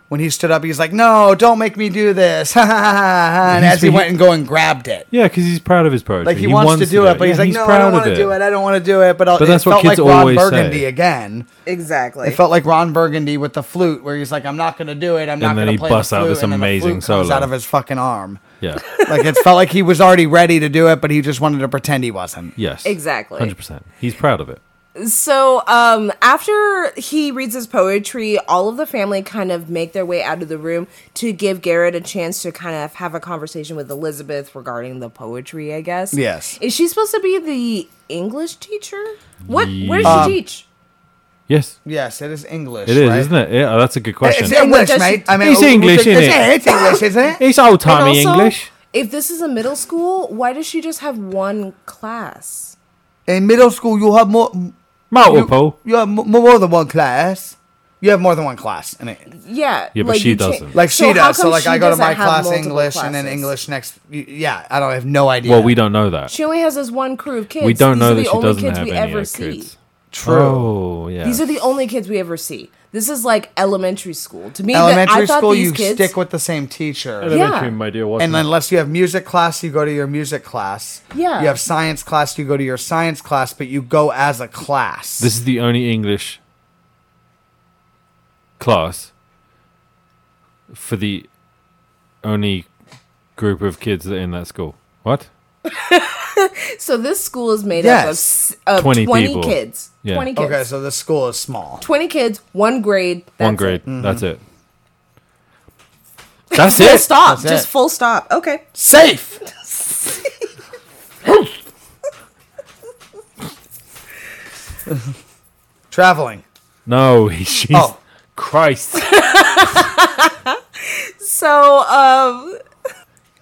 when he stood up, he's like, "No, don't make me do this!" and as he went and go and grabbed it, Yeah, because he's proud of his poetry. like he, wants, to do it, but Yeah, he's like, "No, I don't want to do it. I don't want to do it." But, I'll, But that's it felt what kids like Ron always say. Burgundy again. Exactly. It felt like Ron Burgundy with the flute, where he's like, "I'm not going to do it. I'm not then going he to play busts the out flute." this and then the amazing flute comes solo. out of his fucking arm. Yeah. Like it felt like he was already ready to do it, but he just wanted to pretend he wasn't. Yes. Exactly. 100%. He's proud of it. So, um, after he reads his poetry, all of the family kind of make their way out of the room to give Garrett a chance to kind of have a conversation with Elizabeth regarding the poetry, I guess. Yes. Is she supposed to be the English teacher? What what does she Um, teach? Yes. Yes, it is English. It is, right? isn't it? Yeah, that's a good It's question. And what English, does she- mate. I mean, It's we- we English, think- isn't it's- it? It's English, isn't it? It's old timey And also, English. If this is a middle school, why does she just have one class? In middle school, you have more. Multiple. You, you have mo- more than one class. You have more than one class, in it. Yeah. Yeah, but she you cha- doesn't. like she how does. So come like she I go to doesn't my have class multiple English and then classes? English next. y- Yeah, I don't I have no idea. Well, we don't know that. She only has this one crew of kids. we don't These know that are the she only doesn't kids have we any ever other see. kids. True. Oh, yeah. These are the only kids we ever see. This is like elementary school. To me, that- I Elementary thought school, these you kids, stick with the same teacher. Elementary, yeah. my dear, wasn't And unless you have music class, you go to your music class. Yeah. You have science class, you go to your science class, but you go as a class. This is the only English class for the only group of kids that are in that school. What? So this school is made up of, Yes. s- of 20, 20 people. kids. Yeah. 20 kids. okay, so the school is small. 20 kids, one grade. That's One grade. It. Mm-hmm. That's it. That's Full it. stop. That's just it. full stop. Okay. Safe. Traveling. No, she's Oh. Christ. So, um,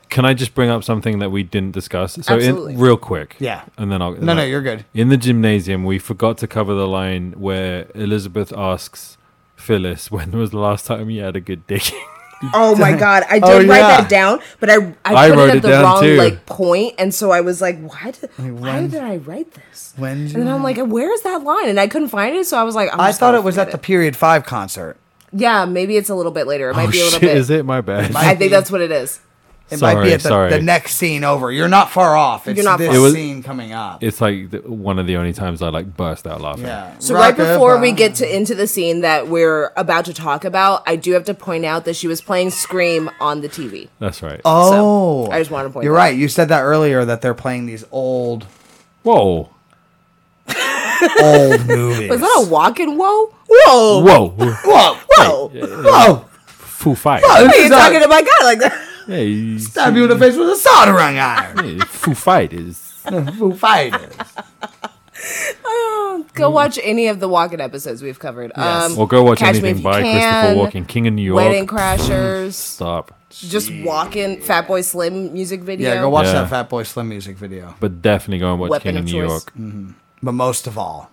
Can I just bring up something that we didn't discuss? So, Absolutely. in, real quick. Yeah. And then I'll. No, no, you're good. In the gymnasium, we forgot to cover the line where Elizabeth asks Phyllis, "When was the last time you had a good dick?" oh my God. I did Oh, write yeah. that down, but I, I, I put wrote it at it the down wrong too. like point. And so I was like, why did, why when- did I write this? When And then I'm like, where is that line? And I couldn't find it. So I was like, I'm I just thought gonna it was forget at the Period Five concert. Yeah, maybe it's a little bit later. It might oh be a little shit! bit. Is it my bad? might I think be. that's what it is. It might Sorry, be at the, sorry. the next scene over. You're not far off. It's You're not this far off. It was- scene coming up. it's like the, one of the only times I like burst out laughing. yeah. So right Rockabye. before we get to into the scene that we're about to talk about, I do have to point out that she was playing Scream on the TV. That's right. Oh, I just wanted to point You're that out. right. You said that earlier that they're playing these old, Whoa! old movies. Is that a walking whoa? Oh. Whoa! Whoa! whoa, Whoa! whoa! Full fight. Whoa, Why are this you is not- talking to my guy like that? Hey, stab you in the face with a soldering iron. full fight is. Foo Fighters. Mm. Go watch any of the walking episodes we've covered. Um, Or go watch Catch Me If anything You by Can, Christopher Walken, King of New York. Wedding Crashers, Stop. just walking, Fat Boy Slim music video. Yeah, go watch Yeah. that Fat Boy Slim music video. But definitely go and watch Weapon King of New of choice. York. But most of all,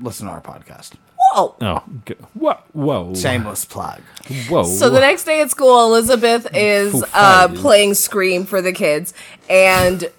listen to our podcast. Whoa! Oh, g- whoa, whoa, Shameless plug. whoa. So the next day at school, Elizabeth is uh, Fighters. playing Scream for the kids, and th-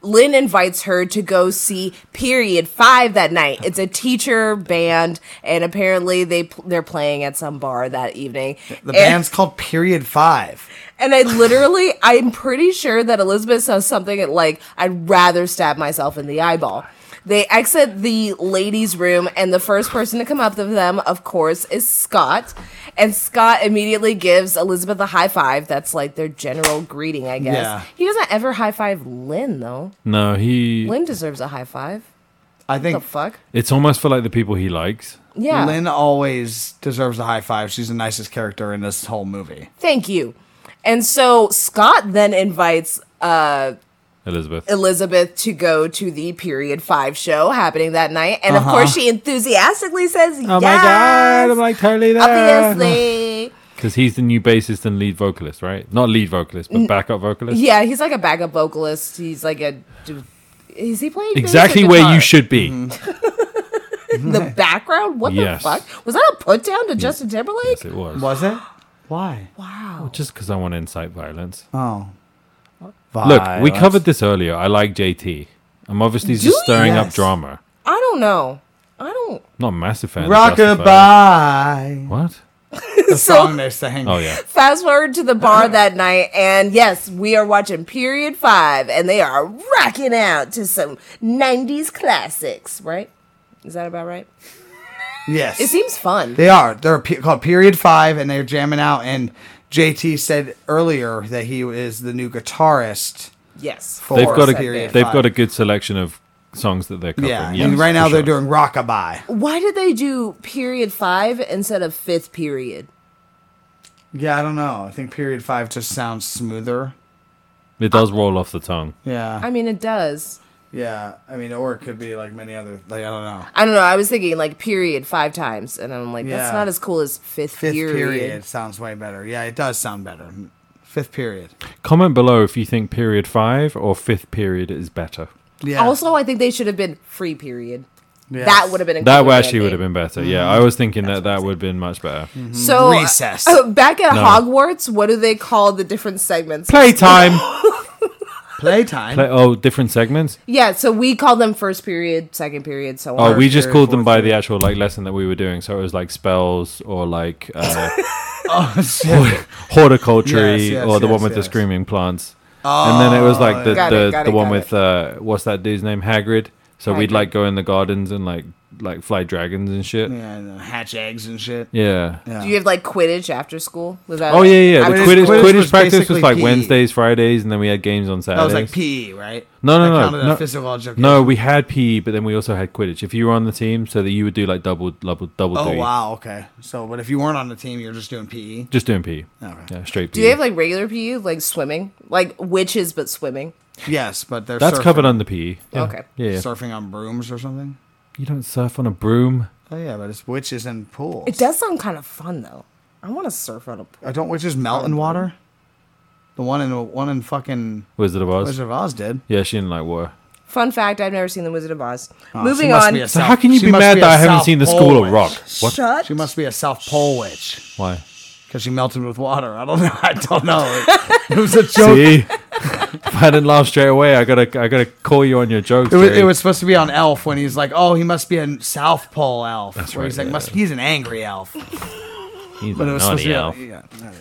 Lynn invites her to go see Period Five that night. It's a teacher band, and apparently they pl- they're playing at some bar that evening. The And- band's called Period Five. And I literally, I'm pretty sure that Elizabeth says something like, I'd rather stab myself in the eyeball. They exit the ladies' room, and the first person to come up to them, of course, is Scott. And Scott immediately gives Elizabeth a high five. That's like their general greeting, I guess. Yeah. He doesn't ever high five Lynn, though. No, he. Lynn deserves a high five. I The think fuck? It's almost for like the people he likes. Yeah. Lynn always deserves a high five. She's the nicest character in this whole movie. Thank you. And so Scott then invites uh, Elizabeth. Elizabeth to go to the period five show happening that night. And of course, she enthusiastically says, Uh-huh. Oh Yes, my god! I'm like totally there. obviously. Because he's the new bassist and lead vocalist, right? Not lead vocalist, but backup vocalist. Yeah, he's like a backup vocalist. He's like a. d- Is he playing bass or Exactly where you guitar? should be. Mm-hmm. The background? What Yes. the fuck? Was that a put down to Justin Timberlake? Yes, it was. Oh, Was it? Why? Wow. Just because I want to incite violence. Oh. Look, we Violence. covered this earlier. I like JT. I'm obviously just you? stirring up Yes. drama. I don't know. I don't. Not a massive fan. of Justified. Rockabye. What? The So- song they sang. Oh yeah. Fast forward to the bar that night, and yes, we are watching Period 5, and they are rocking out to some 90s classics, right? Is that about right? Yes. It seems fun. They are. They're pe- called Period Five, and they're jamming out. And JT said earlier that he is the new guitarist. yes. For They've got a Period they've Five. got a good selection of songs that they're covering. yeah. Yes, and right for now they're sure. doing Rockabye. Why did they do Period 5 instead of Fifth Period? Yeah, I don't know. I think Period Five just sounds smoother. It does roll off the tongue. Yeah. I mean, it does. yeah. I mean, or it could be like many other. Like I don't know. I don't know. I was thinking like period five times, and I'm like, that's Yeah. not as cool as Fifth, Fifth period. period. sounds way better. Yeah, it does sound better. Fifth period. Comment below if you think period five or fifth period is better. Yeah. Also, I think they should have been Free Period. Yes. That would have been a That cool way actually name. would have been better. Yeah, I was thinking that that would have been much better. So uh, Mm-hmm. Recess. uh, back at No. Hogwarts, what do they call the different segments? Playtime. playtime. Play- oh, different segments. Yeah, so we call them first period, second period, so on. Oh, we just period, called them fourth by the actual like lesson that we were doing. So it was like spells or like uh, horticulture Yes, yes, or the one yes, with the yes. screaming plants. and then it was like the Got it, the, got the it, one got with uh, what's that dude's name? Hagrid. So we'd Hagrid. like go in the gardens and like like fly dragons and shit. Yeah. yeah, and then hatch eggs and shit. Do you have like Quidditch after school? Was that Oh yeah, yeah. The After Quidditch- Quidditch, Quidditch Quidditch, was practice basically was like PE. Wednesdays, Fridays, and then we had games on Saturdays. That was like PE, right? No, no, That no, counted as no. Physical education. No, we had PE, but then we also had Quidditch. If you were on the team, so that you would do like double, double, double. Oh duty. wow. Okay. So, but if you weren't on the team, you're just doing E? PE. Just doing PE. Okay. Yeah, straight PE. Do they have like regular PE, like swimming, like witches but swimming? Yes, but they're That's surfing, covered under PE. Yeah. Okay. Yeah. yeah. surfing on brooms or something. You don't surf on a broom. Oh yeah, but it's witches and pools. It does sound kind of fun though. I want to surf on a Uh, don't witches melt in water? The one in one in fucking Wizard of Oz. Wizard of Oz did. Yeah, she didn't like water. Fun fact: I've never seen The Wizard of Oz. Oh, she Moving must on. be a So South- how can you she be must mad a that I haven't South seen the Pole School of witch. Rock? What? Shut. She must be a South Pole witch Why? because she melted with water. I don't know. I don't know. It, it was a joke. See, if I didn't laugh straight away, I gotta, I gotta call you on your jokes. It was, Jerry. it was supposed to be on Elf when he's like, "Oh, he must be a South Pole elf." That's where right, he's like, yeah. "Must he's an angry elf." He's But a it was supposed naughty to be. elf. Yeah,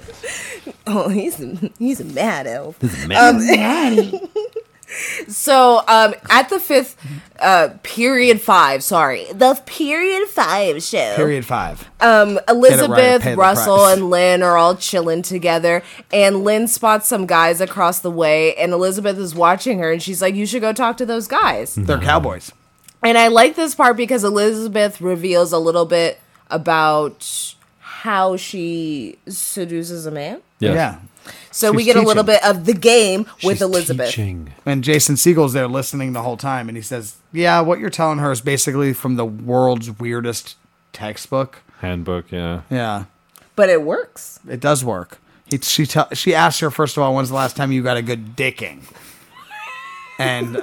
yeah. Oh, he's a, he's a mad elf. Um, Man. So, um, at the fifth, uh, period five. Sorry, the period five show. Period five. Um, Elizabeth, right or pay the Russell, price. and Lynn are all chilling together, and Lynn spots some guys across the way, and Elizabeth is watching her, and she's like, "You should go talk to those guys." They're cowboys. And I like this part because Elizabeth reveals a little bit about how she seduces a man. Yes. Yeah. So we She's get a little teaching. bit of the game with She's Elizabeth. teaching. And Jason Siegel's there listening the whole time, and he says, "Yeah, what you're telling her is basically from the world's weirdest textbook." handbook. Yeah. Yeah, But it works. it does work. He, she tell she asked her first of all, "When's the last time you got a good dicking?" And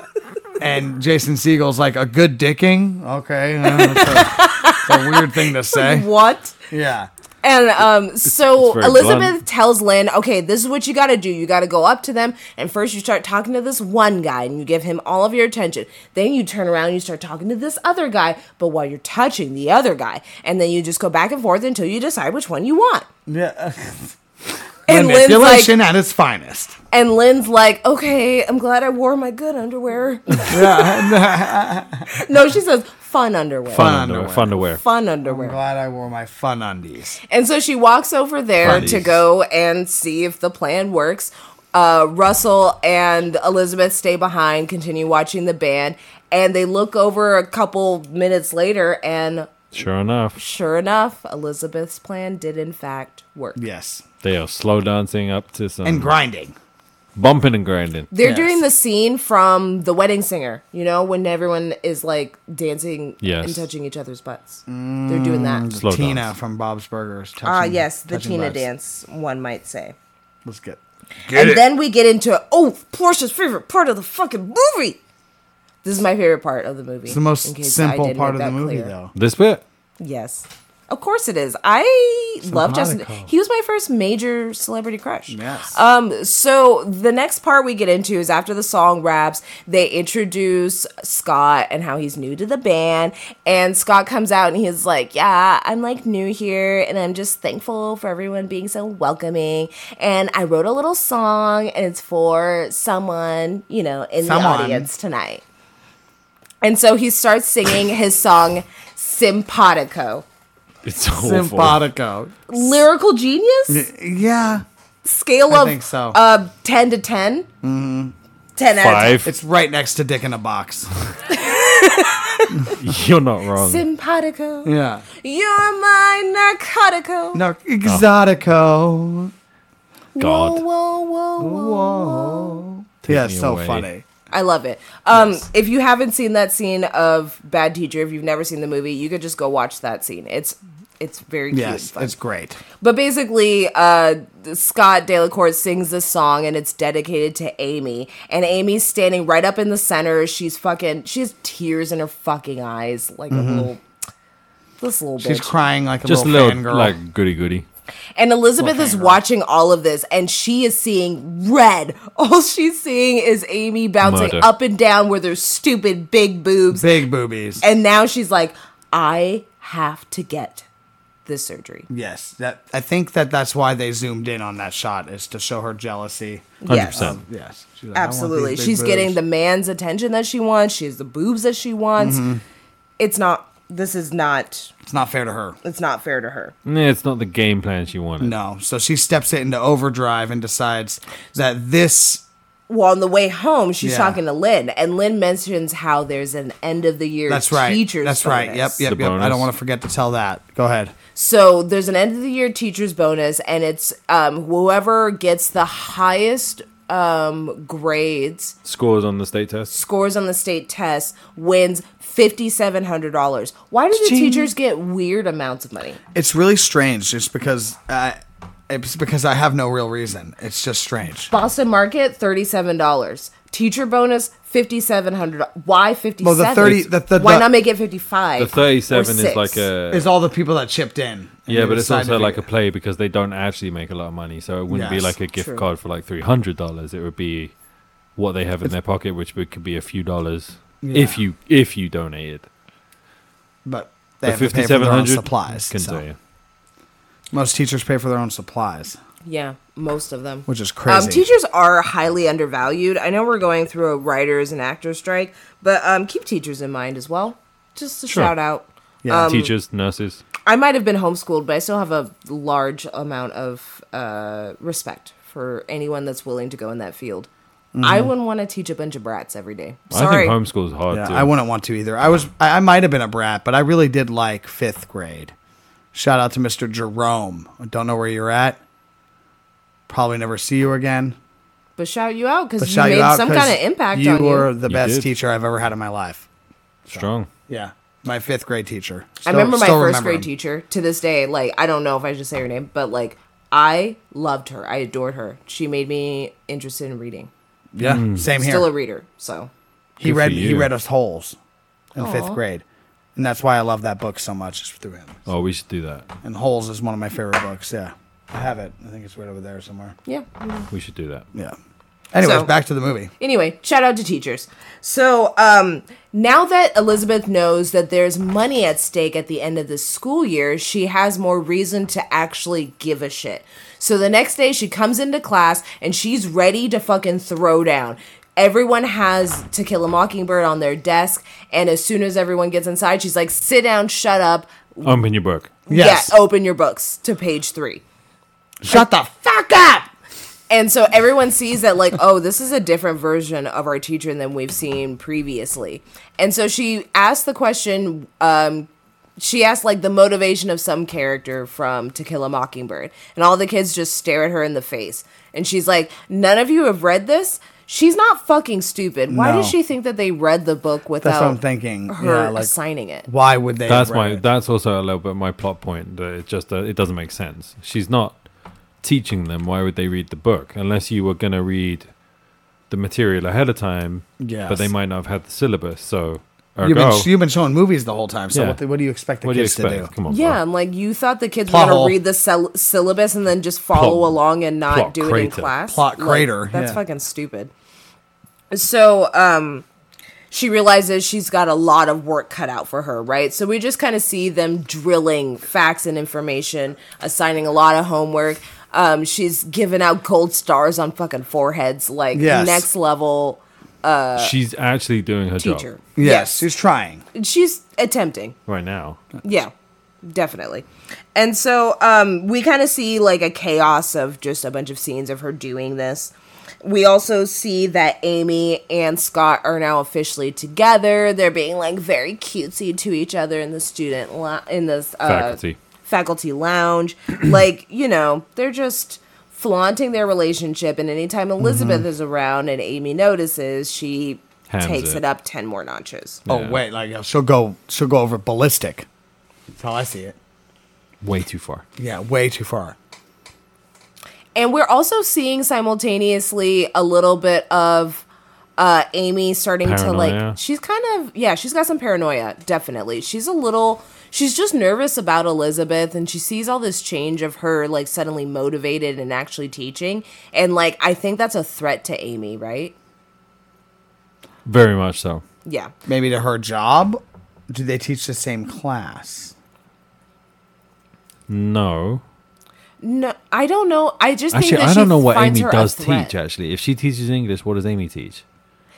and Jason Siegel's like, "A good dicking? Okay, yeah, that's a, it's a weird thing to say." What? Yeah, And um, so it's very Elizabeth blunt. tells Lynn, okay, this is what you got to do. You got to go up to them, and first you start talking to this one guy, and you give him all of your attention. Then you turn around and you start talking to this other guy, but while you're touching the other guy, and then you just go back and forth until you decide which one you want. yeah. And Lynn's manipulation like, at its finest. and Lynn's like, okay, I'm glad I wore my good underwear. no, she says fun underwear. Fun Fun underwear. underwear. Fun underwear. I'm Fun underwear. glad I wore my fun undies. And so she walks over there Fundies. to go and see if the plan works. Uh, Russell and Elizabeth stay behind, continue watching the band, and they look over a couple minutes later, and Sure enough, sure enough, Elizabeth's plan did in fact work. Yes. they are slow dancing up to some And grinding. bumping and grinding. They're Yes. doing the scene from The Wedding Singer, you know, when everyone is like dancing Yes. and touching each other's butts. They're doing that. Slow Tina dance. from Bob's Burgers. Ah, touching- yes, the Mm. touching Tina butts. dance, one might say. Let's get. and then we get into, oh, Portia's favorite part of the fucking movie. This is my favorite part of the movie. It's the most simple part of the movie, though. This bit. Yes. Of course it is. I love Justin. Simpatico. He was my first major celebrity crush. Yes. Um, so the next part we get into is after the song wraps, they introduce Scott and how he's new to the band. And Scott comes out and he's like, Yeah, I'm like new here and I'm just thankful for everyone being so welcoming. And I wrote a little song and it's for someone, you know, in Someone. the audience tonight. And so he starts singing his song Simpatico. It's awful. Simpatico. Lyrical genius? Yeah. Scale I of think so. uh, 10 to 10? Mm-hmm. 10 out of Five. It's right next to Dick in a Box. You're not wrong. 10. Simpatico. Yeah. You're my Oh. narcotico. No, Exotico. God. Whoa, whoa, whoa, whoa. Yeah, me so away. funny. I love it. Um, If you haven't seen that scene of Bad Teacher, if you've never seen the movie, you could just go watch that scene. It's it's very cute. and Yes, fun. it's great. But basically, uh, Scott De La Court sings this song, and it's dedicated to Amy. And Amy's standing right up in the center. She's fucking. She has tears in her fucking eyes, like a little. This little Mm-hmm. She's bitch. crying like a Just a little, little fangirl. like goody goody. and Elizabeth is watching all of this, and she is seeing red. All she's seeing is Amy bouncing Murder. up and down with her stupid big boobs. Big boobies. and now she's like, I have to get this surgery. yes, that I think that that's why they zoomed in on that shot is to show her jealousy. Yes. 100%. Yes, she's like, "I want these Absolutely. big She's boobs." getting the man's attention that she wants. She has the boobs that she wants. Mm-hmm. It's not this is not It's not fair to her. it's not fair to her. Nah, it's not the game plan she wanted. No, so she steps it into overdrive and decides that this. Well, on the way home, she's Yeah. talking to Lynn, and Lynn mentions how there's an end of the year That's right. teacher's that's right. Yep. bonus. Yep. The Yep. I bonus. don't want to forget to tell that. Go ahead. So there's an end of the year teacher's bonus, and it's um, whoever gets the highest um, grades Scores on the state test. scores on the state test wins fifty seven hundred dollars. Why do the teachers get weird amounts of money? It's really strange, just because I, it's because I have no real reason. It's just strange. Boston Market, thirty-seven dollars. Teacher bonus, fifty-seven hundred. Why fifty-seven? Well, the 30 the- the- Why the- not make it fifty-five? The thirty-seven is like a It's all the people that chipped in. yeah, but it's also like a play. play because they don't actually make a lot of money, so it wouldn't be Yes. like a gift True. card for like three hundred dollars. It would be what they have in their pocket, which would- could be a few dollars if you if you donated. but they The have to pay fifty for their seven own hundred supplies. Can so. tell you. Most teachers pay for their own supplies, yeah, most of them. which is crazy. Um, teachers are highly undervalued. I know we're going through a writers and actors strike, but um, keep teachers in mind as well. Just a Sure. shout out. Um, yeah, Teachers, nurses. I might have been homeschooled, but I still have a large amount of uh, respect for anyone that's willing to go in that field. I Mm-hmm. wouldn't want to teach a bunch of brats every day. Sorry. I think homeschool is hard yeah, too. I wouldn't want to either. I was, I, I might have been a brat, but I really did like fifth grade. Shout out to Mr. Jerome. I don't know where you're at. Probably never see you again. but shout you out But because you shout made you out some 'cause kind of impact you on you. were the You best did. teacher I've ever had in my life. Strong. Yeah, my fifth grade teacher. I Still- remember my still first remember grade him. teacher to this day. Like, I don't know if I should say her name, but like, I loved her. I adored her. She made me interested in readting. Yeah, Hmm. same here. Still a reader. So, he Good for read he you. read us holes in fifth Aw. grade, and that's why I love that book so much. Is through him. Oh, we should do that. And Holes is one of my favorite books. Yeah, I have it. I think it's right over there somewhere. yeah. We should do that. Yeah. Anyways, So- back to the movie. Anyway, shout out to teachers. So, um, now that Elizabeth knows that there's money at stake at the end of the school year, she has more reason to actually give a shit. So the next day she comes into class and she's ready to fucking throw down. Everyone has To Kill a Mockingbird on their desk, and as soon as everyone gets inside, she's like, sit down, shut up. Open Oh, your book. Yes. Yeah, open your books to page three Shut the fuck up. And so everyone sees that, like, oh, this is a different version of our teacher than we've seen previously. And so she asked the question, um, she asked, like, the motivation of some character from To Kill a Mockingbird. And all the kids just stare at her in the face. And she's like, none of you have read this? She's not fucking stupid. Why No. does she think that they read the book without That's what I'm thinking. her yeah, like assigning it? why would they? That's have read my. it? That's also a little bit my plot point. That it just uh, it doesn't make sense. She's not teaching them. Why would they read the book unless you were going to read the material ahead of time? But they Yes. might not have had the syllabus. So You've been, ergo, you've been showing movies the whole time, so Yeah. what, the, what do you expect the what do you kids expect? to do? Come on. Yeah, bro. I'm like, you thought the kids Plot were going hole. to read the syl- syllabus and then just follow Plot- along and not plot do it in crater. class. Plot Like, crater, that's yeah. fucking stupid. So, um, she realizes she's got a lot of work cut out for her, right? So we just kind of see them drilling facts and information, assigning a lot of homework. Um, she's giving out gold stars on fucking foreheads, like Yes. next level She's actually doing her teacher. job Yes, she's trying. yes. she's attempting. right now. Yeah, definitely. And so um, we kind of see like a chaos of just a bunch of scenes of her doing this. We also see that Amy and Scott are now officially together. They're being like very cutesy to each other in the student lo- in this uh, Faculty. faculty lounge. like you know, they're just flaunting their relationship. And anytime Elizabeth Mm-hmm. is around and Amy notices, she Hands takes it. it up ten more notches. Oh wait, like she'll go, she'll go over ballistic. That's how I see it. Way too far. Yeah, way too far. And we're also seeing simultaneously a little bit of uh, Amy starting to Paranoia. like. She's kind of yeah. She's got some paranoia, definitely. She's a little. She's just nervous about Elizabeth, and she sees all this change of her like suddenly motivated and actually teaching, and like I think that's a threat to Amy, right? Very much so. Yeah. Maybe to her job. Do they teach the same class? No. No, I don't know. I just Actually, think that I she don't know what finds Amy her a does threat. teach. Actually, if she teaches English, what does Amy teach?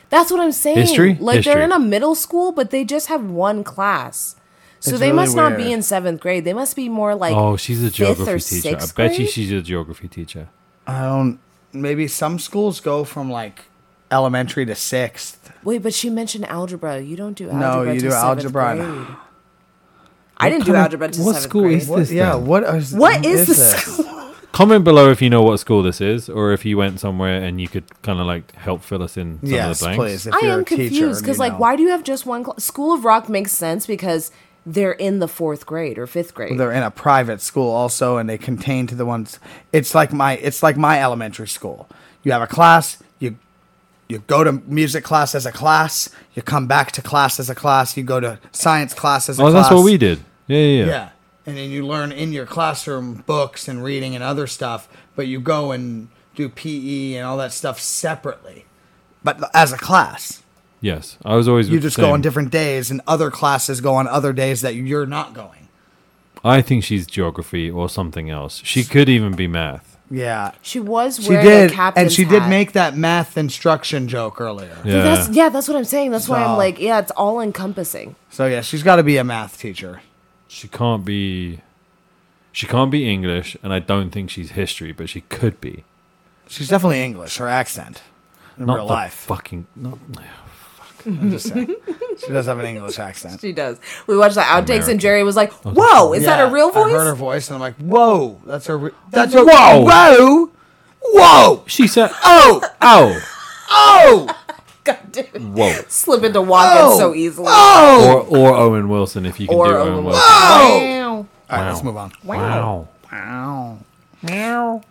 That's what I'm saying. History? Like they're History. in a middle school, but they just have one class. So It's they really must not be weird. in seventh grade. They must be more like Oh, she's a fifth or geography teacher. I sixth bet you grade? she's a geography teacher. I don't. Maybe some schools go from like elementary to sixth. Wait, but she mentioned algebra. You don't do algebra. No, you till do seventh algebra. grade. I didn't do kind of- algebra to what seventh school grade. is What? This Yeah. thing. What is? What is, the this? school? Comment below if you know what school this is, or if you went somewhere and you could kind of like help fill us in some Yes, of the blanks. please. If I you're am a teacher, confused you because, like, know. why do you have just one class? School of Rock makes sense because they're in the fourth grade or fifth grade. they're in a private school also and they contain to the ones it's like my it's like my elementary school you have a class you you go to music class as a class you come back to class as a class you go to science class as a Oh, class that's what we did. Yeah, yeah, yeah. yeah and then you learn in your classroom books and reading and other stuff but you go and do pe and all that stuff separately but as a class Yes, I was always. you just go saying- on different days and other classes go on other days that you're not going I think she's geography or something else. She could even be math. yeah she was She wearing did, a captain's and she did hat. make that math instruction joke earlier. Yeah, That's, yeah, that's what I'm saying. That's why I'm So- like, yeah, it's all encompassing. So yeah, she's got to be a math teacher. she can't be. She can't be English, and I don't think she's history, but she could be. She's definitely English. Her accent in Not real the life. fucking. Not, I'm just saying. she does have an English accent. She does. We watched the outtakes, American. and Jerry was like, "Whoa, is Yeah, that a real voice?" I heard her voice, and I'm like, "Whoa, that's her. Re- that's her. Whoa. whoa, whoa, she said, oh, "Ow, oh, God, dude. whoa." Slip into Wonka oh, so easily. Oh, Or, or Owen Wilson, if you can Or do Owen Owen Wilson. oh. All right, let's move on. Wow. Wow.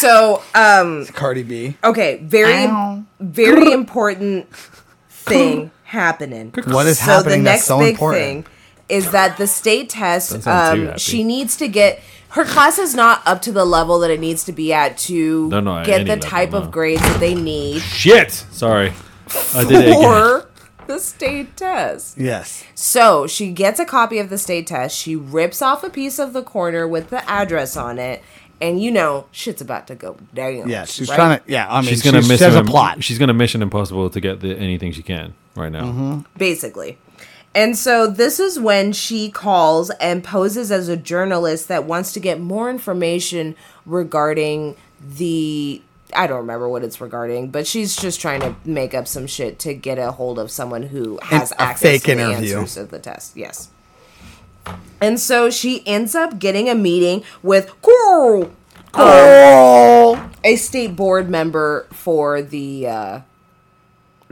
So, um, Cardi B. okay, very, very important thing happening. What is so happening? the next that's so big important. thing is that the state test. sound too Um, happy. she needs to get her class is not up to the level that it needs to be at to They're not at get any the level, type no. of grades that they need Shit! Sorry. I did it again. for the state test. Yes. So she gets a copy of the state test. She rips off a piece of the corner with the address on it. And you know, shit's about to go down. Yes. She's right? trying to. Yeah. I mean, She's gonna she miss says her, a plot. She's gonna mission impossible to get the, anything she can right now. Mm-hmm. basically. And so this is when she calls and poses as a journalist that wants to get more information regarding the I don't remember what it's regarding, but she's just trying to make up some shit to get a hold of someone who has a access fake to the interview. answers of the test. Yes. And so she ends up getting a meeting with Coral, a state board member for the uh,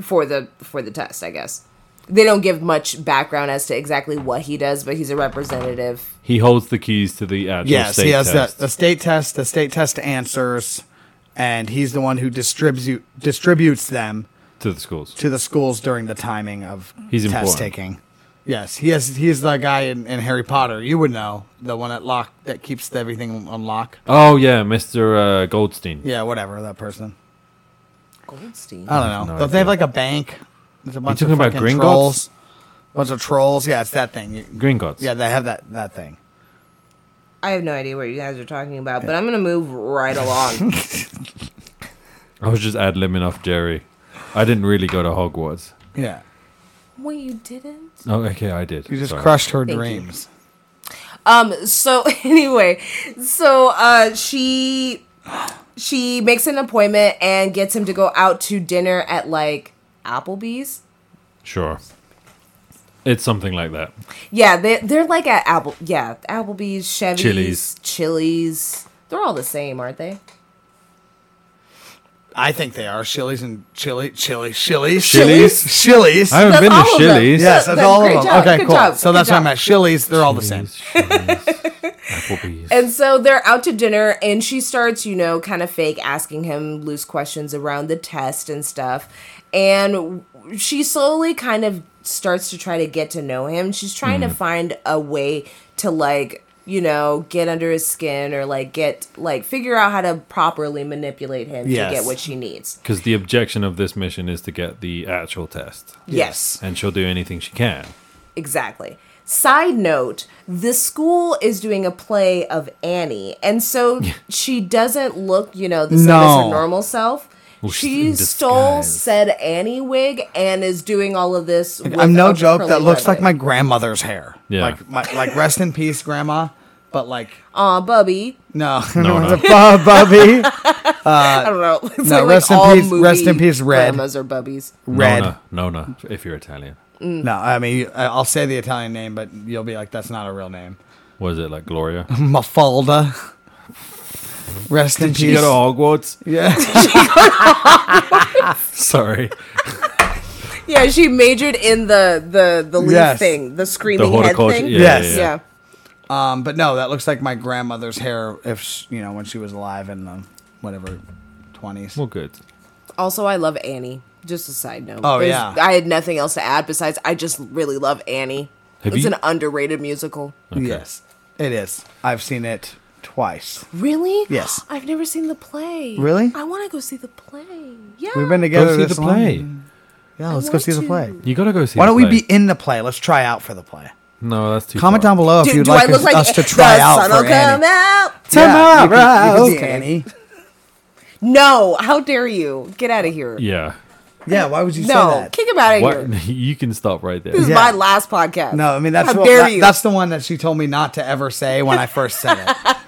for the for the test, I guess. They don't give much background as to exactly what he does, but he's a representative. He holds the keys to the actual Yes. state He has test. The, the state test. The state test answers, and he's the one who distributes distributes them to the schools. to the schools during the timing of He's test important. taking. Yes, he is. He's the guy in, in Harry Potter. You would know the one that lock that keeps everything on lock. Oh yeah, Mr. Uh, Goldstein. Yeah, whatever that person. Goldstein. I don't know. no Don't they have idea. like a bank? There's a bunch talking of about fucking Gringotts? trolls. Bunch of trolls. Yeah, it's that thing. You- Gringotts. Yeah, they have that that thing. I have no idea what you guys are talking about, but I'm going to move right along. I was just ad libbing off Jerry. I didn't really go to Hogwarts. Yeah, Wait, you didn't? Oh, okay, I did. you just Sorry. crushed her Thank you. dreams. Um. So anyway, so uh, she she makes an appointment and gets him to go out to dinner at like Applebee's. Sure. It's something like that. Yeah, they they're like at Apple. Yeah, Applebee's, Chevy's, Chili's. Chili's. They're all the same, aren't they? I think they are Chili's and chili, chili, Chili's, Chili's? Chili's. I haven't That's been all to of them. Chili's. yes, So- that's then all of great them. job, okay, good cool. job, so that's good why job. I'm at Chili's. They're all the same. Applebee's. And so they're out to dinner, and she starts, you know, kind of fake asking him loose questions around the test and stuff. And she slowly kind of starts to try to get to know him. She's trying to find a way to, like, you know, get under his skin or, like, get, like, figure out how to properly manipulate him Yes. to get what she needs. Because the objection of this mission is to get the actual test, yes. and she'll do anything she can. Exactly. Side note, the school is doing a play of Annie, and so she doesn't look, you know, the same as No. her normal self. she's she in stole disguise. said Annie wig and is doing all of this. With I'm no a joke. curly That looks like ribbon. my grandmother's hair. Yeah. Like my like rest in peace, grandma. But like Aw, Bubby. no, No, no. Bu- Bubby I don't know. It's Uh, No, like rest in all peace- rest in movie peace, Red. Grandmas or Bubbies. Red. Nona, Nona, if you're Italian. No, I mean I- I'll say the Italian name, but you'll be like, that's not a real name. Was it like Gloria? Mafalda. Rest in She peace. go to Hogwarts. Yeah. Sorry, Yeah, she majored in the the the leaf Yes. thing, the the screaming head horticulture. thing. Yeah, Yes. yeah, yeah. yeah. Um, but no, that looks like my grandmother's hair. If sh you know when she was alive in the whatever twenties. Well, good. Also, I love Annie. Just a side note. Oh, yeah. I had nothing else to add besides I just really love Annie. Have it's you- an underrated musical. Yes, it is. I've seen it twice. Really? Yes. I've never seen the play. Really? I want to go see the play. Yeah. We've been together. Go see this the long. play. Yeah, let's go want see the to. play. You gotta go see. Why the don't we play. be in the play? Let's try out for the play. No, that's too. Comment far. down below if do you'd do like I look us, like us to try the out sun for will come Annie. out? Yeah, you can- you can see Okay. Annie. No! How dare you? Get out of here! Yeah. Yeah, why would you say no, that? kick him out of here. What? You can stop right there. This is Yeah. my last podcast. No, I mean that's how what, dare that- you? that's the one that she told me not to ever say when I first said it.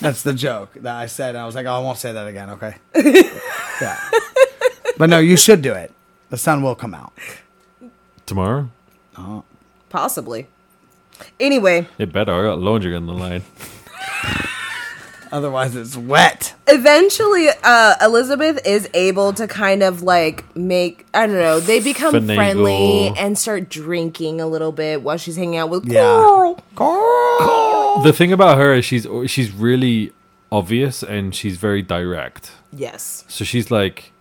that's the joke that I said. And I was like, oh, I won't say that again. Okay. yeah. But no, you should do it. The sun will come out. Tomorrow? possibly. Anyway, It better. I got laundry on the line. Otherwise, it's wet. eventually uh elizabeth is able to kind of like make i don't know they become Finagle. friendly and start drinking a little bit while she's hanging out with Yeah. Coral. Oh. The thing about her is she's she's really obvious and she's very direct. yes So she's like,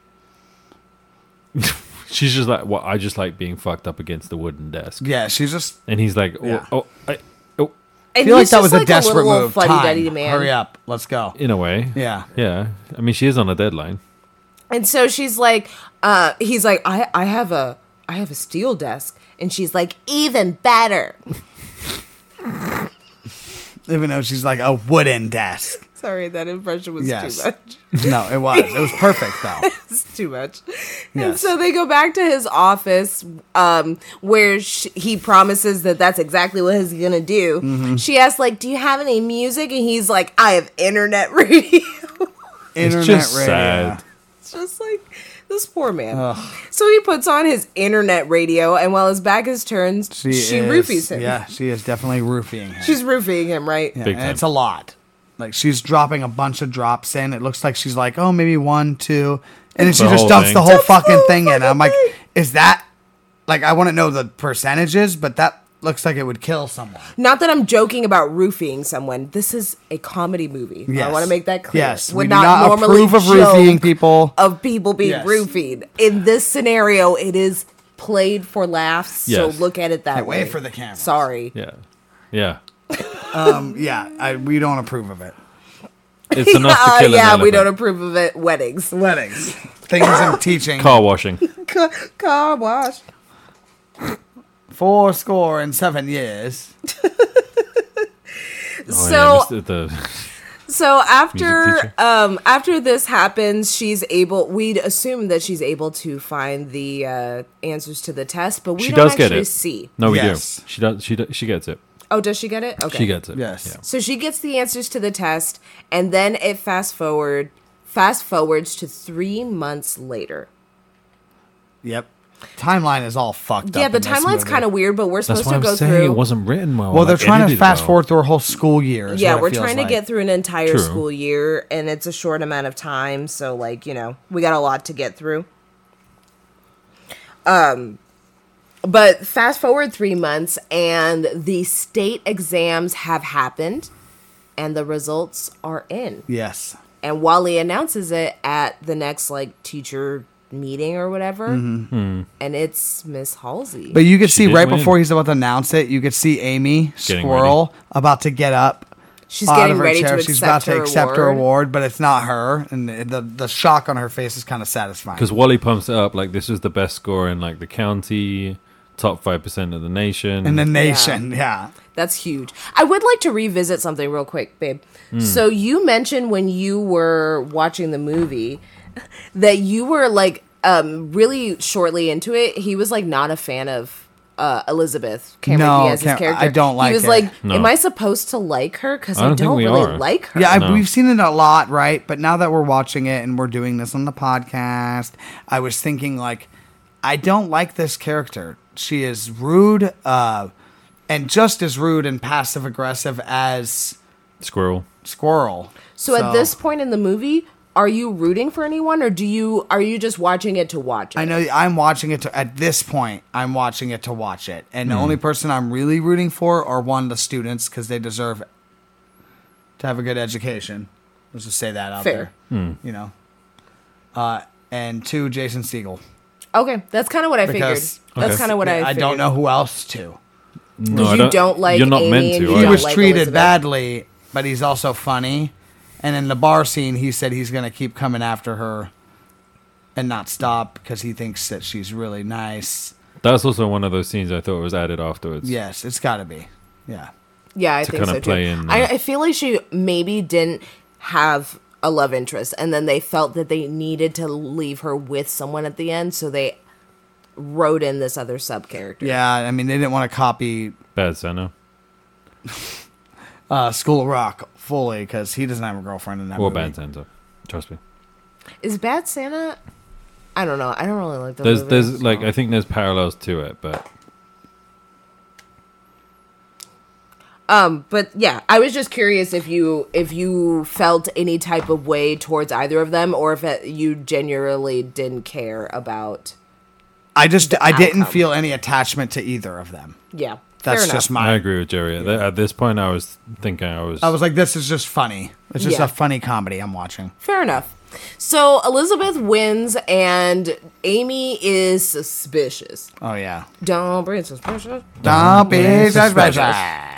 she's just like, well, I just like being fucked up against the wooden desk. Yeah, she's just And he's like, oh, Yeah. oh, I, oh, And I feel like he's that just was like a desperate little move. fuddy Time. duddy man. Hurry up. Let's go. in a way. Yeah. Yeah. I mean, she is on a deadline. And so she's like, uh, he's like, I, I have a, I have a steel desk, and she's like, even better. Even though she's like a wooden desk. Sorry, that impression was Yes. too much. No, it was. It was perfect though. It's too much. And Yes. so they go back to his office, um, where sh he promises that that's exactly what he's gonna do. Mm-hmm. She asks, like, do you have any music? And he's like, I have internet radio. Internet it's just radio. sad. It's just like this poor man. So he puts on his internet radio, and while his back is turned, she, is- roofies him. Yeah, she is definitely roofing him. She's roofing him, right? Yeah, Big and time. it's a lot. Like she's dropping a bunch of drops in. It looks like she's like, oh, maybe one, two, and then she The just whole dumps thing. the whole Dumps the fucking whole thing in. fucking I'm like, thing. is that like I want to know the percentages, but that looks like it would kill someone. Not that I'm joking about roofing someone. This is a comedy movie. I Yes. want to make that clear. Yes, we do not approve of joke roofing people. Of people being Yes. roofied. In this scenario, it is played for laughs. Yes. So look at it that Hey, way. wait for the camera. Sorry. Yeah. Yeah. Um, yeah, I, we don't approve of it. It's enough to Uh, kill an yeah, we elephant. don't approve of it. Weddings, Weddings, things in teaching. Car washing. Oh, Ca- car wash. Four score and seven years. Oh, So- yeah, Mr. the, So after teacher. um after this happens, she's able. We'd assume that she's able to find the uh, answers to the test, but we she don't does actually get it. see. No, we Yes. do. She does. She does, she gets it. Oh, does she get it? Okay, She gets it. Yes. So she gets the answers to the test, and then it fast forward fast forwards to three months later. Yep. Timline is all fucked yeah, up. the in this timeline's movie. kind of weird, but we're That's supposed why to I'm go saying through. it wasn't written well. Well, they're like, trying to edited fast well. forward through a whole school year. is yeah, what it we're feels trying to like. get through an entire True. school year, and it's a short amount of time. So, like, you know, we got a lot to get through. Um, but fast forward three months, and the state exams have happened, and the results are in. Yes. And Wally announces it at the next like teacher meeting or whatever, Hmm. and it's Miss Halsey. But you could see did right win. before he's about to announce it, you could see Amy Getting Squirrel about to get up She's out getting of her ready chair. to She's about accept, to her, accept award. her award, but it's not her, and the the, the shock on her face is kind of satisfying. because Wally pumps it up like this is the best score in like the county, top five percent of the nation. In the nation, yeah. That's huge. I would like to revisit something real quick, babe. Hmm. So you mentioned when you were watching the movie that you were like um really shortly into it. He was like not a fan of uh, Elizabeth Cameron No, Diaz's Cam- character. I don't like He was it. like, No. "Am I supposed to like her? Because I I don't don't, think we really are. like her." Yeah, I, No. we've seen it a lot, right? But now that we're watching it and we're doing this on the podcast, I was thinking like, I don't like this character. She is rude, uh, and just as rude and passive aggressive as Squirrel. Squirrel. So, at this point in the movie, are you rooting for anyone, or do you are you just watching it to watch it? I know I'm watching it to, at this point. I'm watching it to watch it, and the only person I'm really rooting for are one the students because they deserve to have a good education. Let's just say that out Fair. there, you know. Uh, and two, Jason Siegel. Okay, that's kind of what I Because- figured. That's Okay. kind of what I I. Figured. don't know who else to. No, I you don't like You're not Amy meant and to. you are He don't you? was like treated Elizabeth. badly, but he's also funny. And in the bar scene, he said he's going to keep coming after her and not stop because he thinks that she's really nice. That's also one of those scenes I thought was added afterwards. Yes, it's got to be. Yeah. Yeah, I to think kinda so too. play in I, the- I feel like she maybe didn't have a love interest, and then they felt that they needed to leave her with someone at the end, so they wrote in this other sub character. Yeah, I mean, they didn't want to copy Bad Santa. uh, School of Rock fully because he doesn't have a girlfriend in that Or movie. Bad Santa. Trust me. Is Bad Santa? I don't know. I don't really like the There's movie. there's like I think there's parallels to it, but Um, but yeah, I was just curious if you if you felt any type of way towards either of them, or if it, you genuinely didn't care about. I just, I didn't outcome. feel any attachment to either of them. Yeah, That's fair enough. just I my. agree with Jerry. At- At this point, I was thinking I was. I was like, this is just funny. It's just Yeah. a funny comedy I'm watching. Fair enough. So Elizabeth wins, and Amy is suspicious. Oh, yeah. Don't be suspicious. Don't be suspicious. suspicious.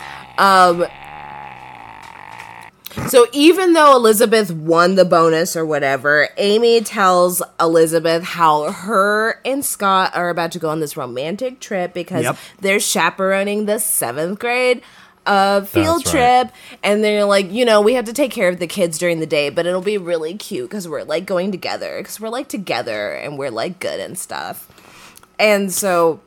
So even though Elizabeth won the bonus or whatever, Amy tells Elizabeth how her and Scott are about to go on this romantic trip because Yep. they're chaperoning the seventh grade uh, field That's trip. right. And they're like, you know, we have to take care of the kids during the day, but it'll be really cute because we're like going together because we're like together and we're like good and stuff. And so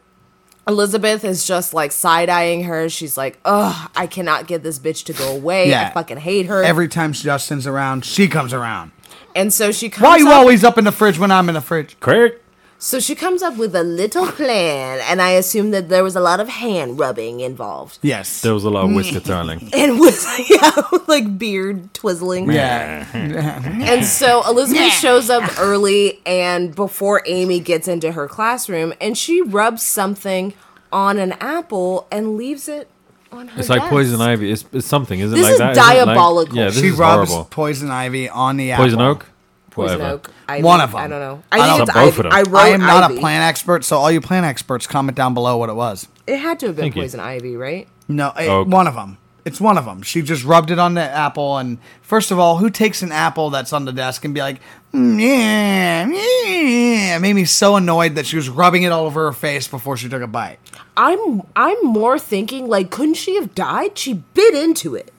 Elizabeth is just like side eyeing her. She's like, "Ugh, I cannot get this bitch to go away. I Yeah. fucking hate her." Every time Justin's around, she comes around. and so she comes. Why you up, always up in the fridge when I'm in the fridge? Craig. So she comes up with a little plan, and I assume that there was a lot of hand rubbing involved, Yes. There was a lot Mm. of whisker twirling. and was yeah, like beard twizzling. yeah. And so Elizabeth shows up early and before Amy gets into her classroom, and she rubs something on an apple and leaves it on her. It's like desk. poison ivy. It's, it's something, isn't it? This like is that, isn't it? Like- diabolical. yeah, this She is robs horrible. poison ivy on the apple. Poison oak. Poison Whatever. oak. I, One of I them. don't know. I I don't- think it's Both ivy. of them. I wrote I am not ivy. a plant expert, so all you plant experts, comment down below what it was. It had to have been Thank you. poison ivy, right? No, it- Oak. one of them. It's one of them. She just rubbed it on the apple, and first of all, who takes an apple that's on the desk and be like, "Mm, yeah, yeah"? It made me so annoyed that she was rubbing it all over her face before she took a bite. I'm I'm more thinking like, couldn't she have died? She bit into it.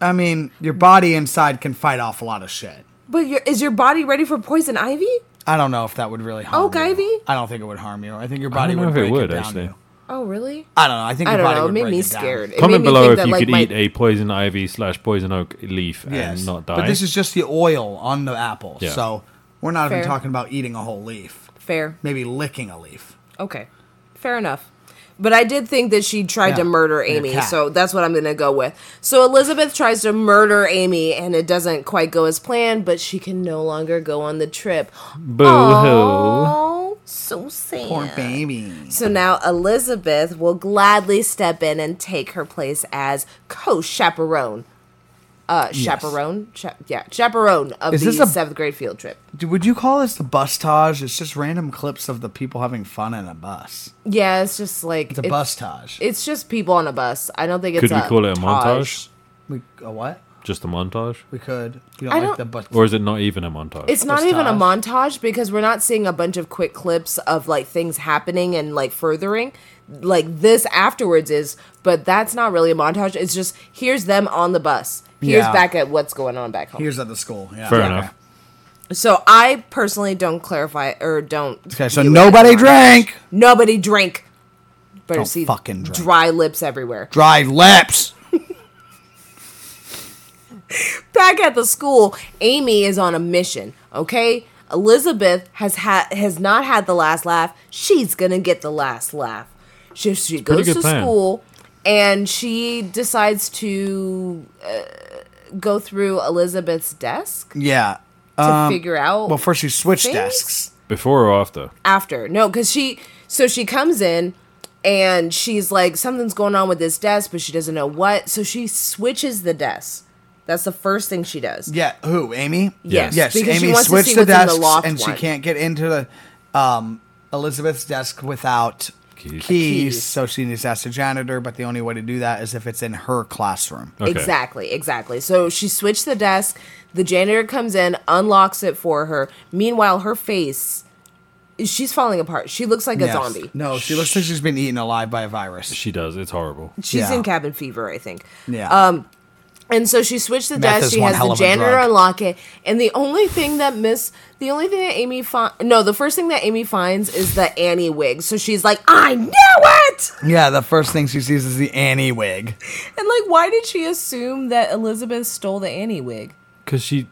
I mean, your body inside can fight off a lot of shit. But your, is your body ready for poison ivy? I don't know if that would really harm Oak you. ivy? I don't think it would harm you. I think your I body don't know would if break it would down actually. you. Oh really? I don't know. I think I your don't body know. It would made break me it down. scared. It Comment made me below think if that, you like, could my- eat a poison ivy slash poison oak leaf and not die. But this is just the oil on the apple. Yeah. So we're not Fair. even talking about eating a whole leaf. fair. Maybe licking a leaf. Okay, fair enough. But I did think that she tried Yeah, to murder and a Amy, cat. so that's what I'm gonna go with. So Elizabeth tries to murder Amy, and it doesn't quite go as planned. But she can no longer go on the trip. boo hoo. Oh, so sad. Poor baby. So now Elizabeth will gladly step in and take her place as co-chaperone. Uh, chaperone, Cha- yeah, chaperone of Is the this a- seventh grade field trip. D- Would you call this the bustage? It's just random clips of the people having fun in a bus. Yeah, it's just like It's a bustage. It's just people on a bus. I don't think it's. Could we a call it a taj. montage? We a what? Just a montage? We could. You I don't don't- like the bus? Or is it not even a montage? It's not even a Bustage. montage because we're not seeing a bunch of quick clips of like things happening and like furthering. Like this afterwards is, but that's not really a montage. It's just here's them on the bus. Here's Yeah. back at what's going on back home. Here's at the school. Yeah. Fair Yeah. enough. So I personally don't clarify or don't. Okay, so view it nobody as a montage. drank. Nobody drank. But Don't see, fucking drink. dry lips everywhere. Dry lips. Back at the school, Amy is on a mission. Okay, Elizabeth has had has not had the last laugh. She's gonna get the last laugh. She she goes good to plan. school and she decides to uh, go through Elizabeth's desk Yeah. to Um, figure out. well, first she switched things? desks. Before or after? after. No, because she so she comes in and she's like, something's going on with this desk, but she doesn't know what. So she switches the desk. That's the first thing she does. Yeah, who? Amy? Yes. Yes, Because she Amy wants to see switched the what's in the desks loft and she one. can't get into the um, Elizabeth's desk without Keys. keys. Keys. So she needs to ask the janitor, but the only way to do that is if it's in her classroom. Okay. Exactly, exactly. So she switched the desk. The janitor comes in, unlocks it for her. Meanwhile, her face, she's falling apart. She looks like a Yes. zombie. No, she looks like she's been eaten alive by a virus. She does. It's horrible. She's Yeah. in cabin fever, I think. Yeah. Um, and so she switched the Meth desk. is She one has hell the of a janitor drug. unlock it, and the only thing that Miss, the only thing that Amy finds, no, the first thing that Amy finds is the Annie wig. So she's like, "I knew it!" yeah, the first thing she sees is the Annie wig. And like, why did she assume that Elizabeth stole the Annie wig? Because she,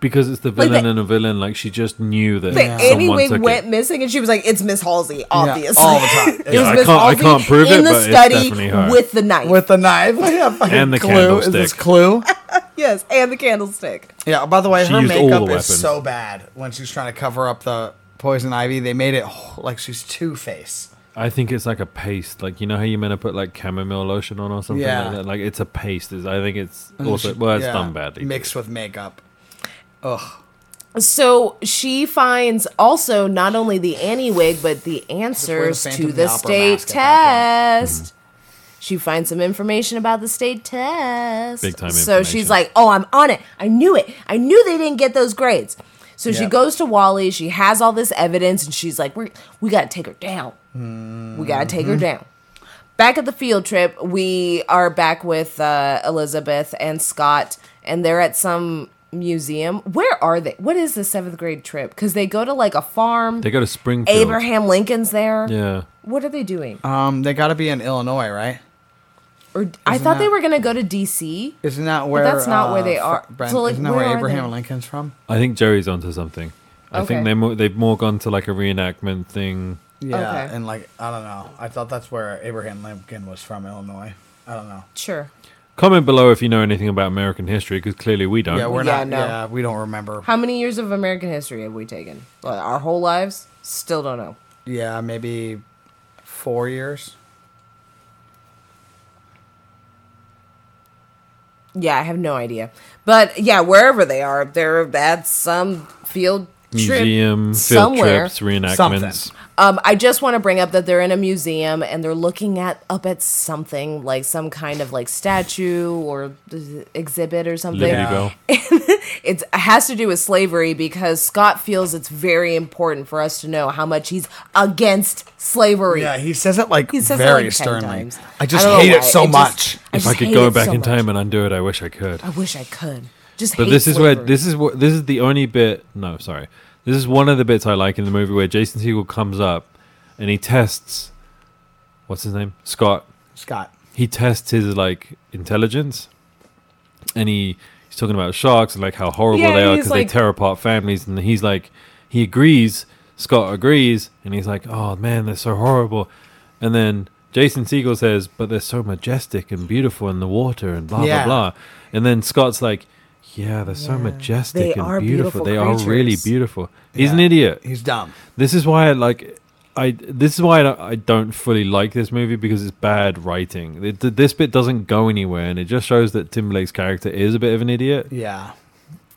because it's the Like villain the- and a villain. Like she just knew that The Annie someone wig took went it. missing, and she was like, "It's Miss Halsey, obviously." all the time. It Yeah, was I Miss can't- I Halsey can't prove in it, the but it's study definitely her. with the knife. With the knife. Yeah, fucking And the clue. Is this candlestick. clue? yes, and the candlestick. yeah, by the way, She her used all makeup the is weapons. so bad when she's trying to cover up the poison ivy. They made it oh, like she's Two Face. I think it's like a paste. Like you know how you're meant to put like chamomile lotion on or something Yeah. like that. Like it's a paste. It's, I think it's also well, it's Yeah, done badly. Mixed with makeup. So she finds also not only the Annie wig, but the wear the answers Phantom to of the the Opera state mask at that Mm-hmm. test. She finds some information about the state test. Big time So she's information. like, oh, I'm on it. I knew it. I knew they didn't get those grades. So she Yep. goes to Wally. She has all this evidence, and she's like, we we got to take her down. We got to take Mm-hmm. her down. Back at the field trip, we are back with uh, Elizabeth and Scott, and they're at some museum. Where are they? What is the seventh grade trip? Because they go to like a farm. They go to Springfield. Abraham Lincoln's there. Yeah. Uh, What are they doing? Um, they got to be in Illinois, right? Or I thought they that- were going to go to DC. Isn't that where? uh, that's not where they Fr- are. Brent, So, like, isn't that where where, are Abraham they? Lincoln's from? I think Jerry's onto something. I Okay. think they mo- they've more gone to like a reenactment thing. Yeah, Okay. and like I don't know. I thought that's where Abraham Lincoln was from, Illinois. I don't know. Sure. Comment below if you know anything about American history, because clearly we don't. Yeah, we're Yeah, not. no. Yeah, we don't remember. How many years of American history have we taken? Well, our whole lives? Still don't know. Yeah, maybe four years. Yeah, I have no idea. But yeah, wherever they are, they're at some field trip Museum, field somewhere. trips, reenactments. Something. Um, I just want to bring up that they're in a museum and they're looking at up at something like some kind of like statue or uh, exhibit or something. Liberty Bell. it's, it has to do with slavery because Scott feels it's very important for us to know how much he's against slavery. Yeah, he says it like He says it, very like, 10 sternly. times. I just I don't know hate it why. so It just- much. If I, just could hate go it back so in time much. and undo it, I wish I could. I wish I could. Just But hate this is slavery. where this is what this is the only bit. No, sorry. This is one of the bits I like in the movie where Jason Segel comes up and he tests. What's his name? Scott. Scott. He tests his like intelligence, and he he's talking about sharks and like how horrible Yeah, they are he's because like- they tear apart families. And he's like, he agrees. Scott agrees, and he's like, oh man, they're so horrible. And then Jason Segel says, but they're so majestic and beautiful in the water and blah Yeah. blah blah. And then Scott's like, yeah, they're so majestic They and are beautiful. beautiful They are really creatures." beautiful. He's an Yeah. idiot. He's dumb. This is why I like. I this is why I don't, I don't fully like this movie because it's bad writing. It, th- this bit doesn't go anywhere, and it just shows that Timberlake's character is a bit of an idiot. Yeah.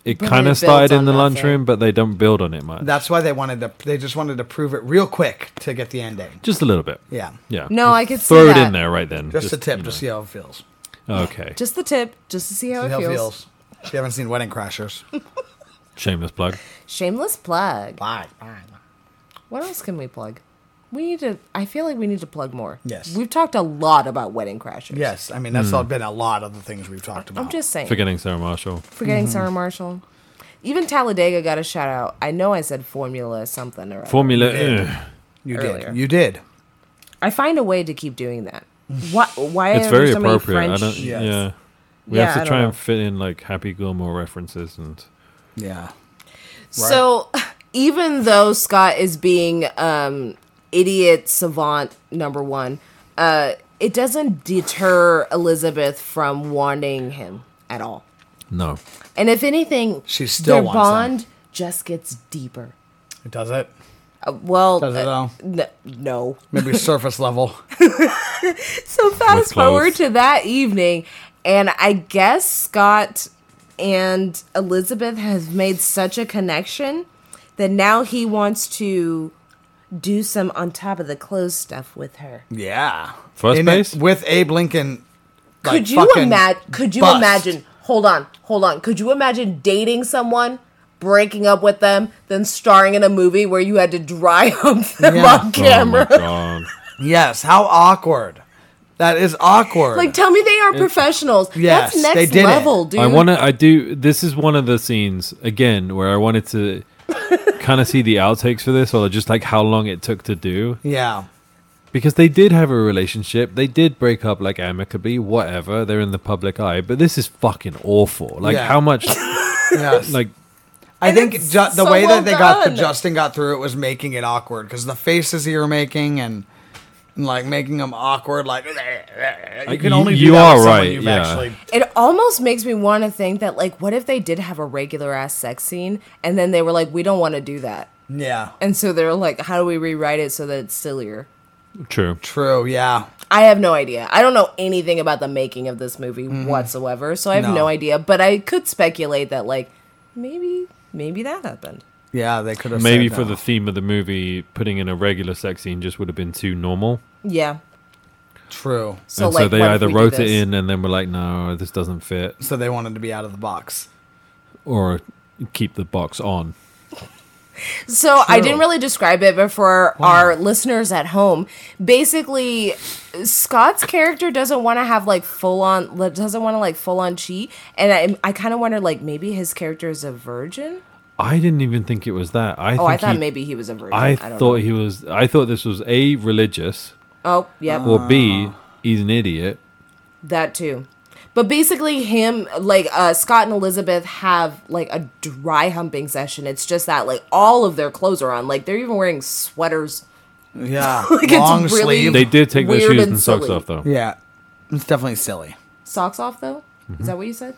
It But kind they of started built in on the that lunchroom, but they don't build on it much. That's why they wanted to. They just wanted to prove it real quick to get the ending. just a little bit. Yeah. Yeah. No, Just I could see throw it that. in there right then. Just, a tip you to know. see how it feels. Okay. Just the tip, just to see how See it how it feels. feels. If you haven't seen Wedding Crashers, Shameless plug. Shameless plug. bye. What else can we plug? We need to. I feel like we need to plug more. Yes. we've talked a lot about wedding crashers. Yes, I mean that's all been a lot of the things we've talked about. Hmm. I'm just saying. Forgetting Sarah Marshall. forgetting Mm-hmm. Sarah Marshall. Even Talladega got a shout out. I know I said formula something or other. Formula. Good. ugh. you earlier. did. You did. I find a way to keep doing that. What? Why It's are very there so many appropriate. I French? don't. Yes. Yeah. We Yeah, have I to don't try know. and fit in like Happy Gilmore references and. Yeah. So even though Scott is being um, idiot savant number one, uh, it doesn't deter Elizabeth from wanting him at all. No. And if anything, She still their wants him. bond just gets deeper. It does it. Uh, well, Does it uh, though? n- no. Maybe surface level. So fast clothes. forward to that evening, and I guess Scott and Elizabeth have made such a connection that now he wants to do some on top of the clothes stuff with her. Yeah. First In base? It, with Abe Lincoln. like, could you fucking imagine? Could you bust. imagine? Hold on, hold on. Could you imagine dating someone? Breaking up with them, then starring in a movie where you had to dry hump them Yeah. on camera. Oh my god. Yes. How awkward. That is awkward. Like, tell me they aren't professionals. Yes, That's next they did it. level, dude. I want to. I do. This is one of the scenes again where I wanted to kind of see the outtakes for this, or just like how long it took to do, yeah. because they did have a relationship. They did break up like amicably, whatever. They're in the public eye, but this is fucking awful. Like Yeah. how much? Yes. Like I think ju- it's the so way well that they got the done. Justin got through it was making it awkward because the faces he were making and, and like making them awkward. Like you can you- only do Uh, you that are with someone right, You've yeah. actually It almost makes me want to think that, like, what if they did have a regular ass sex scene and then they were like, we don't want to do that. yeah. And so they're like, how do we rewrite it so that it's sillier? true. True. Yeah. I have no idea. I don't know anything about the making of this movie whatsoever, so I have no. No. idea. But I could speculate that, like, maybe, maybe that happened. Yeah. They could have Maybe said for no. the theme of the movie, putting in a regular sex scene just would have been too normal. Yeah. True. So and like so they what if either we do wrote it this? in and then were like, no, this doesn't fit, So they wanted to be out of the box. or keep the box on. So I didn't really describe it, but for our listeners at home, basically, Scott's character doesn't want to have like full on, doesn't want to like full on cheat, and I, I kind of wonder like maybe his character is a virgin. I didn't even think it was that. I Oh, think I thought he- maybe he was a virgin. I, I, don't thought know. he was. I thought this was a religious Oh, yep, or b he's an idiot. that too. But basically, him like uh, Scott and Elizabeth have like a dry humping session. It's just that like all of their clothes are on. Like they're even wearing sweaters. Yeah. it's Long really- sleeve. They did take their Weird shoes and and, socks silly. off though, yeah. It's definitely silly. Socks off though. Is that what you said?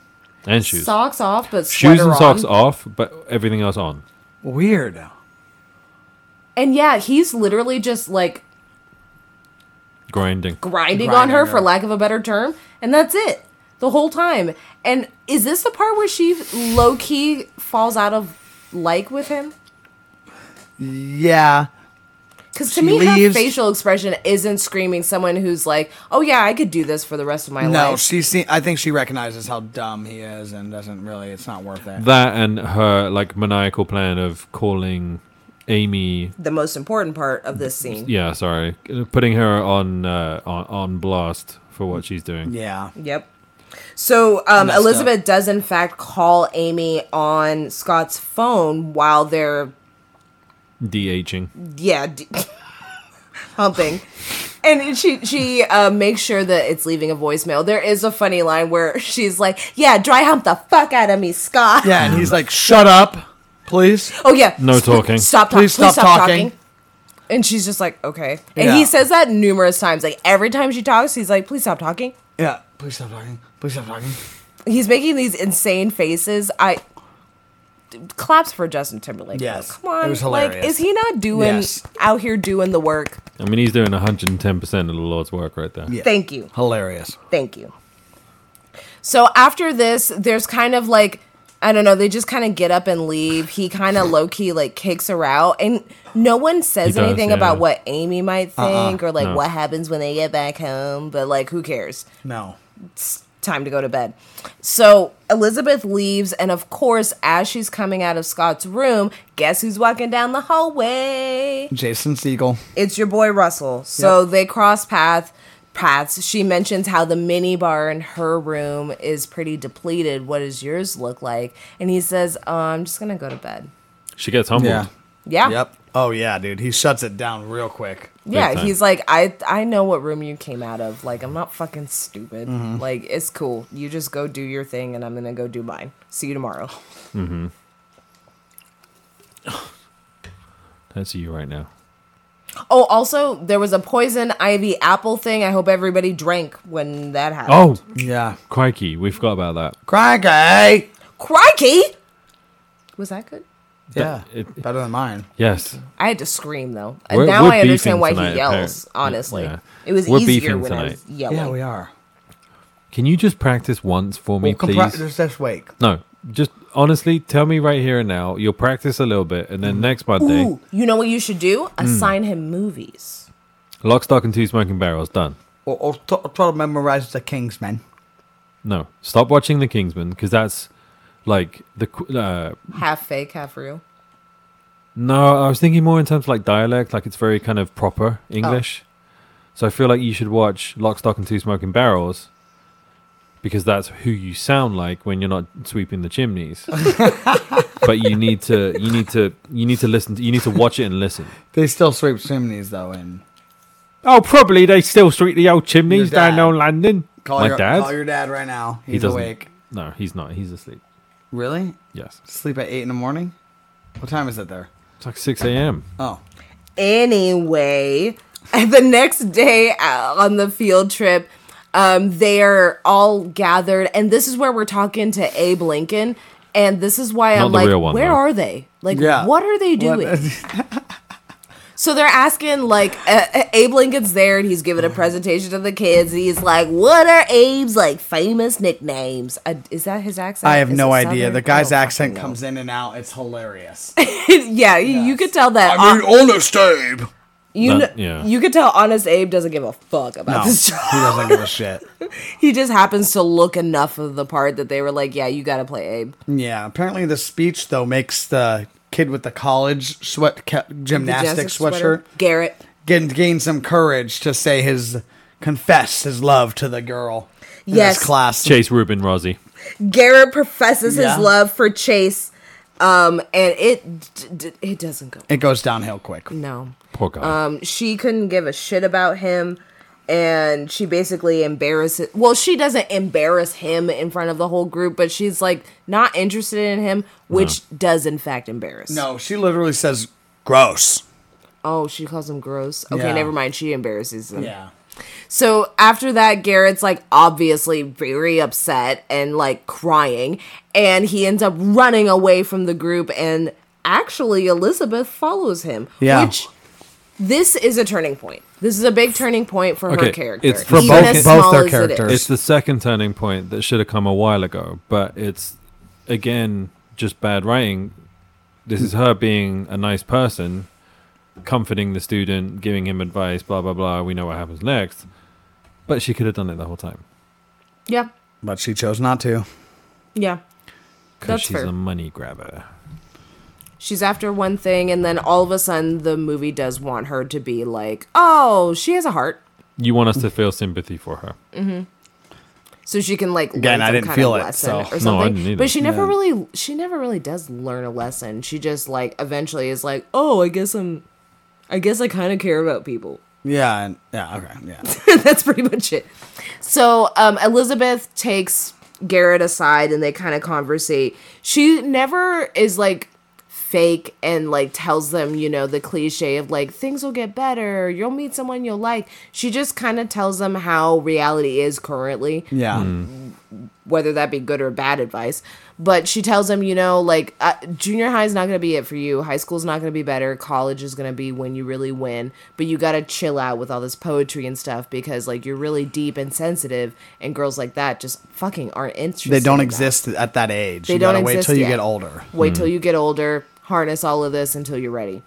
and shoes, Socks off, but sweater shoes and on. socks off, but everything else on. Weird. And yeah, he's literally just like Grinding. grinding, Grinding on her, for her. lack of a better term, and that's it the whole time. And is this the part where she low key falls out of like with him? Yeah. Because She to me, her leaves. facial expression isn't screaming someone who's like, "Oh yeah, I could do this for the rest of my No, life." she's seen, I think she recognizes how dumb he is and doesn't really, it's not worth it. That and her like maniacal plan of calling Amy. the most important part of this scene. Yeah, sorry, putting her on uh, on, on blast for what she's doing. yeah. Yep. So um, Messed up. Elizabeth does in fact call Amy on Scott's phone while they're DHing. yeah d- humping and she she uh, makes sure that it's leaving a voicemail there is a funny line where she's like yeah dry hump the fuck out of me scott Yeah. And Mm. he's like, shut up, please. oh yeah No S- talking. stop Please talk- stop talking. and she's just like okay and he Yeah. says that numerous times like every time she talks he's like please stop talking Yeah. Please stop talking. Please stop talking. he's making these insane faces i claps for justin timberlake though. Yes. come on It was like hilarious. is he not doing Yes. out here doing the work I mean, he's doing 110 percent of the Lord's work right there. Yeah. thank you Hilarious. Thank you. So after this, there's kind of like I don't know, they just kind of get up and leave. He kind of low key like kicks her out and no one says does, anything yeah. Uh-uh. about what Amy might think or like no. what happens when they get back home, but like who cares? No. It's time to go to bed. So Elizabeth leaves and of course as she's coming out of Scott's room, guess who's walking down the hallway? Jason Siegel. it's your boy Russell. So they cross path paths. She mentions how the mini bar in her room is pretty depleted. What does yours look like? And he says, oh, "I'm just gonna go to bed." She gets humbled. Yeah. Yeah, Yep. Oh, yeah, dude. He shuts it down real quick. yeah. Big time. He's like, "I I know what room you came out of. Like, I'm not fucking stupid. Mm-hmm. Like, it's cool. You just go do your thing, and I'm gonna go do mine. See you tomorrow." I see you right now. Oh, also, there was a poison ivy apple thing. I hope everybody drank when that happened. Oh, Yeah. crikey, we forgot about that. Cranky. Oh. crikey! Was that good? Yeah. It- Better than mine. yes, I had to scream though. We're- And now we're I understand beefing why tonight, he yells. apparent- Honestly, yeah. it was We're easier beefing when I was tonight. yelling. Yeah, we are. Can you just practice once for me, Well, compri- please? just, just wait. No, just honestly, tell me right here and now. You'll practice a little bit, and then next Monday, Ooh, you know what you should do? Hmm. Assign him movies. lock, stock, and two smoking barrels. Done. Or, or t- try to memorize the Kings, man. No, stop watching The Kingsman because that's like the. qu- Uh, Half fake, half real. no, I was thinking more in terms of like dialect, like it's very kind of proper English. So I feel like you should watch Lock, Stock, and Two Smoking Barrels because that's who you sound like when you're not sweeping the chimneys. but you need to, you need to, you need to listen. To, you need to watch it and listen. They still sweep chimneys, though, and Oh, probably they still sweep the old chimneys Your dad. down on London. call My your dad? call your dad right now. He He's doesn't- awake. No, he's not. He's asleep. Really? Yes. Sleep at eight in the morning? What time is it there? It's like 6 a.m. Oh, Anyway, the next day uh, on the field trip, um, they're all gathered, and this is where we're talking to Abe Lincoln. And this is why Not I'm the like, real one, where though. are they? Like, Yeah. what are they What- doing? So they're asking, like, uh, uh, Abe Lincoln's there and he's giving a presentation to the kids. And he's like, What are Abe's, like, famous nicknames? Uh, is that his accent? I have Is no it Oh, idea. Southern? The guy's I don't accent fucking comes in and out. It's hilarious. Uh, know. yeah, you- you could tell that. I mean, honest, Abe. You That- kn- yeah. you could tell Honest Abe doesn't give a fuck about No, this he job. doesn't give a shit. He just happens to look enough of the part that they were like, "Yeah, you got to play Abe." Yeah, apparently the speech though makes the kid with the college sweat ca- The gymnastic gymnastics sweatshirt Garrett. gain, gain some courage to say his confess his love to the girl. in Yes. this class. Chase Rubin Rossi. Garrett professes Yeah. his love for Chase, um, and it d- d- it doesn't go. It goes downhill quick. No, Poor guy. Uh, um, she couldn't give a shit about him, and she basically embarrasses. Well, she doesn't embarrass him in front of the whole group, but she's like not interested in him, which does in fact embarrass. No, she literally says gross. Oh, she calls him gross. Okay, Yeah. never mind. She embarrasses him. Yeah. So after that, Garrett's like obviously very upset and like crying, and he ends up running away from the group. And actually, Elizabeth follows him. Yeah. Which this is a turning point. This is a big turning point for her Okay, character. it's for even both- as both small their as it is. characters. it's the second turning point that should have come a while ago, but it's again just bad writing. This is her being a nice person, comforting the student, giving him advice, blah blah blah. We know what happens next, but she could have done it the whole time Yeah. But she chose not to. Yeah. because That's she's fair. a money grabber. She's after one thing, and then all of a sudden, the movie does want her to be like, oh, she has a heart. You want us to feel sympathy for her. so she can like learn Again, I some didn't kind feel of it, lesson so- No, or I something. didn't either. but she never really she never really does learn a lesson. She just like eventually is like, "Oh, I guess I'm I guess I kind of care about people." Yeah. And, yeah. Okay. Yeah. That's pretty much it. So, um Elizabeth takes Garrett aside and they kind of conversate. She never is like fake and like tells them, you know, the cliche of like things will get better, you'll meet someone you'll like. She just kind of tells them how reality is currently Yeah. whether that be good or bad advice. But she tells him, you know, like uh, junior high is not going to be it for you. High school's not going to be better. College is going to be when you really win. But you got to chill out with all this poetry and stuff because like you're really deep and sensitive, and girls like that just fucking aren't interested. They don't in that. exist at that age. They you don't gotta wait exist till you yet. get older. Wait till you get older. Harness all of this until you're ready.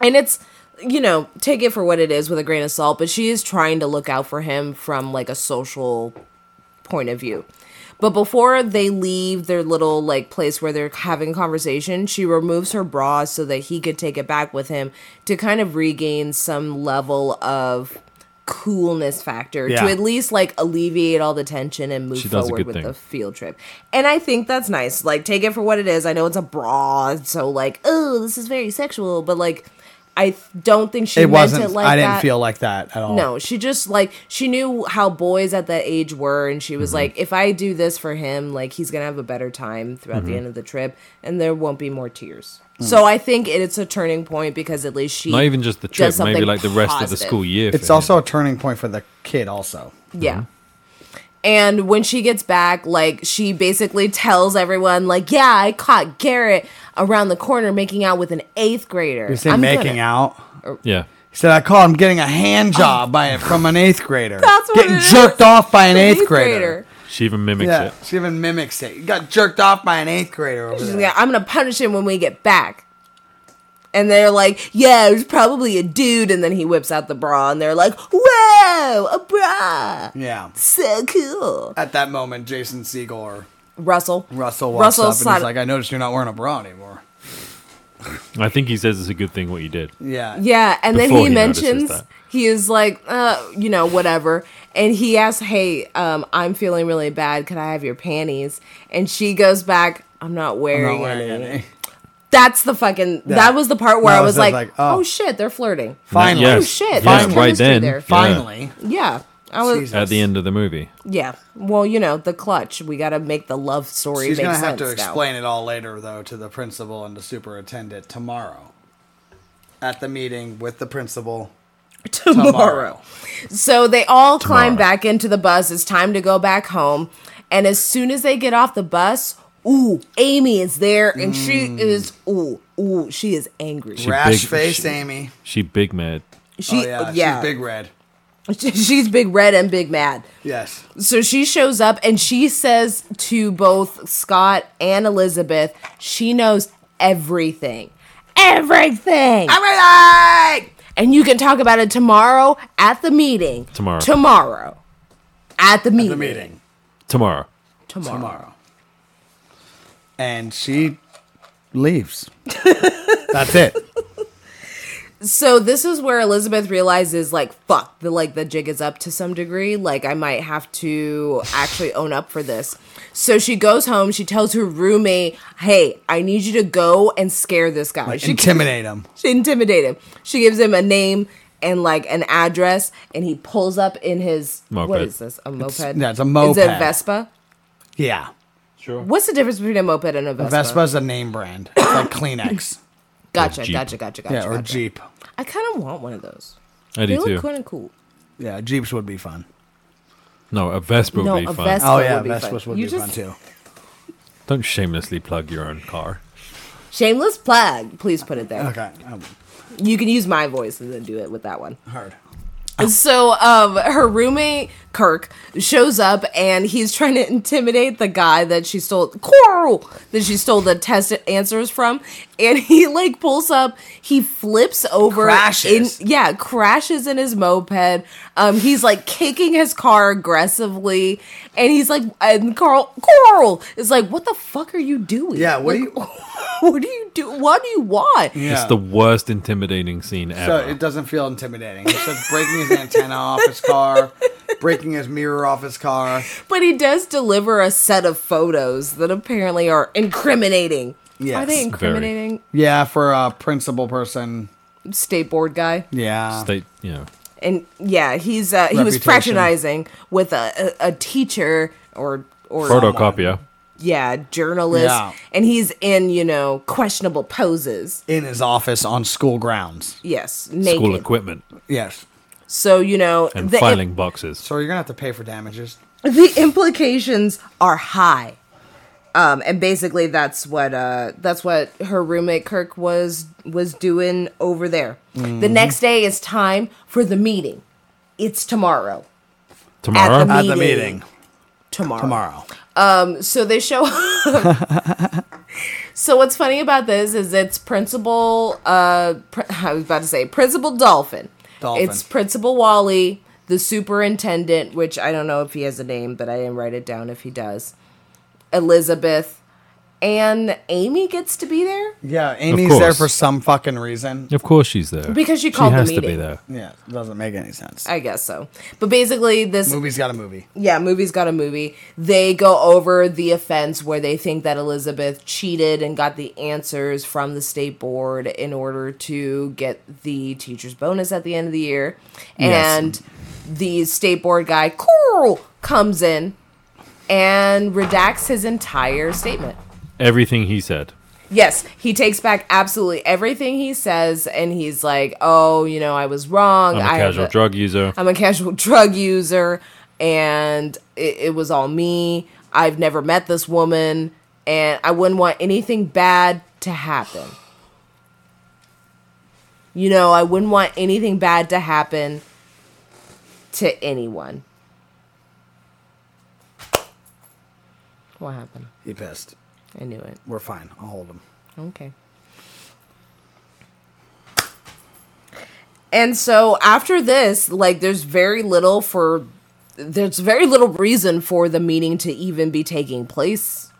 And it's you know take it for what it is with a grain of salt. But she is trying to look out for him from like a social point of view. But before they leave their little like place where they're having conversation, she removes her bra so that he could take it back with him to kind of regain some level of coolness factor Yeah. to at least like alleviate all the tension and move She does a forward good with thing. the field trip. And I think that's nice. Like take it for what it is. I know it's a bra, so like, oh, this is very sexual, but like I th- don't think she It meant wasn't. it like I didn't that. feel like that at all. No, she just like she knew how boys at that age were, and she was Mm-hmm. like, if I do this for him, like he's gonna have a better time throughout Mm-hmm. the end of the trip, and there won't be more tears. So I think it, it's a turning point because at least she Mm. Not even just the does trip, maybe something like the rest of the positive. school year. for It's him. also a turning point for the kid. Also. yeah. And when she gets back, like she basically tells everyone, like, yeah, I caught Garrett around the corner making out with an eighth grader. You say I'm making gonna- out. yeah. He said, "I caught him getting a hand job by it from an eighth grader. Oh. That's what getting it is. jerked off by an An eighth, grader. She even mimics Yeah, it. she even mimics it. You got jerked off by an eighth grader over She's there. like, I'm gonna punish him when we get back. And they're like, yeah, it was probably a dude. And then he whips out the bra, and they're like, whoa, a bra. Yeah. So cool. At that moment, Jason Siegel or Russell. Russell walks Russell up and side- he's like, "I noticed you're not wearing a bra anymore." I think he says it's a good thing what you did. Yeah. Yeah, and then Before he, he notices mentions that. he is like, uh, you know, whatever. And he asks, "Hey, um, I'm feeling really bad. Could I have your panties?" And she goes back, "I'm not I'm wearing, not wearing any." any. That's the fucking. Yeah. That was the part where No, I it was says like, like, "Oh oh. shit, they're flirting." Finally, Yes. Oh, shit, Yeah, there's right chemistry then. there. finally, Yeah, I was. Jesus. At the end of the movie. Yeah. Well, you know, the clutch. We got to make the love story She's make gonna sense have to now. explain it all later, though, to the principal and the superintendent tomorrow at the meeting with the principal. tomorrow. tomorrow. So they all climb Tomorrow. back into the bus. It's time to go back home. And as soon as they get off the bus, ooh, Amy is there and Mm. she is ooh, ooh, she is angry. She Rash big- face, she- Amy. She big mad. She oh yeah, yeah, she's big red. she's big red and big mad. Yes. So she shows up and she says to both Scott and Elizabeth, she knows everything. Everything. Everything. and you can talk about it tomorrow at the meeting. Tomorrow. Tomorrow. At the meeting. the meeting tomorrow. Tomorrow. tomorrow. And she leaves. That's it. So this is where Elizabeth realizes like fuck, the like the jig is up to some degree. Like I might have to actually own up for this. So she goes home, she tells her roommate, "Hey, I need you to go and scare this guy." she Intimidate him. She intimidate him. She gives him a name and like an address, and he pulls up in his what Moped. is this? A moped? yeah, it's a Is it a moped. Vespa? Yeah. What's the difference between a moped and a Vespa? Vespa's a name brand. It's like Kleenex. Gotcha, Jeep. gotcha, gotcha, gotcha. yeah, or gotcha. Jeep. I kind of want one of those. I They do look too. kind of cool. Yeah, Jeeps would be fun. No, a Vespa would No, be a fun. Vespa. Oh, would yeah, be Vespas fun. would You be just- fun too. Don't shamelessly plug your own car. Shameless plug. Please put it there. Okay. Um, You can use my voice and then do it with that one. hard. So, um, her roommate Kirk shows up and he's trying to intimidate the guy that she stole Coral that she stole the test answers from, and he like pulls up, he flips over, Crashes. in- yeah, crashes in his moped. Um, he's like kicking his car aggressively, and he's like, and Carl Coral is like, "What the fuck are you doing? Yeah, what do Like, what do you do? What do you want?" Yeah. It's the worst intimidating scene so ever. it doesn't feel intimidating. It's just breaking his antenna off his car, breaking his mirror off his car. But he does deliver a set of photos that apparently are incriminating. Yes. Are they incriminating? Yeah, for a principal person. State board guy. Yeah. State, you know, And yeah, he's uh, he was Reputation. fraternizing with a, a, a teacher or or photocopier. yeah, journalist Yeah. and he's in, you know, questionable poses. In his office on school grounds. Yes, School naked. equipment Yes. So, you know, and the, filing boxes. So you're gonna have to pay for damages. the implications are high. Um, and basically that's what uh, that's what her roommate Kirk was was doing over there. The next day is time for the meeting. It's tomorrow. Tomorrow, At the At the Meeting. meeting Tomorrow. Um, tomorrow. So they show up. so what's funny about this is it's Principal. Uh, pr- I was about to say Principal Dolphin. Dolphin. It's Principal Wally, the superintendent, which I don't know if he has a name, but I didn't write it down. If he does, Elizabeth and Amy gets to be there Yeah, Amy's there course. for some fucking reason. of course she's there because she She called has the to meeting. be there. Yeah, it doesn't make any sense. I guess so. But basically, this Movie's got a movie. yeah, movie's got a movie. They go over the offense where they think that Elizabeth cheated and got the answers from the state board in order to get the teacher's bonus at the end of the year. Yes. And the state board guy, Coral, comes in and redacts his entire statement. Everything he said. Yes, he takes back absolutely everything he says, and he's like, "Oh, you know, I was wrong. I'm a I have casual drug user. I'm a casual drug user, and it, it was all me. I've never met this woman, and I wouldn't want anything bad to happen. You know, I wouldn't want anything bad to happen to anyone. What happened? He pissed. I knew it. We're fine. I'll hold him. Okay. And so after this, like, there's very little for, there's very little reason for the meeting to even be taking place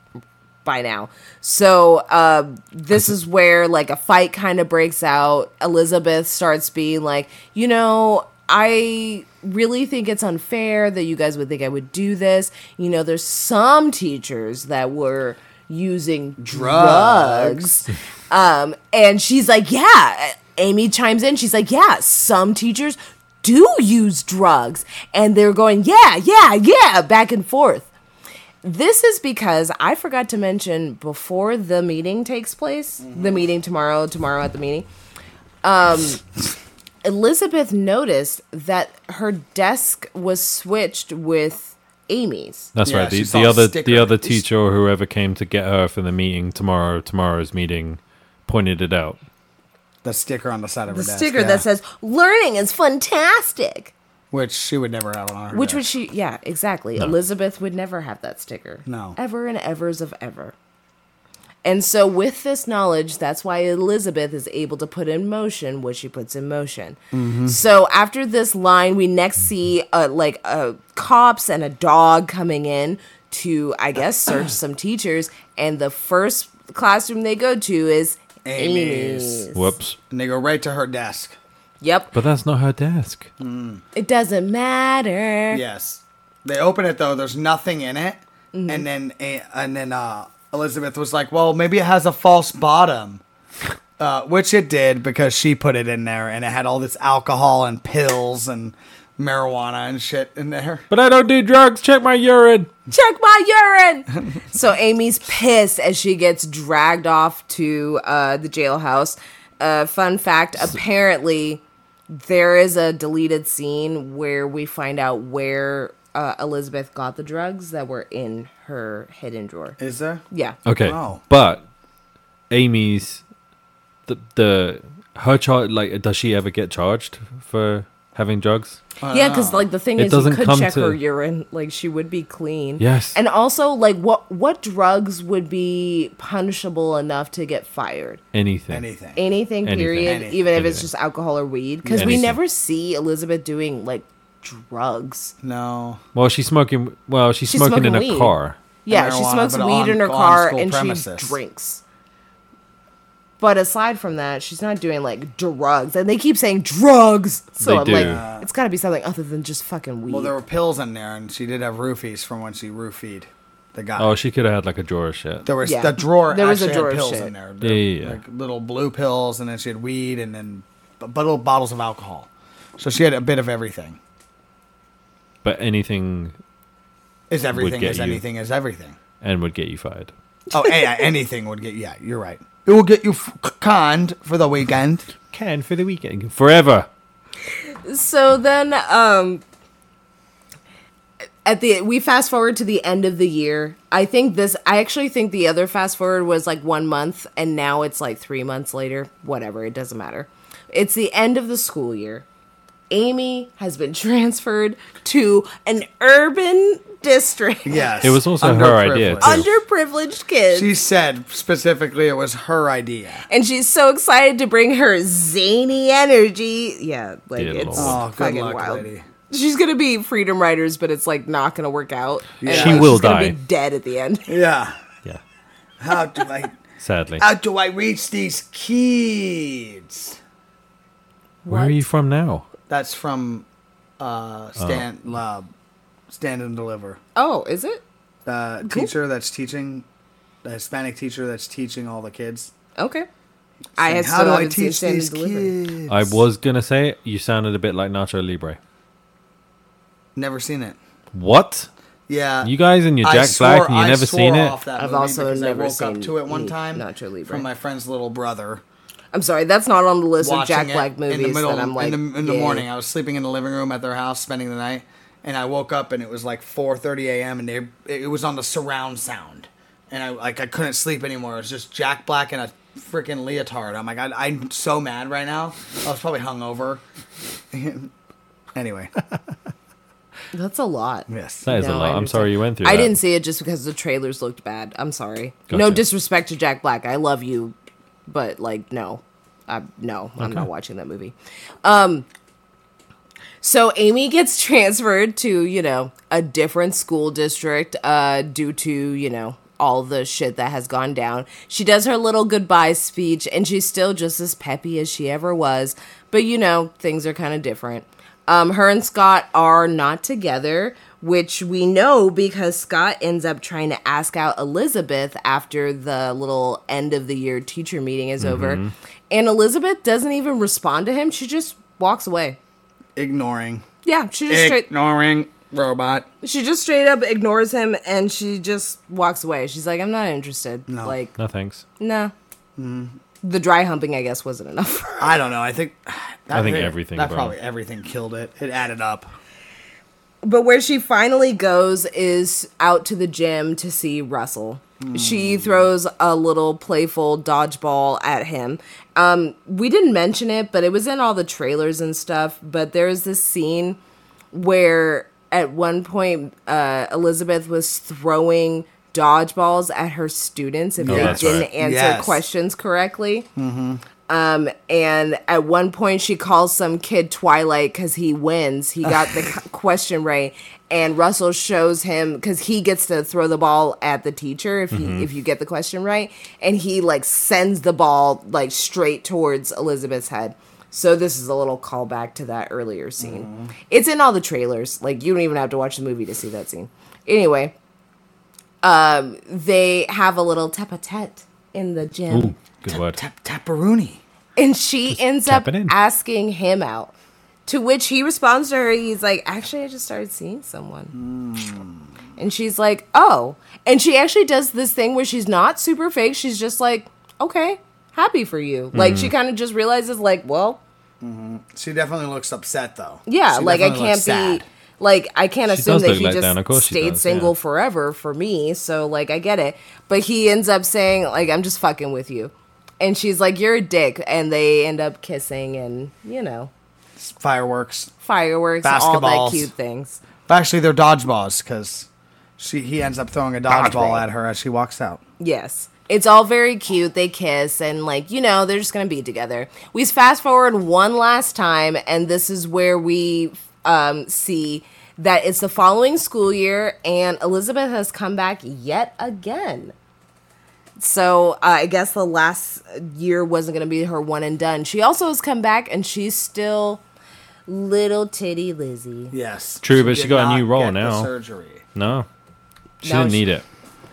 by now. So uh, this is where like a fight kind of breaks out. Elizabeth starts being like, you know, I really think it's unfair that you guys would think I would do this. You know, there's some teachers that were using drugs. um, and she's like, yeah. Amy chimes in. She's like, yeah, some teachers do use drugs. And they're going, yeah, yeah, yeah, back and forth. This is because I forgot to mention before the meeting takes place, the meeting tomorrow, tomorrow at the meeting. Um, Elizabeth noticed that her desk was switched with Amy's. That's Yeah, right. The, she saw the a other the sticker. other It's- teacher or whoever came to get her for the meeting tomorrow, tomorrow's meeting, pointed it out. The sticker on the side of The her desk, sticker yeah. that says "Learning is fantastic," which she would never have on her. which desk. would she? Yeah, exactly. Elizabeth would never have that sticker. No. ever and evers of ever. And so, with this knowledge, that's why Elizabeth is able to put in motion what she puts in motion. So, after this line, we next see uh, like uh, cops and a dog coming in to, I guess, search some teachers. And the first classroom they go to is Amy's. Amy's. Whoops. And they go right to her desk. Yep. But that's not her desk. Hmm. It doesn't matter. Yes. They open it though. There's nothing in it, Mm-hmm. and then eh, and then uh, Elizabeth was like, "Well, maybe it has a false bottom," uh, which it did because she put it in there, and it had all this alcohol and pills and marijuana and shit in there. But I don't do drugs. Check my urine. check my urine. so Amy's pissed as she gets dragged off to uh, the jailhouse. Uh, fun fact apparently, there is a deleted scene where we find out where uh, Elizabeth got the drugs that were in her hidden drawer. Is there? Yeah. Okay. Wow. But Amy's the the her charge like does she ever get charged for having drugs? Yeah, because like the thing Uh, It is, you doesn't could come check to- her urine; like she would be clean. Yes. and also like what what drugs would be punishable enough to get fired? Anything. Anything? anything, Anything. period Anything. even if it's Anything. just alcohol or weed because Yeah. we Anything. never see elizabeth doing like drugs no. Well, she's smoking. Well, she's, She's smoking, in smoking a weed. car. yeah she marijuana, smokes weed but on- in her on car school and premises. she drinks but aside from that she's not doing like drugs and they keep saying drugs so They i'm do. like it's got to be something other than just fucking weed Well, there were pills in there, and she did have roofies from when she roofied the guy. Oh, she could have had like a drawer of shit. There was Yeah. the drawer. There was a actually drawer had of pills shit. in there. Yeah, yeah, yeah. Like little blue pills, and then she had weed, and then b- but little bottles of alcohol. So she had a bit of everything. But anything Is everything get is you. anything is everything. and would get you fired. Oh, yeah, anything would get. Yeah, you're right. It will get you f- conned for the weekend. Can for the weekend. Forever. so then um at the we fast forward to the end of the year i think this i actually think the other fast forward was like one month and now it's like three months later whatever it doesn't matter it's the end of the school year amy has been transferred to an urban district Yes, It was also her Underprivileged. idea, too. underprivileged kids She said specifically it was her idea. and she's so excited to bring her zany energy yeah like Dear it's Lord. Oh, good fucking luck, wild lady. she's gonna be freedom riders, but it's like not gonna work out. And, She like, will she's gonna die. Be dead at the end. Yeah. Yeah. How do I? Sadly. How do I reach these kids? Where are you from now? That's from uh, Stan Oh. uh, Stand and Deliver. Oh, is it? Uh, teacher that's teaching, the Hispanic teacher that's teaching all the kids. Okay. I And have how still do I haven't seen teach Stand these and Deliver. kids? I was gonna say it, you sounded a bit like Nacho Libre. Never seen it. What? Yeah, You guys and your I Jack Black and you I never swore seen it? Off that I've movie also because never I woke seen up to it one any time Nacho Libre. from my friend's little brother. I'm sorry, that's not on the list of watching Jack it Black movies in the middle that I'm like in the, in the yeah. morning. I was sleeping in the living room at their house, spending the night, and I woke up and it was like 4:30 a.m. and they it was on the surround sound, and I like I couldn't sleep anymore. It was just Jack Black and a freaking leotard. I'm like I, I'm so mad right now. I was probably hungover. anyway, That's a lot. yes, That is No, a I lot. I'm understand. sorry you went through I that. didn't see it just because the trailers looked bad. I'm sorry. No Gotcha. disrespect to Jack Black. I love you, but like no. I no, I'm not watching that movie. Um so Amy gets transferred to, you know, a different school district uh due to, you know, all the shit that has gone down. She does her little goodbye speech and she's still just as peppy as she ever was, but you know, things are kind of different. Um, her and Scott are not together, which we know because Scott ends up trying to ask out Elizabeth after the little end of the year teacher meeting is over. And Elizabeth doesn't even respond to him. She just walks away. ignoring, Yeah, she just straight ignoring robot. she just straight up ignores him and she just walks away. She's like, I'm not interested. Like, No thanks. nah. The dry humping, I guess, wasn't enough. I don't know. I think I think everything, That bro. probably everything killed it. It added up. but where she finally goes is out to the gym to see Russell. She throws a little playful dodgeball at him. Um, we didn't mention it, but it was in all the trailers and stuff. But there's this scene where at one point uh, Elizabeth was throwing dodgeballs at her students if Oh, they that's didn't right. answer Yes. questions correctly. Um, and at one point, she calls some kid Twilight because he wins. He got the c- question right, and Russell shows him because he gets to throw the ball at the teacher if he if you get the question right, and he like sends the ball like straight towards Elizabeth's head. So this is a little callback to that earlier scene. It's in all the trailers. Like you don't even have to watch the movie to see that scene. Anyway, um, they have a little tete-a-tete in the gym Ooh, good word. Tap Taparuni. and she ends up tapping in. asking him out. To which he responds to her, he's like, "Actually, I just started seeing someone." Hmm. And she's like, "Oh." And she actually does this thing where she's not super fake. She's just like, "Okay, happy for you." Like Hmm. she kind of just realizes like, "Well, She definitely looks upset though. yeah, She like I definitely looks can't be sad. like I can't She assume does that look he let down, of just course she stayed does, single yeah. forever for me, so like I get it. But he ends up saying like I'm just fucking with you. And she's like you're a dick and they end up kissing and you know, Fireworks. fireworks and all Basketballs. that cute things. Actually, they're dodgeballs because she he ends up throwing a dodgeball Dodgeball. at her as she walks out. Yes. It's all very cute. They kiss and like, you know, they're just going to be together. We fast forward one last time and this is where we um see that it's the following school year and Elizabeth has come back yet again. So uh, I guess the last year wasn't going to be her one and done. She also has come back and she's still little titty Lizzie. Yes. True, but she did got a not new role get the now. surgery. No, she No, didn't she- need it.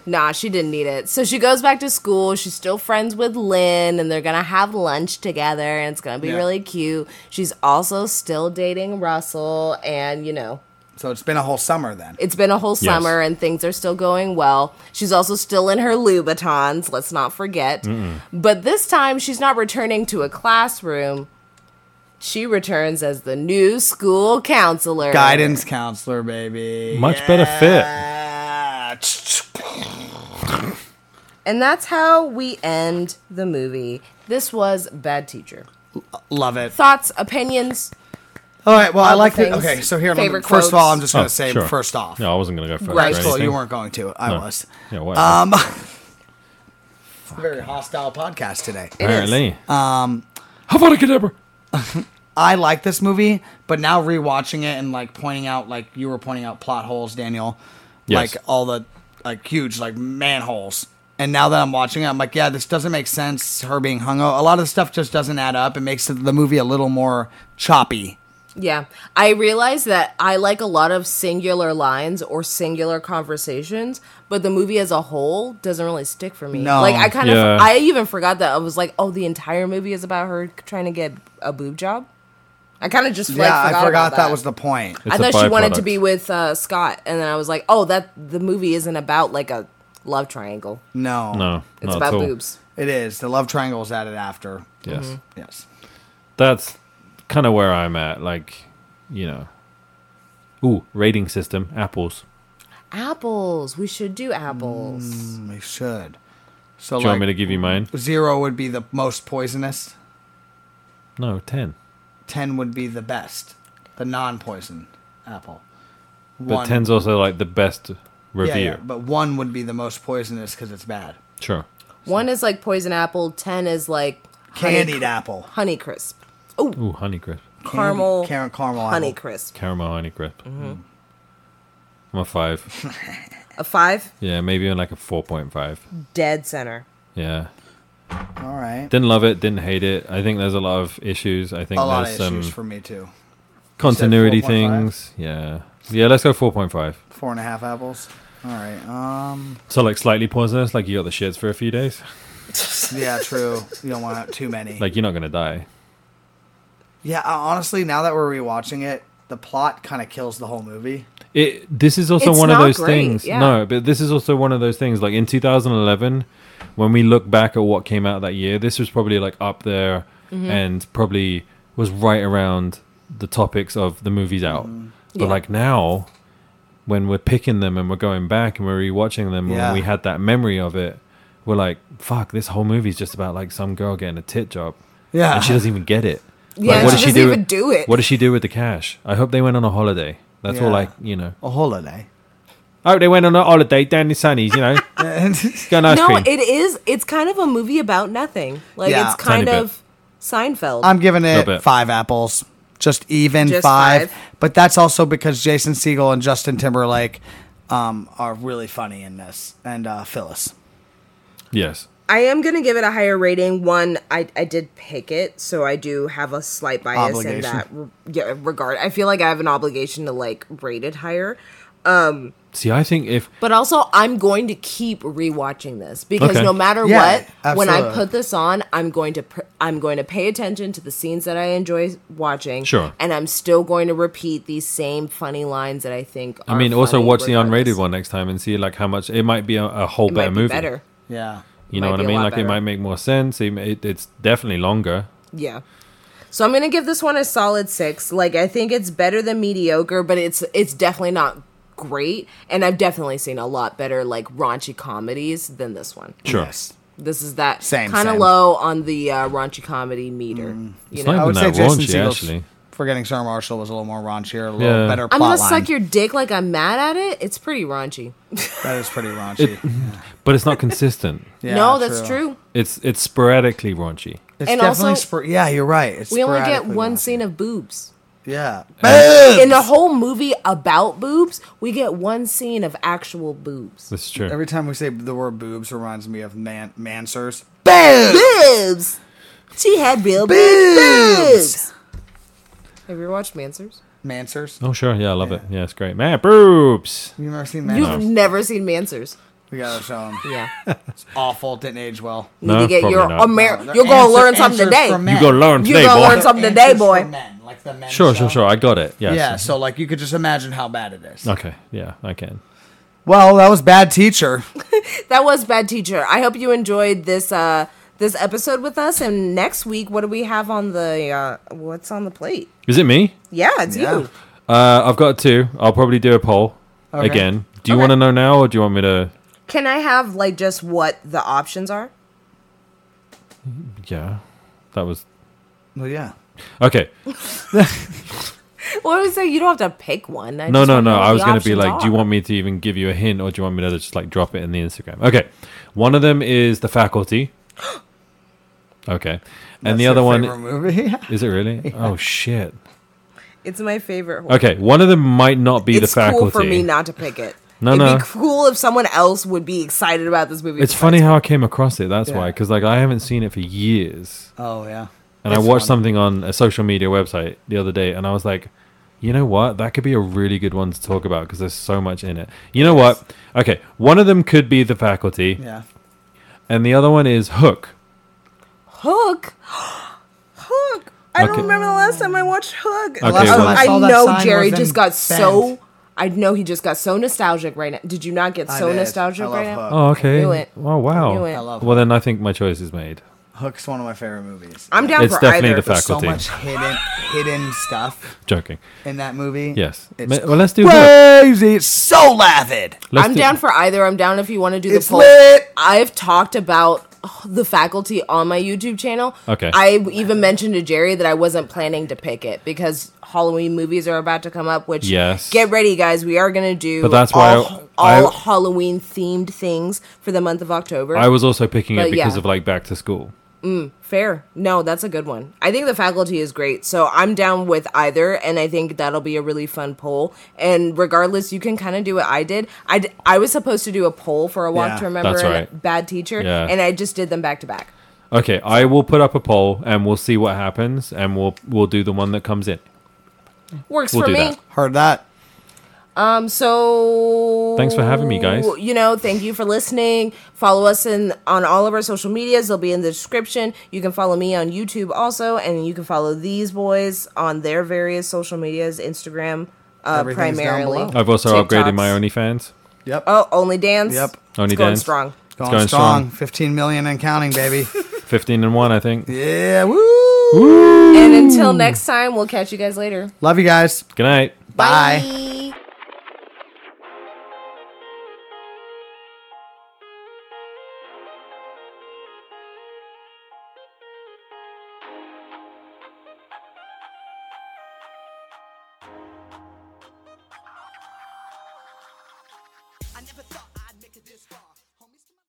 Nah, she didn't need it. So she goes back to school. She's still friends with Lynn, and they're gonna have lunch together, and it's gonna be Yeah. really cute. She's also still dating Russell, and you know, So it's been a whole summer then. it's been a whole Yes. summer, and things are still going well. She's also still in her Louboutins. Let's not forget. But this time, she's not returning to a classroom. She returns as the new school counselor. Guidance counselor, baby. Much better fit. fit. And that's how we end the movie. This was Bad Teacher. Love it. thoughts, opinions. All right. Well, I Other like the. things. Okay, so here, let me- Favorite first of all, I'm quotes. just going Oh, to say sure. first off. No, I wasn't gonna go first. Right, or cool. You anything. weren't going to. I No. was. Yeah, whatever. Um, it's a very hostile podcast today. It is. Apparently. Um, how about a cadaver? I like this movie, but now rewatching it and like pointing out, like you were pointing out plot holes, Daniel, Yes. like all the like huge like manholes. And now that I'm watching it, I'm like, yeah, this doesn't make sense. Her being hung. o- A lot of the stuff just doesn't add up. It makes the movie a little more choppy. Yeah. I realize that I like a lot of singular lines or singular conversations, but the movie as a whole doesn't really stick for me. No. Like I kind Yeah. of I even forgot that I was like, "Oh, the entire movie is about her trying to get a boob job." I kind of just like, yeah, forgot I forgot about that. was the point. I It's a thought she wanted to byproduct. be with uh, Scott, and then I was like, "Oh, that the movie isn't about like a love triangle. No, No, It's not about at all. boobs." it is. The love triangle is added after. Yes, Yes. that's kind of where I'm at. Like, you know, ooh, rating system, apples. Apples. We should do apples. We should. So Do you want me to like give you mine? zero would be the most poisonous. No, ten. Ten would be the best, the non-poison apple. But ten's also like the best review. yeah, yeah, but one would be the most poisonous because it's bad. Sure. One is like poison apple. Ten is like honey Candied cr- apple, honey crisp, Ooh, honey crisp, caramel, Candy- car- caramel, honey apple. crisp. caramel honey crisp. Mm-hmm. I'm a five. A five Yeah, maybe even like a four point five. dead center. Yeah. All right, Didn't love it. Didn't hate it. I think there's a lot of issues. I think a lot of there's issues some for me too. continuity 4.5? things. Yeah. Yeah. Let's go four point five. Four and a half apples. All right. Um. So like slightly poisonous. Like you got the shits for a few days. Yeah. True. you don't want too many. Like you're not gonna die. yeah. uh, Honestly, now that we're rewatching it, the plot kind of kills the whole movie. It, this is also It's one of not those great, things. yeah. No, but this is also one of those things. Like in 2011, when we look back at what came out that year, this was probably like up there Mm-hmm. and probably was right around the topics of the movies out. Mm-hmm. But Yeah. like now, when we're picking them and we're going back and we're rewatching them, Yeah. when we had that memory of it, we're like, fuck, this whole movie's just about like some girl getting a tit job. Yeah. And she doesn't even get it. Yeah, like, she doesn't even do it. What does she do with the cash? I hope they went on a holiday. That's all Yeah. I, you know. A holiday. Oh, they went on a holiday down in Sunny's, you know. Got an ice no, cream. it is. It's kind of a movie about nothing. Like Yeah. it's kind Tiny bit. of Seinfeld. I'm giving Little it bit. five apples, just even Just five. five. But that's also because Jason Segel and Justin Timberlake um, are really funny in this, and uh, Phyllis. yes. I am gonna give it a higher rating. One, I, I did pick it, so I do have a slight bias in Obligation. that re- yeah, regard. I feel like I have an obligation to like rate it higher. See, I think if But also, I'm going to keep rewatching this because Okay. no matter Yeah, what, when I absolutely. put this on, I'm going to pr- I'm going to pay attention to the scenes that I enjoy watching. Sure. and I'm still going to repeat these same funny lines that I think. I mean, also watch the unrated one next time and see like how much it might be a, a whole It might better be movie. better. Yeah. You Might know what be I a mean? lot Like it better. might make more sense. It, it, it's definitely longer. Yeah. So I'm gonna give this one a solid six. Like I think it's better than mediocre, but it's it's definitely not great. And I've definitely seen a lot better like raunchy comedies than this one. Sure. Yes. This is that Same, kind of same. Mm. low on the uh, raunchy comedy meter. You It's know, not I would even say that Jason raunchy, Segel's actually. Forgetting Sarah Marshall was a little more raunchier, a little Yeah. better I'm plot gonna line. suck your dick like I'm mad at it. It's pretty raunchy. that is pretty raunchy. But it's not consistent. Yeah, no, that's true. It's it's sporadically raunchy. It's And definitely also- spor- yeah, you're right. It's We only get sporadically one raunchy. scene of boobs. Yeah. In the whole movie about boobs, we get one scene of actual boobs. That's true. Every time we say the word boobs reminds me of man mansers. boobs. She had real big boobs. Have you ever watched Mansers? Mansers. oh sure, yeah, I love it. Yeah, it's great. Man, boobs. You never seen You've mansers? never seen Mansers. We gotta show 'em. Yeah. It's awful. Didn't age well. Need to No, get probably your not. Amer- They're You're gonna answer- learn something answers today. for men. You gotta learn You today, gonna boy. learn something Answers today, for boy. men, like the men Sure, show. sure, sure. I got it. Yeah. Yeah, so- so like you could just imagine how bad it is. okay. Yeah, I can. Well, that was bad teacher. That was bad teacher. I hope you enjoyed this uh this episode with us. And next week, what do we have on the uh what's on the plate? Is it me? Yeah, it's Yeah. you. Uh, I've got two. I'll probably do a poll Okay. again. Do you Okay. want to know now, or do you want me to? Can I have like just what the options are? Yeah, that was Well, yeah. okay. Well, I would say you don't have to pick one. I No, just no, wanna know no. what I the was going to be options like, do you are. want me to even give you a hint, or do you want me to just like drop it in the Instagram? Okay. One of them is the faculty. Okay, and the That's other your one favorite movie. is it really? Oh shit. It's my favorite. One. Okay, one of them might not be it's the faculty. cool for me not to pick it. No, It'd no. be cool if someone else would be excited about this movie. It's besides funny me. how I came across it. That's Yeah. why, because like I haven't seen it for years. oh yeah. and I That's watched fun. something on a social media website the other day, and I was like, you know what? That could be a really good one to talk about because there's so much in it. You know what? Okay, one of them could be the faculty, Yeah. and the other one is Hook. Hook, Hook. I don't Okay. remember the last time I watched Hook. Okay, Last well- time I I, saw that know sign Jerry was just in got so. Bend. I know he just got so nostalgic right now. Did you not get I so did. nostalgic I love right now? Hook. Oh, okay. knew it. Oh, wow. I knew it. I love well, then I think my choice is made. Hook's one of my favorite movies. I'm down It's for definitely either. the There's fact- so faculty. much hidden hidden stuff Joking. in that movie. Yes. It's Ma- well, let's do Hook. crazy. It's so lavid. Let's I'm do- down for either. I'm down if you want to do the It's poll. lit. I've talked about oh, the faculty on my YouTube channel. Okay. I even mentioned to Jerry that I wasn't planning to pick it because Halloween movies are about to come up, which Yes. get ready guys, we are going to do But that's why all, I- all I- Halloween themed things for the month of October. I was also picking But it because yeah. of like back to school. Fair. No, that's a good one. I think the faculty is great. So I'm down with either, and I think that'll be a really fun poll. And regardless, you can kind of do what I did. I, d- I was supposed to do a poll for a walk Yeah, to remember that's and right. bad teacher, Yeah. and I just did them back to back. Okay, I will put up a poll and we'll see what happens, and we'll we'll do the one that comes in. Works We'll for do me. that. Heard that. Um. So Thanks for having me, guys. You know, thank you for listening. Follow us in on all of our social medias. They'll be in the description. You can follow me on YouTube also, and you can follow these boys on their various social medias, Instagram. Uh, Everything's down primarily, below. I've also upgraded TikToks. my OnlyFans. Yep. Oh, only dance. Yep. Only it's going dance. strong. going, going strong. strong. 15 million and counting, baby. 15 and 1, I think. Good yeah. Woo. And until next time, we'll catch you guys later. Love you guys. night. Bye. Bye. I never thought I'd make it this far.